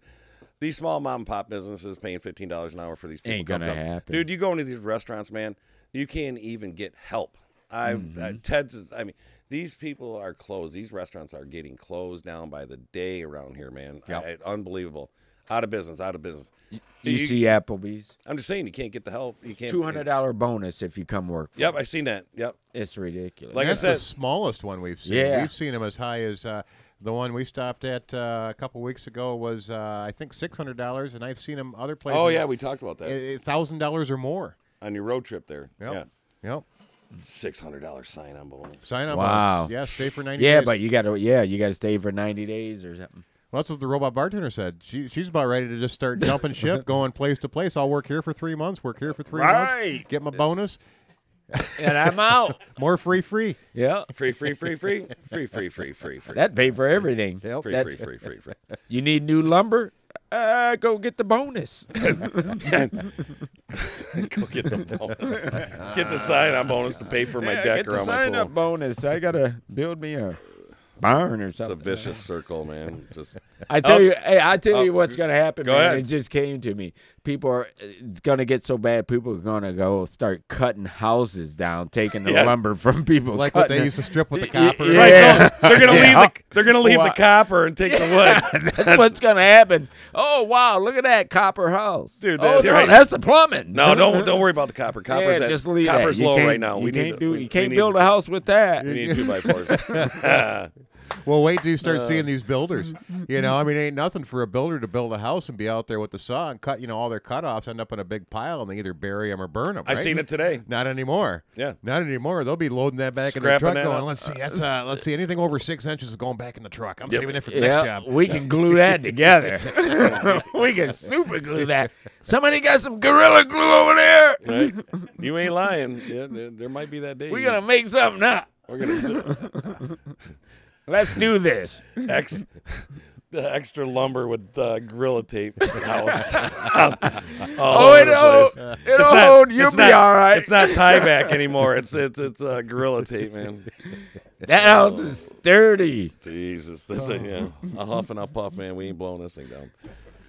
[SPEAKER 4] these small mom and pop businesses paying fifteen dollars an hour for these people?
[SPEAKER 5] Ain't
[SPEAKER 4] coming
[SPEAKER 5] gonna
[SPEAKER 4] up?
[SPEAKER 5] happen.
[SPEAKER 4] dude. You go into these restaurants, man. You can't even get help. I have
[SPEAKER 5] Mm-hmm.
[SPEAKER 4] uh, Ted's. Is, I mean, these people are closed. These restaurants are getting closed down by the day around here, man. I- unbelievable. Out of business. Out of business.
[SPEAKER 5] You,
[SPEAKER 4] You-
[SPEAKER 5] see Applebee's
[SPEAKER 4] I'm just saying you can't get the help. You can't.
[SPEAKER 5] two hundred dollar bonus if you come work. For
[SPEAKER 4] Yep,
[SPEAKER 5] it.
[SPEAKER 4] I seen that. Yep.
[SPEAKER 5] it's ridiculous.
[SPEAKER 4] Like I
[SPEAKER 1] That's
[SPEAKER 4] said-
[SPEAKER 1] the smallest one we've seen.
[SPEAKER 5] Yeah.
[SPEAKER 1] We've seen them as high as uh, the one we stopped at uh, a couple weeks ago was uh, I think six hundred dollars, and I've seen them other places.
[SPEAKER 4] Oh yeah, we talked about that
[SPEAKER 1] thousand dollars or more.
[SPEAKER 4] on your road trip there.
[SPEAKER 1] Yep. Yep.
[SPEAKER 4] Yeah, six hundred dollars sign on bonus.
[SPEAKER 1] Sign up.
[SPEAKER 5] Wow.
[SPEAKER 1] Yeah, stay for ninety.
[SPEAKER 5] yeah,
[SPEAKER 1] days.
[SPEAKER 5] but you gotta yeah you gotta stay for ninety days or something.
[SPEAKER 1] Well, that's what the robot bartender said. She, she's about ready to just start jumping ship, going place to place. I'll work here for three months. Work here for three
[SPEAKER 6] Right.
[SPEAKER 1] months. Get my bonus.
[SPEAKER 5] And I'm out.
[SPEAKER 1] More free, free.
[SPEAKER 5] yeah,
[SPEAKER 4] Free, free, free, free, free, free, free, free, free.
[SPEAKER 5] that pay for everything.
[SPEAKER 1] Yep.
[SPEAKER 4] free,
[SPEAKER 5] that-
[SPEAKER 4] free, free, free, free.
[SPEAKER 5] You need new lumber. Uh, go get the bonus.
[SPEAKER 4] Go get the bonus. Get the sign on bonus to pay for my
[SPEAKER 6] Yeah,
[SPEAKER 4] deck
[SPEAKER 6] get
[SPEAKER 4] or
[SPEAKER 6] the
[SPEAKER 4] on my
[SPEAKER 6] sign
[SPEAKER 4] pool.
[SPEAKER 6] up bonus. I gotta build me a barn or
[SPEAKER 4] It's a
[SPEAKER 6] something.
[SPEAKER 4] vicious circle, man. Just
[SPEAKER 5] I tell
[SPEAKER 4] Oh.
[SPEAKER 5] you, hey, I tell you
[SPEAKER 4] Oh,
[SPEAKER 5] what's gonna happen,
[SPEAKER 4] go
[SPEAKER 5] man.
[SPEAKER 4] ahead.
[SPEAKER 5] It just came to me. People are uh, it's gonna get so bad. People are gonna go start cutting houses down, taking the
[SPEAKER 4] Yeah.
[SPEAKER 5] lumber from people.
[SPEAKER 1] Like what
[SPEAKER 5] cutting
[SPEAKER 1] they
[SPEAKER 5] it.
[SPEAKER 1] used to strip with the
[SPEAKER 5] Y-
[SPEAKER 1] copper.
[SPEAKER 5] y-
[SPEAKER 4] Right,
[SPEAKER 5] Yeah.
[SPEAKER 4] no, they're gonna
[SPEAKER 5] Yeah.
[SPEAKER 4] leave. The, they're gonna leave
[SPEAKER 5] Wha-
[SPEAKER 4] the copper and take the wood.
[SPEAKER 5] That's what's gonna happen. Oh wow, look at that copper house,
[SPEAKER 4] Dude,
[SPEAKER 5] oh
[SPEAKER 4] that's
[SPEAKER 5] no,
[SPEAKER 4] right.
[SPEAKER 5] that's the plumbing.
[SPEAKER 4] No, don't don't worry about the copper. Copper's
[SPEAKER 5] yeah,
[SPEAKER 4] at,
[SPEAKER 5] just leave
[SPEAKER 4] copper's
[SPEAKER 5] that. You
[SPEAKER 4] low
[SPEAKER 5] can't-
[SPEAKER 4] right now.
[SPEAKER 5] You
[SPEAKER 4] we
[SPEAKER 5] can't
[SPEAKER 4] need to-
[SPEAKER 5] do.
[SPEAKER 4] we-
[SPEAKER 5] you
[SPEAKER 4] we
[SPEAKER 5] can't
[SPEAKER 4] need
[SPEAKER 5] build
[SPEAKER 4] to-
[SPEAKER 5] a house with that.
[SPEAKER 4] We need two by fours.
[SPEAKER 1] Well, wait till you
[SPEAKER 4] Uh.
[SPEAKER 1] start seeing these builders. You know, I mean, it ain't nothing for a builder to build a house and be out there with the saw and cut, you know, all their cutoffs end up in a big pile and they either bury them or burn them.
[SPEAKER 4] I seen it today.
[SPEAKER 1] Not anymore.
[SPEAKER 4] Yeah.
[SPEAKER 1] Not anymore. They'll be loading that back in their truck
[SPEAKER 4] Scrapping that
[SPEAKER 1] going,
[SPEAKER 4] up.
[SPEAKER 1] let's see, that's, uh, let's see, anything over six inches is going back in the truck. I'm saving it for the next
[SPEAKER 6] Yeah,
[SPEAKER 1] job.
[SPEAKER 6] we can glue that together. we can super glue that. Somebody got some gorilla glue over there.
[SPEAKER 4] Right? you ain't lying. Yeah, there, there might be that day.
[SPEAKER 6] We're gonna make something up.
[SPEAKER 4] We're gonna do
[SPEAKER 6] Let's do this.
[SPEAKER 4] ex, the extra lumber with uh, Gorilla Tape house. All
[SPEAKER 6] Oh,
[SPEAKER 4] over the
[SPEAKER 6] it'll,
[SPEAKER 4] place.
[SPEAKER 6] it'll
[SPEAKER 4] It's not-
[SPEAKER 6] hold. You'll
[SPEAKER 4] it's
[SPEAKER 6] be
[SPEAKER 4] not-
[SPEAKER 6] all right.
[SPEAKER 4] It's not tieback anymore. It's it's it's uh, Gorilla Tape, man.
[SPEAKER 6] that house is sturdy.
[SPEAKER 4] Jesus, this thing, yeah.
[SPEAKER 6] Oh.
[SPEAKER 4] A huff and a puff, man. We ain't blowing this thing down.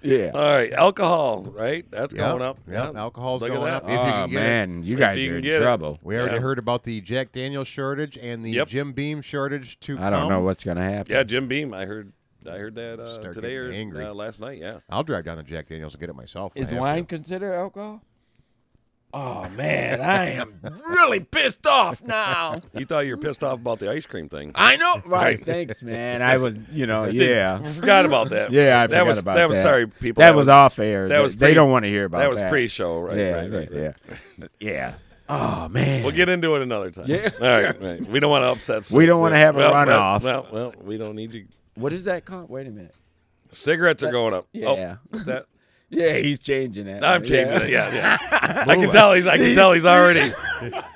[SPEAKER 6] Yeah.
[SPEAKER 4] All right, alcohol, right? That's
[SPEAKER 1] Yeah,
[SPEAKER 4] going up.
[SPEAKER 1] yeah, alcohol's
[SPEAKER 4] Look at
[SPEAKER 1] going
[SPEAKER 4] that.
[SPEAKER 1] up. If you
[SPEAKER 6] oh
[SPEAKER 1] can get it.
[SPEAKER 6] man, you guys
[SPEAKER 4] you
[SPEAKER 6] are
[SPEAKER 4] can
[SPEAKER 6] in
[SPEAKER 4] get it.
[SPEAKER 6] trouble.
[SPEAKER 1] We already
[SPEAKER 4] Yeah.
[SPEAKER 1] heard about the Jack Daniel shortage and the
[SPEAKER 4] Yep.
[SPEAKER 1] Jim Beam shortage to
[SPEAKER 6] I don't
[SPEAKER 1] come.
[SPEAKER 6] know what's gonna happen.
[SPEAKER 4] Um, Yeah, Jim Beam. I heard I heard that uh,
[SPEAKER 1] Start
[SPEAKER 4] today or
[SPEAKER 1] getting angry.
[SPEAKER 4] uh, last night. Yeah.
[SPEAKER 1] I'll drive down to Jack Daniels and get it myself. if
[SPEAKER 5] Is
[SPEAKER 1] I have
[SPEAKER 5] wine
[SPEAKER 1] to.
[SPEAKER 5] considered alcohol?
[SPEAKER 6] Oh man, I am really pissed off now.
[SPEAKER 4] You thought you were pissed off about the ice cream thing.
[SPEAKER 6] I know,
[SPEAKER 4] Right.
[SPEAKER 6] right? Thanks, man. I was, you know,
[SPEAKER 4] Didn't-
[SPEAKER 6] yeah,
[SPEAKER 4] we forgot about that.
[SPEAKER 6] yeah. I
[SPEAKER 4] that
[SPEAKER 6] forgot
[SPEAKER 4] was
[SPEAKER 6] about
[SPEAKER 4] that
[SPEAKER 6] that.
[SPEAKER 4] was sorry, people.
[SPEAKER 6] That, was, off air.
[SPEAKER 4] that
[SPEAKER 6] They-
[SPEAKER 4] was pre-
[SPEAKER 6] they don't want to hear about
[SPEAKER 4] That was
[SPEAKER 6] that.
[SPEAKER 4] pre-show, right?
[SPEAKER 6] yeah,
[SPEAKER 4] right, right,
[SPEAKER 6] yeah,
[SPEAKER 4] right.
[SPEAKER 6] yeah, yeah. Oh man.
[SPEAKER 4] We'll get into it another time.
[SPEAKER 5] Yeah.
[SPEAKER 4] All right. right. We don't want to upset.
[SPEAKER 6] We don't wanna have a
[SPEAKER 4] well, well,
[SPEAKER 6] runoff.
[SPEAKER 4] Well, well, we don't need you.
[SPEAKER 5] What is that comp? Wait a minute.
[SPEAKER 4] Cigarettes are going up.
[SPEAKER 5] Yeah.
[SPEAKER 4] Oh, what's that
[SPEAKER 6] yeah, he's changing that.
[SPEAKER 4] I'm changing it. Yeah, yeah. I can tell he's. I can tell he's already.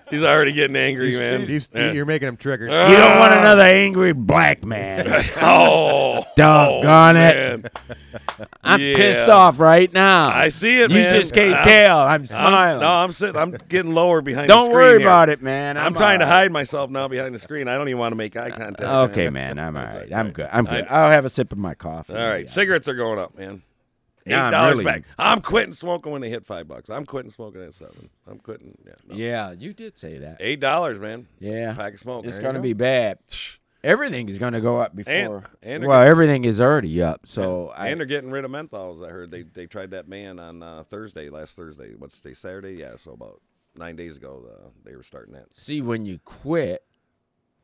[SPEAKER 4] He's already getting angry, man.
[SPEAKER 1] He's-
[SPEAKER 4] Yeah. Ah.
[SPEAKER 1] You're making him triggered.
[SPEAKER 6] You don't want another angry black man.
[SPEAKER 4] Uh, Oh,
[SPEAKER 6] Doggone
[SPEAKER 4] oh,
[SPEAKER 6] it.
[SPEAKER 4] man.
[SPEAKER 6] I'm
[SPEAKER 4] Yeah.
[SPEAKER 6] pissed off right now.
[SPEAKER 4] I see it,
[SPEAKER 6] you
[SPEAKER 4] man. Ah,
[SPEAKER 6] just can't
[SPEAKER 4] I'm-
[SPEAKER 6] tell. I'm
[SPEAKER 4] I'm-
[SPEAKER 6] smiling.
[SPEAKER 4] no, I'm sitting. I'm getting lower behind. the
[SPEAKER 6] Don't
[SPEAKER 4] screen
[SPEAKER 6] worry
[SPEAKER 4] here.
[SPEAKER 6] about it, man.
[SPEAKER 4] I'm,
[SPEAKER 6] I'm,
[SPEAKER 4] trying to
[SPEAKER 6] all right. Uh,
[SPEAKER 4] hide myself now behind the screen. I don't even want to make eye contact.
[SPEAKER 6] Okay, man. I'm all right. I'm good. I'm good.
[SPEAKER 4] I-
[SPEAKER 6] I, will have a sip of my coffee.
[SPEAKER 4] All right, cigarettes are going up, man. Eight
[SPEAKER 6] Yeah, I'm
[SPEAKER 4] dollars
[SPEAKER 6] really-
[SPEAKER 4] back. I'm quitting smoking when they hit five bucks. I'm quitting smoking at seven. I'm quitting. Yeah, no.
[SPEAKER 5] Yeah, you did say that.
[SPEAKER 4] eight dollars, man.
[SPEAKER 5] Yeah.
[SPEAKER 4] Pack of smoke.
[SPEAKER 5] It's
[SPEAKER 4] There you
[SPEAKER 5] going to
[SPEAKER 4] go.
[SPEAKER 5] be bad. Everything is going to go up before.
[SPEAKER 4] And- and they're
[SPEAKER 5] well, everything is already up. So I,
[SPEAKER 4] and they're getting rid of menthols. I heard they they tried that ban on uh, Thursday, last Thursday. What's today? Saturday? Yeah, so about nine days ago, uh, they were starting that.
[SPEAKER 5] see when you quit,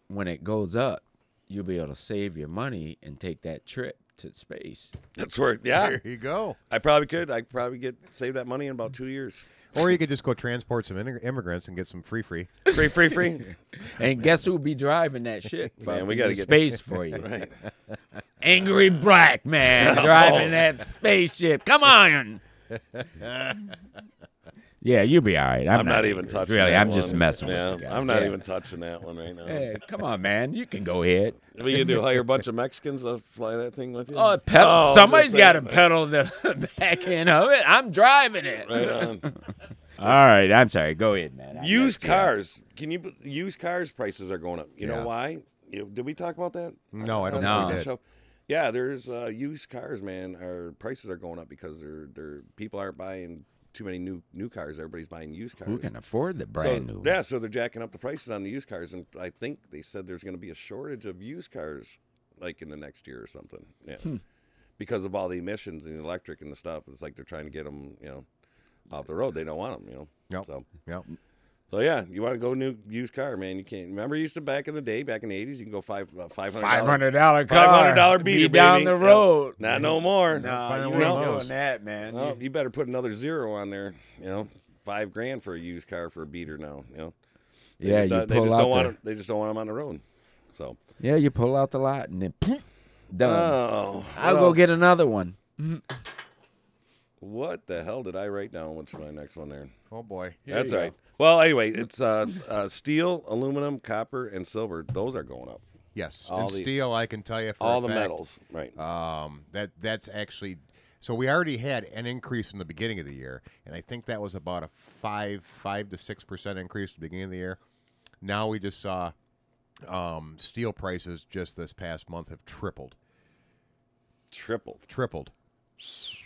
[SPEAKER 5] when it goes up, you'll be able to save your money and take that trip to space.
[SPEAKER 4] That's where, yeah,
[SPEAKER 1] There you go.
[SPEAKER 4] I probably could. I could probably get save that money in about two years.
[SPEAKER 1] Or you could just go transport some immig- immigrants and get some free free.
[SPEAKER 4] Free, free, free.
[SPEAKER 5] And guess who'll be driving that shit?
[SPEAKER 4] Man, we
[SPEAKER 5] Fucking
[SPEAKER 4] gotta
[SPEAKER 5] the
[SPEAKER 4] get-
[SPEAKER 5] space for you.
[SPEAKER 4] right. Oh.
[SPEAKER 6] Angry black man driving that spaceship. Come on. yeah, you'll be all right. I'm,
[SPEAKER 4] I'm not even touching.
[SPEAKER 6] Really,
[SPEAKER 4] that
[SPEAKER 6] I'm just
[SPEAKER 4] one.
[SPEAKER 6] messing with
[SPEAKER 4] Yeah,
[SPEAKER 6] you guys.
[SPEAKER 4] I'm not
[SPEAKER 6] Yeah.
[SPEAKER 4] even touching that one right now.
[SPEAKER 6] Hey, come on, man. You can go ahead.
[SPEAKER 4] We could do hire a bunch of Mexicans to fly that thing with you.
[SPEAKER 1] Uh,
[SPEAKER 6] Oh, ped-
[SPEAKER 4] Oh, I'm
[SPEAKER 6] somebody's
[SPEAKER 4] just
[SPEAKER 6] got to
[SPEAKER 4] saying.
[SPEAKER 6] pedal the back end of it. I'm driving it.
[SPEAKER 4] Right on.
[SPEAKER 6] All right, I'm sorry. Go ahead, man. I
[SPEAKER 4] Used
[SPEAKER 6] got you.
[SPEAKER 4] cars. Can you b- used cars prices are going up? You know
[SPEAKER 1] Yeah.
[SPEAKER 4] why? You, did we talk about that?
[SPEAKER 1] No, I don't
[SPEAKER 4] on
[SPEAKER 1] think we
[SPEAKER 4] the
[SPEAKER 1] did.
[SPEAKER 4] show? Yeah, there's uh, used cars, man. Our prices are going up because they're they're people aren't buying too many new new cars. Everybody's buying used cars.
[SPEAKER 5] Who can afford the
[SPEAKER 4] So,
[SPEAKER 5] brand new?
[SPEAKER 4] Yeah, so they're jacking up the prices on the used cars, and I think they said there's going to be a shortage of used cars like in the next year or something. Yeah,
[SPEAKER 6] Hmm.
[SPEAKER 4] because of all the emissions and the electric and the stuff. It's like they're trying to get them, you know, off the road. They don't want them, you know.
[SPEAKER 1] Yep.
[SPEAKER 4] So.
[SPEAKER 1] Yep.
[SPEAKER 4] So yeah, you want to go new used car, man? You can't remember. You used to back in the day, back in the eighties, you can go five uh, five hundred
[SPEAKER 6] Five hundred dollar car.
[SPEAKER 4] uh, five hundred dollar beater
[SPEAKER 6] Be down
[SPEAKER 4] baby.
[SPEAKER 6] the
[SPEAKER 4] Yeah.
[SPEAKER 6] road.
[SPEAKER 4] Not no more.
[SPEAKER 1] Find
[SPEAKER 6] No,
[SPEAKER 1] one
[SPEAKER 6] you
[SPEAKER 1] of
[SPEAKER 6] ain't
[SPEAKER 1] those.
[SPEAKER 6] doing that, man.
[SPEAKER 4] Well,
[SPEAKER 6] You-
[SPEAKER 4] you better put another zero on there. You know, five grand for a used car for a beater now. You know, They
[SPEAKER 5] yeah,
[SPEAKER 4] just,
[SPEAKER 5] you
[SPEAKER 4] don't- they
[SPEAKER 5] pull
[SPEAKER 4] just
[SPEAKER 5] out the,
[SPEAKER 4] don't want 'em- they just don't want them on the road. So
[SPEAKER 5] Yeah, you pull out the lot and then poof, done.
[SPEAKER 4] oh,
[SPEAKER 5] Uh, I'll
[SPEAKER 4] what
[SPEAKER 5] go
[SPEAKER 4] else?
[SPEAKER 5] get another one.
[SPEAKER 4] What the hell did I write down? What's my next one there?
[SPEAKER 1] Oh boy.
[SPEAKER 4] That's all right. Well, anyway, it's uh, uh, steel, aluminum, copper, and silver. Those are going up.
[SPEAKER 1] Yes.
[SPEAKER 4] All
[SPEAKER 1] and
[SPEAKER 4] the-
[SPEAKER 1] steel, I can tell you. For
[SPEAKER 4] All
[SPEAKER 1] a
[SPEAKER 4] the
[SPEAKER 1] fact,
[SPEAKER 4] metals, right?
[SPEAKER 5] Uh,
[SPEAKER 1] Um, that that's actually. So we already had an increase in the beginning of the year, and I think that was about a five five to six percent increase at the beginning of the year. Now we just saw um, steel prices just this past month have tripled.
[SPEAKER 4] Tripled.
[SPEAKER 5] oh,
[SPEAKER 1] tripled.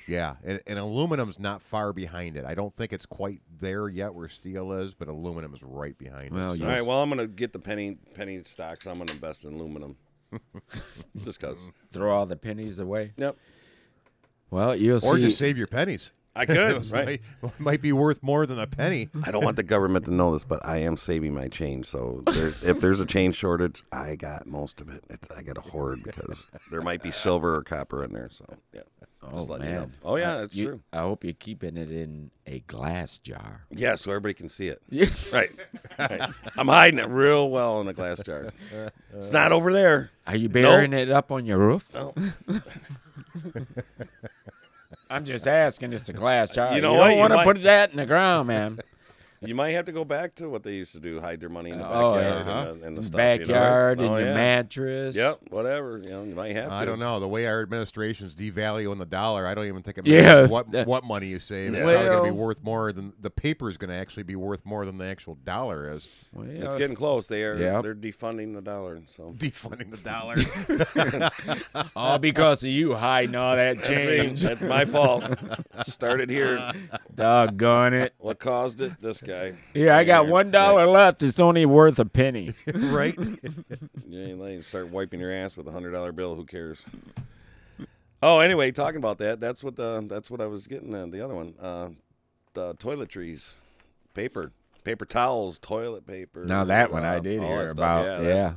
[SPEAKER 1] Yeah, and, and aluminum's not far behind it. I don't think it's quite there yet where steel is, but aluminum is right behind
[SPEAKER 5] Well,
[SPEAKER 1] it.
[SPEAKER 5] you-
[SPEAKER 4] All right. Well, I'm gonna get the penny penny stocks. I'm gonna invest in aluminum, just cause.
[SPEAKER 5] Throw all the pennies away.
[SPEAKER 4] Yep.
[SPEAKER 5] Well, you'll
[SPEAKER 1] or
[SPEAKER 5] see.
[SPEAKER 1] just save your pennies.
[SPEAKER 4] I
[SPEAKER 1] It
[SPEAKER 4] could.
[SPEAKER 1] was-
[SPEAKER 4] right?
[SPEAKER 1] might, might be worth more than a penny.
[SPEAKER 4] I don't want the government to know this, but I am saving my change. So there, if there's a change shortage, I got most of it. It's, I got a hoard because there might be silver or copper in there. So yeah.
[SPEAKER 5] Oh
[SPEAKER 4] letting
[SPEAKER 5] man.
[SPEAKER 4] you know. Oh, yeah,
[SPEAKER 5] I-
[SPEAKER 4] that's
[SPEAKER 5] you-
[SPEAKER 4] true.
[SPEAKER 5] I hope you're keeping it in a glass jar.
[SPEAKER 4] Yeah, so everybody can see it.
[SPEAKER 5] Yeah.
[SPEAKER 4] Right. right. I'm hiding it real well in a glass jar. It's not over there.
[SPEAKER 5] Are you burying it up on your roof?
[SPEAKER 4] No.
[SPEAKER 6] I'm just asking. It's a glass jar.
[SPEAKER 4] You know
[SPEAKER 5] you
[SPEAKER 4] what?
[SPEAKER 5] don't
[SPEAKER 4] You
[SPEAKER 5] want to
[SPEAKER 4] might-
[SPEAKER 5] put that in the ground, man.
[SPEAKER 4] You might have to go back to what they used to do, hide their money in the
[SPEAKER 5] Oh,
[SPEAKER 4] backyard
[SPEAKER 5] yeah.
[SPEAKER 4] and the, and the stuff. you know?
[SPEAKER 5] Backyard
[SPEAKER 4] Oh,
[SPEAKER 5] and your
[SPEAKER 4] yeah.
[SPEAKER 5] mattress.
[SPEAKER 4] Yep, whatever. You know, you might have to.
[SPEAKER 1] I don't know. The way our administration's devaluing the dollar, I don't even think it matters
[SPEAKER 5] Yeah.
[SPEAKER 1] what
[SPEAKER 5] Yeah.
[SPEAKER 1] what money you save. It's
[SPEAKER 4] Yeah.
[SPEAKER 1] probably going to
[SPEAKER 5] Well-
[SPEAKER 1] be worth more than the paper is going to actually be worth more than the actual dollar is.
[SPEAKER 5] Well,
[SPEAKER 4] It's getting close. They are
[SPEAKER 5] Yep.
[SPEAKER 4] they're defunding the dollar. So
[SPEAKER 1] Defunding the dollar.
[SPEAKER 5] all because of you hiding all that
[SPEAKER 4] that's, me. that's my fault. Started here.
[SPEAKER 6] Doggone it.
[SPEAKER 4] What caused it? This guy.
[SPEAKER 6] Here, I got one dollar left. It's only worth a penny.
[SPEAKER 1] right?
[SPEAKER 4] You ain't late. Start wiping your ass with a hundred dollar bill. Who cares? Oh, anyway, talking about that. That's what the that's what I was getting at. The other one, uh, the toiletries, paper, paper towels, toilet paper.
[SPEAKER 6] Now that one I
[SPEAKER 4] uh,
[SPEAKER 6] did
[SPEAKER 4] all
[SPEAKER 6] hear
[SPEAKER 4] that stuff.
[SPEAKER 6] about.
[SPEAKER 4] Yeah, that-
[SPEAKER 5] Yeah.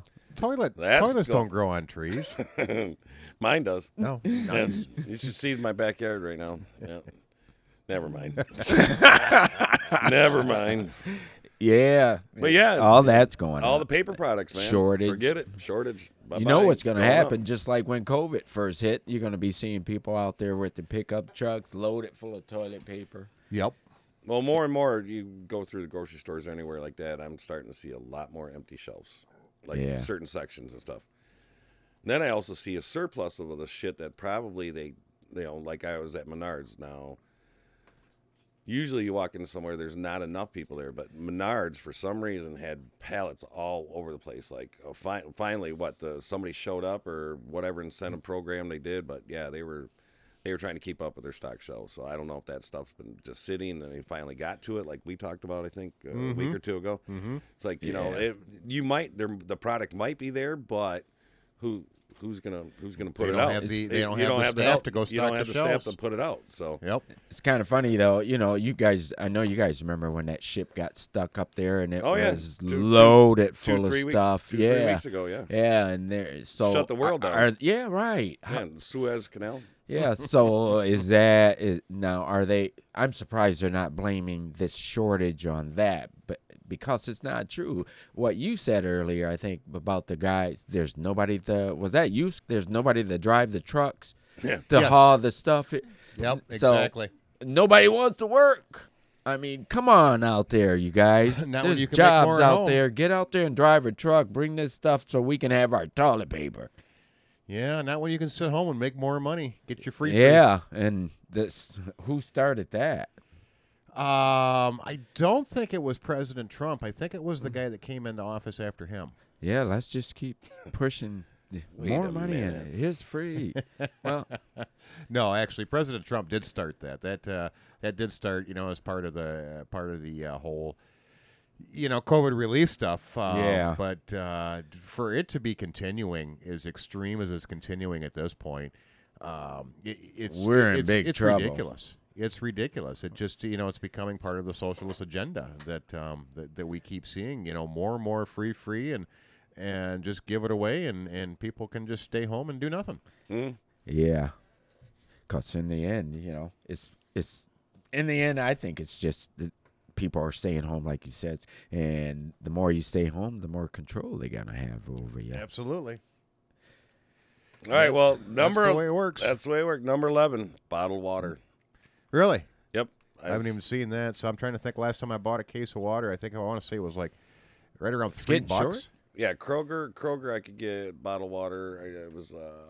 [SPEAKER 1] Toilet
[SPEAKER 4] That's
[SPEAKER 1] toilets
[SPEAKER 4] go-
[SPEAKER 1] don't grow on trees.
[SPEAKER 4] mine does.
[SPEAKER 1] No.
[SPEAKER 4] Yeah. You should see my backyard right now. Yeah. Never mind. Never mind.
[SPEAKER 6] Yeah.
[SPEAKER 4] But yeah,
[SPEAKER 5] All that's going
[SPEAKER 4] all
[SPEAKER 5] on.
[SPEAKER 4] the paper products, man.
[SPEAKER 5] Shortage.
[SPEAKER 4] Forget it. Shortage.
[SPEAKER 5] you
[SPEAKER 4] Bye-bye.
[SPEAKER 5] know what's going to
[SPEAKER 4] Going up.
[SPEAKER 5] happen just like when covid first hit you're going to be seeing people out there with the pickup trucks loaded full of toilet paper
[SPEAKER 1] Yep.
[SPEAKER 4] Well, more and more you go through the grocery stores or anywhere like that, I'm starting to see a lot more empty shelves, like
[SPEAKER 5] Yeah.
[SPEAKER 4] certain sections and stuff. Then I also see a surplus of all the shit that probably they, you know, like I was at Menards now. Usually you walk into somewhere, there's not enough people there, but Menards for some reason had pallets all over the place. Like oh, fi- finally, what the, somebody showed up or whatever
[SPEAKER 1] Mm-hmm.
[SPEAKER 4] incentive program they did, but yeah, they were they were trying to keep up with their stock shelves. So I don't know if that stuff's been just sitting and they finally got to it, like we talked about, I think, uh, a week or two ago. Mm-hmm. It's like you know,
[SPEAKER 5] Yeah.
[SPEAKER 4] it, you might there, the product might be there, but who who's gonna who's gonna put
[SPEAKER 1] They
[SPEAKER 4] it
[SPEAKER 1] don't
[SPEAKER 4] out?
[SPEAKER 1] have the-
[SPEAKER 4] It's-
[SPEAKER 1] they
[SPEAKER 4] it-
[SPEAKER 1] don't
[SPEAKER 4] you
[SPEAKER 1] have the staff
[SPEAKER 4] help.
[SPEAKER 1] to go
[SPEAKER 4] You don't
[SPEAKER 1] stock
[SPEAKER 4] have
[SPEAKER 1] the
[SPEAKER 4] staff to
[SPEAKER 1] shelves.
[SPEAKER 4] put it out. So
[SPEAKER 1] Yep.
[SPEAKER 5] it's kind of funny though you know you guys i know you guys remember when that ship got stuck up there and it
[SPEAKER 4] Oh, yeah.
[SPEAKER 5] was
[SPEAKER 4] Two- two-
[SPEAKER 5] loaded
[SPEAKER 4] two,
[SPEAKER 5] full
[SPEAKER 4] three
[SPEAKER 5] of
[SPEAKER 4] weeks-
[SPEAKER 5] stuff
[SPEAKER 4] two, three
[SPEAKER 5] yeah
[SPEAKER 4] weeks ago, yeah.
[SPEAKER 5] yeah and there so
[SPEAKER 4] Shut the world
[SPEAKER 5] are-
[SPEAKER 4] down.
[SPEAKER 5] are- yeah right How-
[SPEAKER 4] man, Suez Canal.
[SPEAKER 5] yeah so is that is now are they i'm surprised they're not blaming this shortage on that but because it's not true what you said earlier i think about the guys there's nobody to was that you there's nobody to drive the trucks
[SPEAKER 4] Yeah.
[SPEAKER 5] to
[SPEAKER 1] Yes.
[SPEAKER 5] haul the stuff yep
[SPEAKER 1] Yep. Exactly.
[SPEAKER 5] nobody wants to work i mean come on out there you guys
[SPEAKER 1] Not when
[SPEAKER 5] there's
[SPEAKER 1] you can make
[SPEAKER 5] jobs
[SPEAKER 1] more at
[SPEAKER 5] out
[SPEAKER 1] home.
[SPEAKER 5] there get out there and drive a truck bring this stuff so we can have our toilet paper
[SPEAKER 1] Yeah. Not when you can sit home and make more money. Get your free. food.
[SPEAKER 5] yeah and this who started that
[SPEAKER 1] Um, I don't think it was President Trump. I think it was
[SPEAKER 4] Mm.
[SPEAKER 1] the guy that came into office after him.
[SPEAKER 5] Yeah, let's just keep pushing
[SPEAKER 4] Wait
[SPEAKER 5] more
[SPEAKER 4] a
[SPEAKER 5] money
[SPEAKER 4] minute.
[SPEAKER 5] in it. It's free. well,
[SPEAKER 1] No, actually, President Trump did start that. That uh, that did start, you know, as part of the part of the uh, whole, you know, COVID relief stuff. Uh,
[SPEAKER 5] Yeah.
[SPEAKER 1] But uh, for it to be continuing, as extreme as it's continuing at this point, um, it, it's
[SPEAKER 5] We're in
[SPEAKER 1] it's-
[SPEAKER 5] big
[SPEAKER 1] it's
[SPEAKER 5] trouble.
[SPEAKER 1] Ridiculous. It's ridiculous. It just you know it's becoming part of the socialist agenda that um, that, that we keep seeing. You know, more and more free, free, and and just give it away, and and people can just stay home and do nothing.
[SPEAKER 5] yeah, because in the end, you know, it's it's in the end. I think it's just that people are staying home, like you said, and the more you stay home, the more control they're gonna have over you.
[SPEAKER 1] Absolutely.
[SPEAKER 4] All right. Well, number
[SPEAKER 1] that's the way it works.
[SPEAKER 4] That's the way it works. Number eleven, bottled water.
[SPEAKER 1] Really?
[SPEAKER 4] Yep.
[SPEAKER 1] I haven't even seen that. So I'm trying to think. Last time I bought a case of water, I think I want to say it was like right around three
[SPEAKER 5] getting short.
[SPEAKER 1] bucks.
[SPEAKER 4] Yeah, Kroger, Kroger, I could get bottled water. I- It was uh,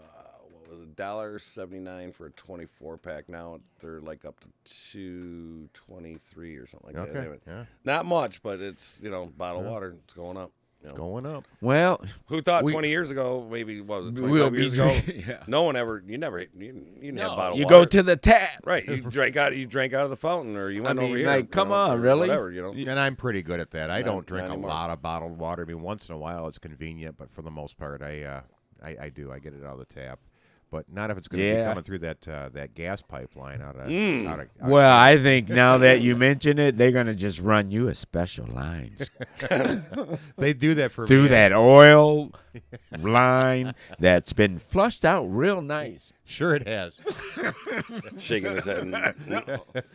[SPEAKER 4] what was it, dollar seventy nine for a twenty four pack. Now they're like up to two twenty three or something like that.
[SPEAKER 1] Okay,
[SPEAKER 4] Anyway,
[SPEAKER 1] yeah.
[SPEAKER 4] Not much, but it's you know bottled water. It's going up. you know.
[SPEAKER 1] Going up.
[SPEAKER 5] Well,
[SPEAKER 4] Who thought
[SPEAKER 5] We-
[SPEAKER 4] twenty years ago? Maybe what was it? 25
[SPEAKER 5] we'll be
[SPEAKER 4] years ago.
[SPEAKER 5] drinking- yeah.
[SPEAKER 4] No one ever. You never. You, you didn't have bottled
[SPEAKER 5] you
[SPEAKER 4] water.
[SPEAKER 5] go to the tap.
[SPEAKER 4] right. You drank out. You drank out of the fountain, or you
[SPEAKER 5] I
[SPEAKER 4] went over
[SPEAKER 5] mean,
[SPEAKER 4] here.
[SPEAKER 5] like,
[SPEAKER 4] you
[SPEAKER 5] come
[SPEAKER 4] know,
[SPEAKER 5] on,
[SPEAKER 4] or
[SPEAKER 5] really?
[SPEAKER 4] Whatever. You know.
[SPEAKER 1] And I'm pretty good at that. I don't drink
[SPEAKER 4] Oh. not
[SPEAKER 1] a
[SPEAKER 4] anymore.
[SPEAKER 1] lot of bottled water. I mean, once in a while it's convenient, but for the most part, I uh, I, I do. I get it out of the tap. but not if it's going to be
[SPEAKER 5] Yeah.
[SPEAKER 1] coming through that uh, that gas pipeline out of, out of out of-
[SPEAKER 6] Well, I think now that you mention it, they're gonna just run you a special line
[SPEAKER 1] they do that for
[SPEAKER 6] through
[SPEAKER 1] me.
[SPEAKER 6] that oil line that's been flushed out real nice.
[SPEAKER 1] Sure, it has.
[SPEAKER 4] Shaking his head.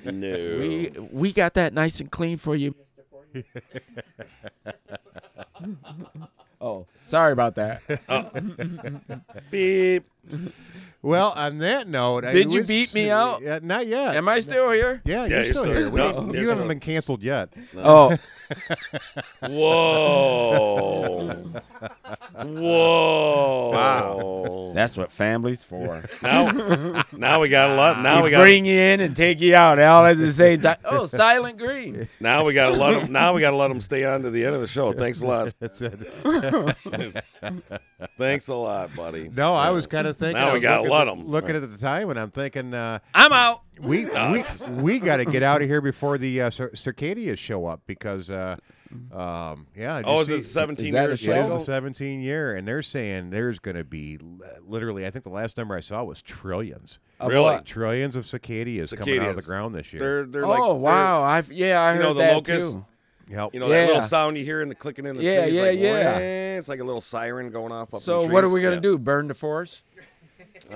[SPEAKER 4] No.
[SPEAKER 5] We we got that nice and clean for you. oh,
[SPEAKER 6] Sorry about that.
[SPEAKER 4] Beep.
[SPEAKER 1] Well, on that note, I
[SPEAKER 5] Did you
[SPEAKER 1] wish-
[SPEAKER 5] beat me out?
[SPEAKER 1] Yeah, not yet.
[SPEAKER 5] am I still here?
[SPEAKER 1] Yeah, you're,
[SPEAKER 4] you're
[SPEAKER 1] still,
[SPEAKER 4] still-
[SPEAKER 1] here. We-
[SPEAKER 4] no,
[SPEAKER 1] you
[SPEAKER 4] you're
[SPEAKER 1] haven't
[SPEAKER 4] still-
[SPEAKER 1] been canceled yet.
[SPEAKER 5] Oh,
[SPEAKER 4] Whoa. Whoa. Wow.
[SPEAKER 6] That's what family's for.
[SPEAKER 4] Now, now we got a lot. Now we
[SPEAKER 6] we
[SPEAKER 4] got.
[SPEAKER 6] bring you in and take you out all at the same time.
[SPEAKER 5] oh, Silent Green.
[SPEAKER 4] Now we got to let them. Now we got to let them stay on to the end of the show. Thanks a lot.
[SPEAKER 1] That's it.
[SPEAKER 4] Thanks a lot, buddy.
[SPEAKER 1] No, I was kind of thinking.
[SPEAKER 4] Now
[SPEAKER 1] I
[SPEAKER 4] we
[SPEAKER 1] was
[SPEAKER 4] gotta
[SPEAKER 1] looking,
[SPEAKER 4] let 'em.
[SPEAKER 1] Looking at the time, and I'm thinking uh,
[SPEAKER 6] I'm out.
[SPEAKER 1] we we, we got to get out of here before the uh, Cir- Circadias show up because, uh, um, yeah. did you
[SPEAKER 4] Oh, is
[SPEAKER 1] see-
[SPEAKER 4] it 17
[SPEAKER 5] is that a
[SPEAKER 4] years
[SPEAKER 1] It is the
[SPEAKER 4] ago?
[SPEAKER 1] 17 year, and they're saying there's going to be li- literally. I think the last number I saw was trillions,
[SPEAKER 5] Of
[SPEAKER 4] Really?
[SPEAKER 5] what?
[SPEAKER 1] trillions of cicadas, coming out of the
[SPEAKER 4] Cicadas.
[SPEAKER 1] ground this year.
[SPEAKER 4] Uh, They're they're
[SPEAKER 5] Oh
[SPEAKER 4] like. they're-
[SPEAKER 5] wow! I yeah, I
[SPEAKER 4] you
[SPEAKER 5] heard
[SPEAKER 4] know, the
[SPEAKER 5] that
[SPEAKER 4] locusts?
[SPEAKER 5] too.
[SPEAKER 1] Yep.
[SPEAKER 4] You know that little
[SPEAKER 5] Yeah.
[SPEAKER 4] sound you hear in the clicking in the
[SPEAKER 5] Yeah,
[SPEAKER 4] trees?
[SPEAKER 5] yeah,
[SPEAKER 4] like,
[SPEAKER 5] yeah.
[SPEAKER 4] "Wah," It's like a little siren going off up in
[SPEAKER 5] So
[SPEAKER 4] the
[SPEAKER 5] what are
[SPEAKER 4] trees.
[SPEAKER 5] we gonna
[SPEAKER 4] Yeah.
[SPEAKER 5] do? Burn the forest?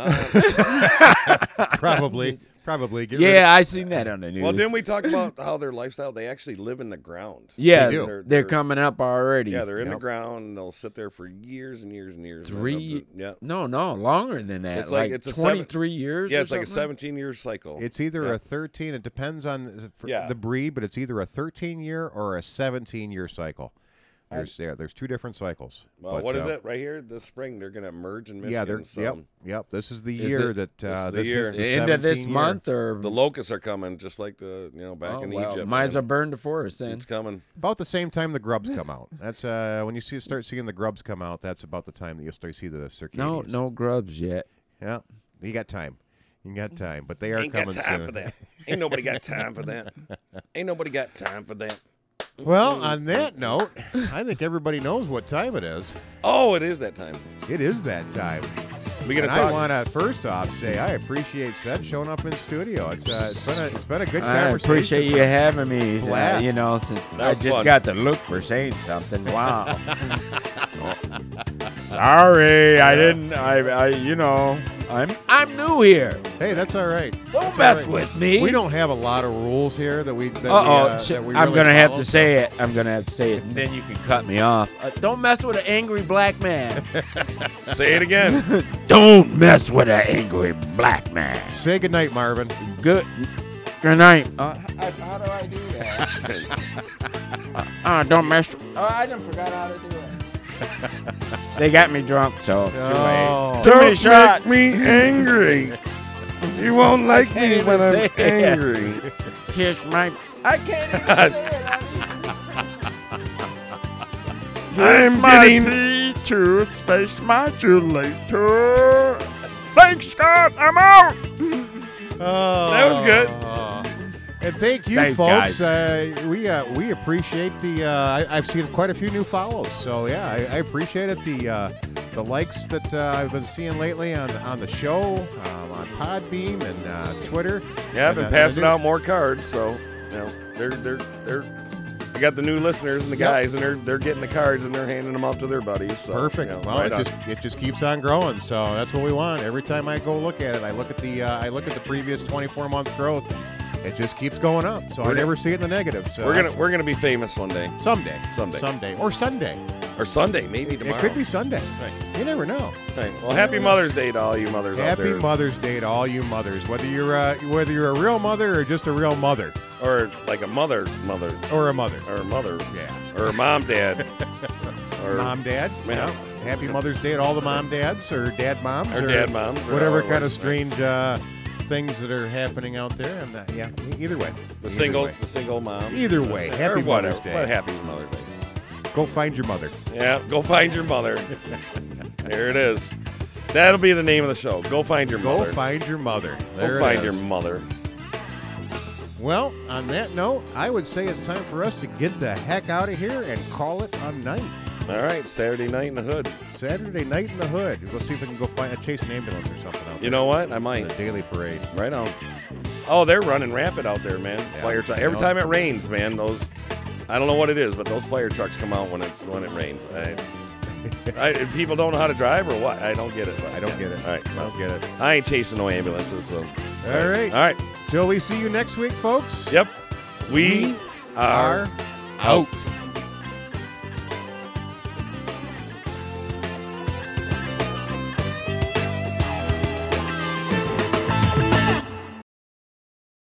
[SPEAKER 1] probably, probably. Get rid of-
[SPEAKER 6] Yeah, I seen that on the news.
[SPEAKER 4] Well, didn't we talk about how their lifestyle? They actually live in the ground.
[SPEAKER 5] Yeah,
[SPEAKER 1] do.
[SPEAKER 5] they're, they're coming up already.
[SPEAKER 4] Yeah, they're in the
[SPEAKER 1] Yep.
[SPEAKER 4] ground. And they'll sit there for years and years and years. and then
[SPEAKER 5] Three-
[SPEAKER 4] they'll do- Yeah.
[SPEAKER 5] no, no, longer than that.
[SPEAKER 4] It's like-
[SPEAKER 5] like
[SPEAKER 4] it's a seven-
[SPEAKER 5] 23 years.
[SPEAKER 4] Yeah,
[SPEAKER 5] or
[SPEAKER 4] it's like a
[SPEAKER 5] something?
[SPEAKER 4] 17 year cycle.
[SPEAKER 1] It's either
[SPEAKER 4] Yeah.
[SPEAKER 1] a 13. It depends on the- for
[SPEAKER 4] Yeah.
[SPEAKER 1] the breed, but it's either a 13 year or a 17 year cycle. There's yeah, there's two different cycles.
[SPEAKER 4] Well,
[SPEAKER 1] But,
[SPEAKER 4] what is
[SPEAKER 1] uh,
[SPEAKER 4] it right here? This spring they're gonna merge in Michigan.
[SPEAKER 1] Yeah, they're
[SPEAKER 4] so
[SPEAKER 1] yep, yep. This is the
[SPEAKER 5] Is
[SPEAKER 1] year
[SPEAKER 5] it-
[SPEAKER 1] that
[SPEAKER 4] is
[SPEAKER 1] uh,
[SPEAKER 4] the
[SPEAKER 1] this
[SPEAKER 4] year.
[SPEAKER 1] is
[SPEAKER 4] The
[SPEAKER 1] the
[SPEAKER 5] end of this
[SPEAKER 1] 17 year.
[SPEAKER 5] month or
[SPEAKER 4] The locusts are coming, just like the you know back
[SPEAKER 5] oh,
[SPEAKER 4] in
[SPEAKER 5] well,
[SPEAKER 4] Egypt.
[SPEAKER 5] Might as well
[SPEAKER 4] man.
[SPEAKER 5] burn the forest then.
[SPEAKER 4] It's coming.
[SPEAKER 1] About the same time the grubs come out. That's uh, when you see start seeing the grubs come out. That's about the time that you start see the circadians.
[SPEAKER 5] No, no grubs yet.
[SPEAKER 1] Yeah, you got time. You got time, but they are
[SPEAKER 4] Ain't got
[SPEAKER 1] coming
[SPEAKER 4] time
[SPEAKER 1] soon.
[SPEAKER 4] for that. Ain't nobody got time for that. Ain't nobody got time for that.
[SPEAKER 1] Well, on that note, I think everybody knows what time it is.
[SPEAKER 4] Oh, it is that time.
[SPEAKER 1] It is that time.
[SPEAKER 4] We gotta
[SPEAKER 1] And
[SPEAKER 4] talk.
[SPEAKER 1] I want to first off say I appreciate Seth showing up in studio. It's, uh, it's been a it's been a good
[SPEAKER 6] I
[SPEAKER 1] conversation.
[SPEAKER 6] appreciate you having me. Uh,
[SPEAKER 1] Blast.
[SPEAKER 6] you know, since
[SPEAKER 4] That
[SPEAKER 6] I
[SPEAKER 4] was
[SPEAKER 6] just
[SPEAKER 4] fun.
[SPEAKER 6] got the look for saying something. Wow. Sorry, I didn't. I, I, you know, I'm.
[SPEAKER 5] I'm new here.
[SPEAKER 1] Hey, that's all right.
[SPEAKER 5] Don't mess
[SPEAKER 1] That's all right.
[SPEAKER 5] with me.
[SPEAKER 1] We don't have a lot of rules here that we. That we,
[SPEAKER 6] Uh oh,
[SPEAKER 1] uh, that we
[SPEAKER 6] I'm
[SPEAKER 1] really
[SPEAKER 6] gonna have
[SPEAKER 1] follow.
[SPEAKER 6] to say it. I'm gonna have to say it, and then you can cut me off.
[SPEAKER 5] Uh, don't mess with an angry black man.
[SPEAKER 4] Say it again.
[SPEAKER 6] Don't mess with an angry black man.
[SPEAKER 1] Say goodnight, Marvin.
[SPEAKER 6] Good, good night.
[SPEAKER 5] uh, how, how do I do that?
[SPEAKER 6] Uh, don't mess.
[SPEAKER 5] oh, I done forgot how to do it.
[SPEAKER 6] They got me drunk, so too
[SPEAKER 1] Oh.
[SPEAKER 6] late. Too many shots.
[SPEAKER 4] me angry. You won't like me
[SPEAKER 6] even when I'm say it.
[SPEAKER 4] angry.
[SPEAKER 6] Kiss my.
[SPEAKER 5] I can't even say it. I mean,
[SPEAKER 4] I'm
[SPEAKER 6] me to spatulator. Thanks, Scott. I'm out.
[SPEAKER 1] Oh,
[SPEAKER 4] That was good.
[SPEAKER 1] And thank you,
[SPEAKER 6] Thanks,
[SPEAKER 1] folks. Uh, we uh, we appreciate the. Uh, I, I've seen quite a few new follows, so yeah, I, I appreciate it. The uh, the likes that uh, I've been seeing lately on on the show, um, on Podbeam and uh, Twitter.
[SPEAKER 4] Yeah, I've been
[SPEAKER 1] And, uh, and the
[SPEAKER 4] passing
[SPEAKER 1] new-
[SPEAKER 4] out more cards, so you know they're they're they're. I got the new listeners and the guys, and they're they're getting the cards and they're handing them out to their buddies. So,
[SPEAKER 1] Perfect.
[SPEAKER 4] You know,
[SPEAKER 1] well,
[SPEAKER 4] right
[SPEAKER 1] it
[SPEAKER 4] on.
[SPEAKER 1] just it just keeps on growing, so that's what we want. Every time I go look at it, I look at the uh, I look at the previous 24 month growth. It just keeps going up, so I
[SPEAKER 4] We're-
[SPEAKER 1] never see it in the negative. So
[SPEAKER 4] we're gonna we're gonna be famous one day
[SPEAKER 1] someday,
[SPEAKER 4] Someday.
[SPEAKER 1] someday, or Sunday.
[SPEAKER 4] or Sunday, maybe
[SPEAKER 1] It-
[SPEAKER 4] tomorrow.
[SPEAKER 1] It could be Sunday.
[SPEAKER 4] Right.
[SPEAKER 1] You never know.
[SPEAKER 4] Right. Well, happy Mother's Day to all you mothers out
[SPEAKER 1] Happy
[SPEAKER 4] there,
[SPEAKER 1] Mother's Day to all you mothers, whether you're uh, whether you're a real mother or just a real mother
[SPEAKER 4] or like a mother, mother,
[SPEAKER 1] or a mother.
[SPEAKER 4] or a mother,
[SPEAKER 1] Yeah.
[SPEAKER 4] or a mom, dad, or
[SPEAKER 1] Mom, dad.
[SPEAKER 4] Yeah.
[SPEAKER 1] Happy Mother's Day to all the mom dads or dad moms
[SPEAKER 4] Or dad moms, or
[SPEAKER 1] whatever
[SPEAKER 4] however
[SPEAKER 1] kind of
[SPEAKER 4] it's-
[SPEAKER 1] strange uh, things that are happening out there. And uh, yeah, e- either way,
[SPEAKER 4] the
[SPEAKER 1] Either
[SPEAKER 4] single,
[SPEAKER 1] way.
[SPEAKER 4] the single mom.
[SPEAKER 1] Either way, happy
[SPEAKER 4] or whatever.
[SPEAKER 1] Mother's Day.
[SPEAKER 4] But happy Mother's Day.
[SPEAKER 1] Go find your mother.
[SPEAKER 4] Yeah, go find your mother. there it is. That'll be the name of the show. Go find your
[SPEAKER 1] Go
[SPEAKER 4] mother.
[SPEAKER 1] find your mother.
[SPEAKER 4] Go
[SPEAKER 1] There it
[SPEAKER 4] find
[SPEAKER 1] is.
[SPEAKER 4] your mother.
[SPEAKER 1] Well, on that note, I would say it's time for us to get the heck out of here and call it a night.
[SPEAKER 4] All right, Saturday night in the hood.
[SPEAKER 1] Saturday night in the hood. Let's see if we can go find a chase an ambulance or something out
[SPEAKER 4] You
[SPEAKER 1] there.
[SPEAKER 4] know what? I
[SPEAKER 1] the
[SPEAKER 4] might.
[SPEAKER 1] daily parade.
[SPEAKER 4] Right on. Oh, they're running rapid out there, man. Fire truck. Every
[SPEAKER 1] Yeah.
[SPEAKER 4] time it rains, man, those. I don't know what it is, but those fire trucks come out when it's when it rains. I, I, and people don't know how to drive or what. I don't get it. but-
[SPEAKER 1] I don't get it.
[SPEAKER 4] All right,
[SPEAKER 1] I
[SPEAKER 4] well,
[SPEAKER 1] don't get it.
[SPEAKER 4] I ain't chasing no ambulances. So.
[SPEAKER 1] All right.
[SPEAKER 4] All right.
[SPEAKER 1] Till we see you next week, folks.
[SPEAKER 4] Yep. We,
[SPEAKER 1] Are
[SPEAKER 4] are out.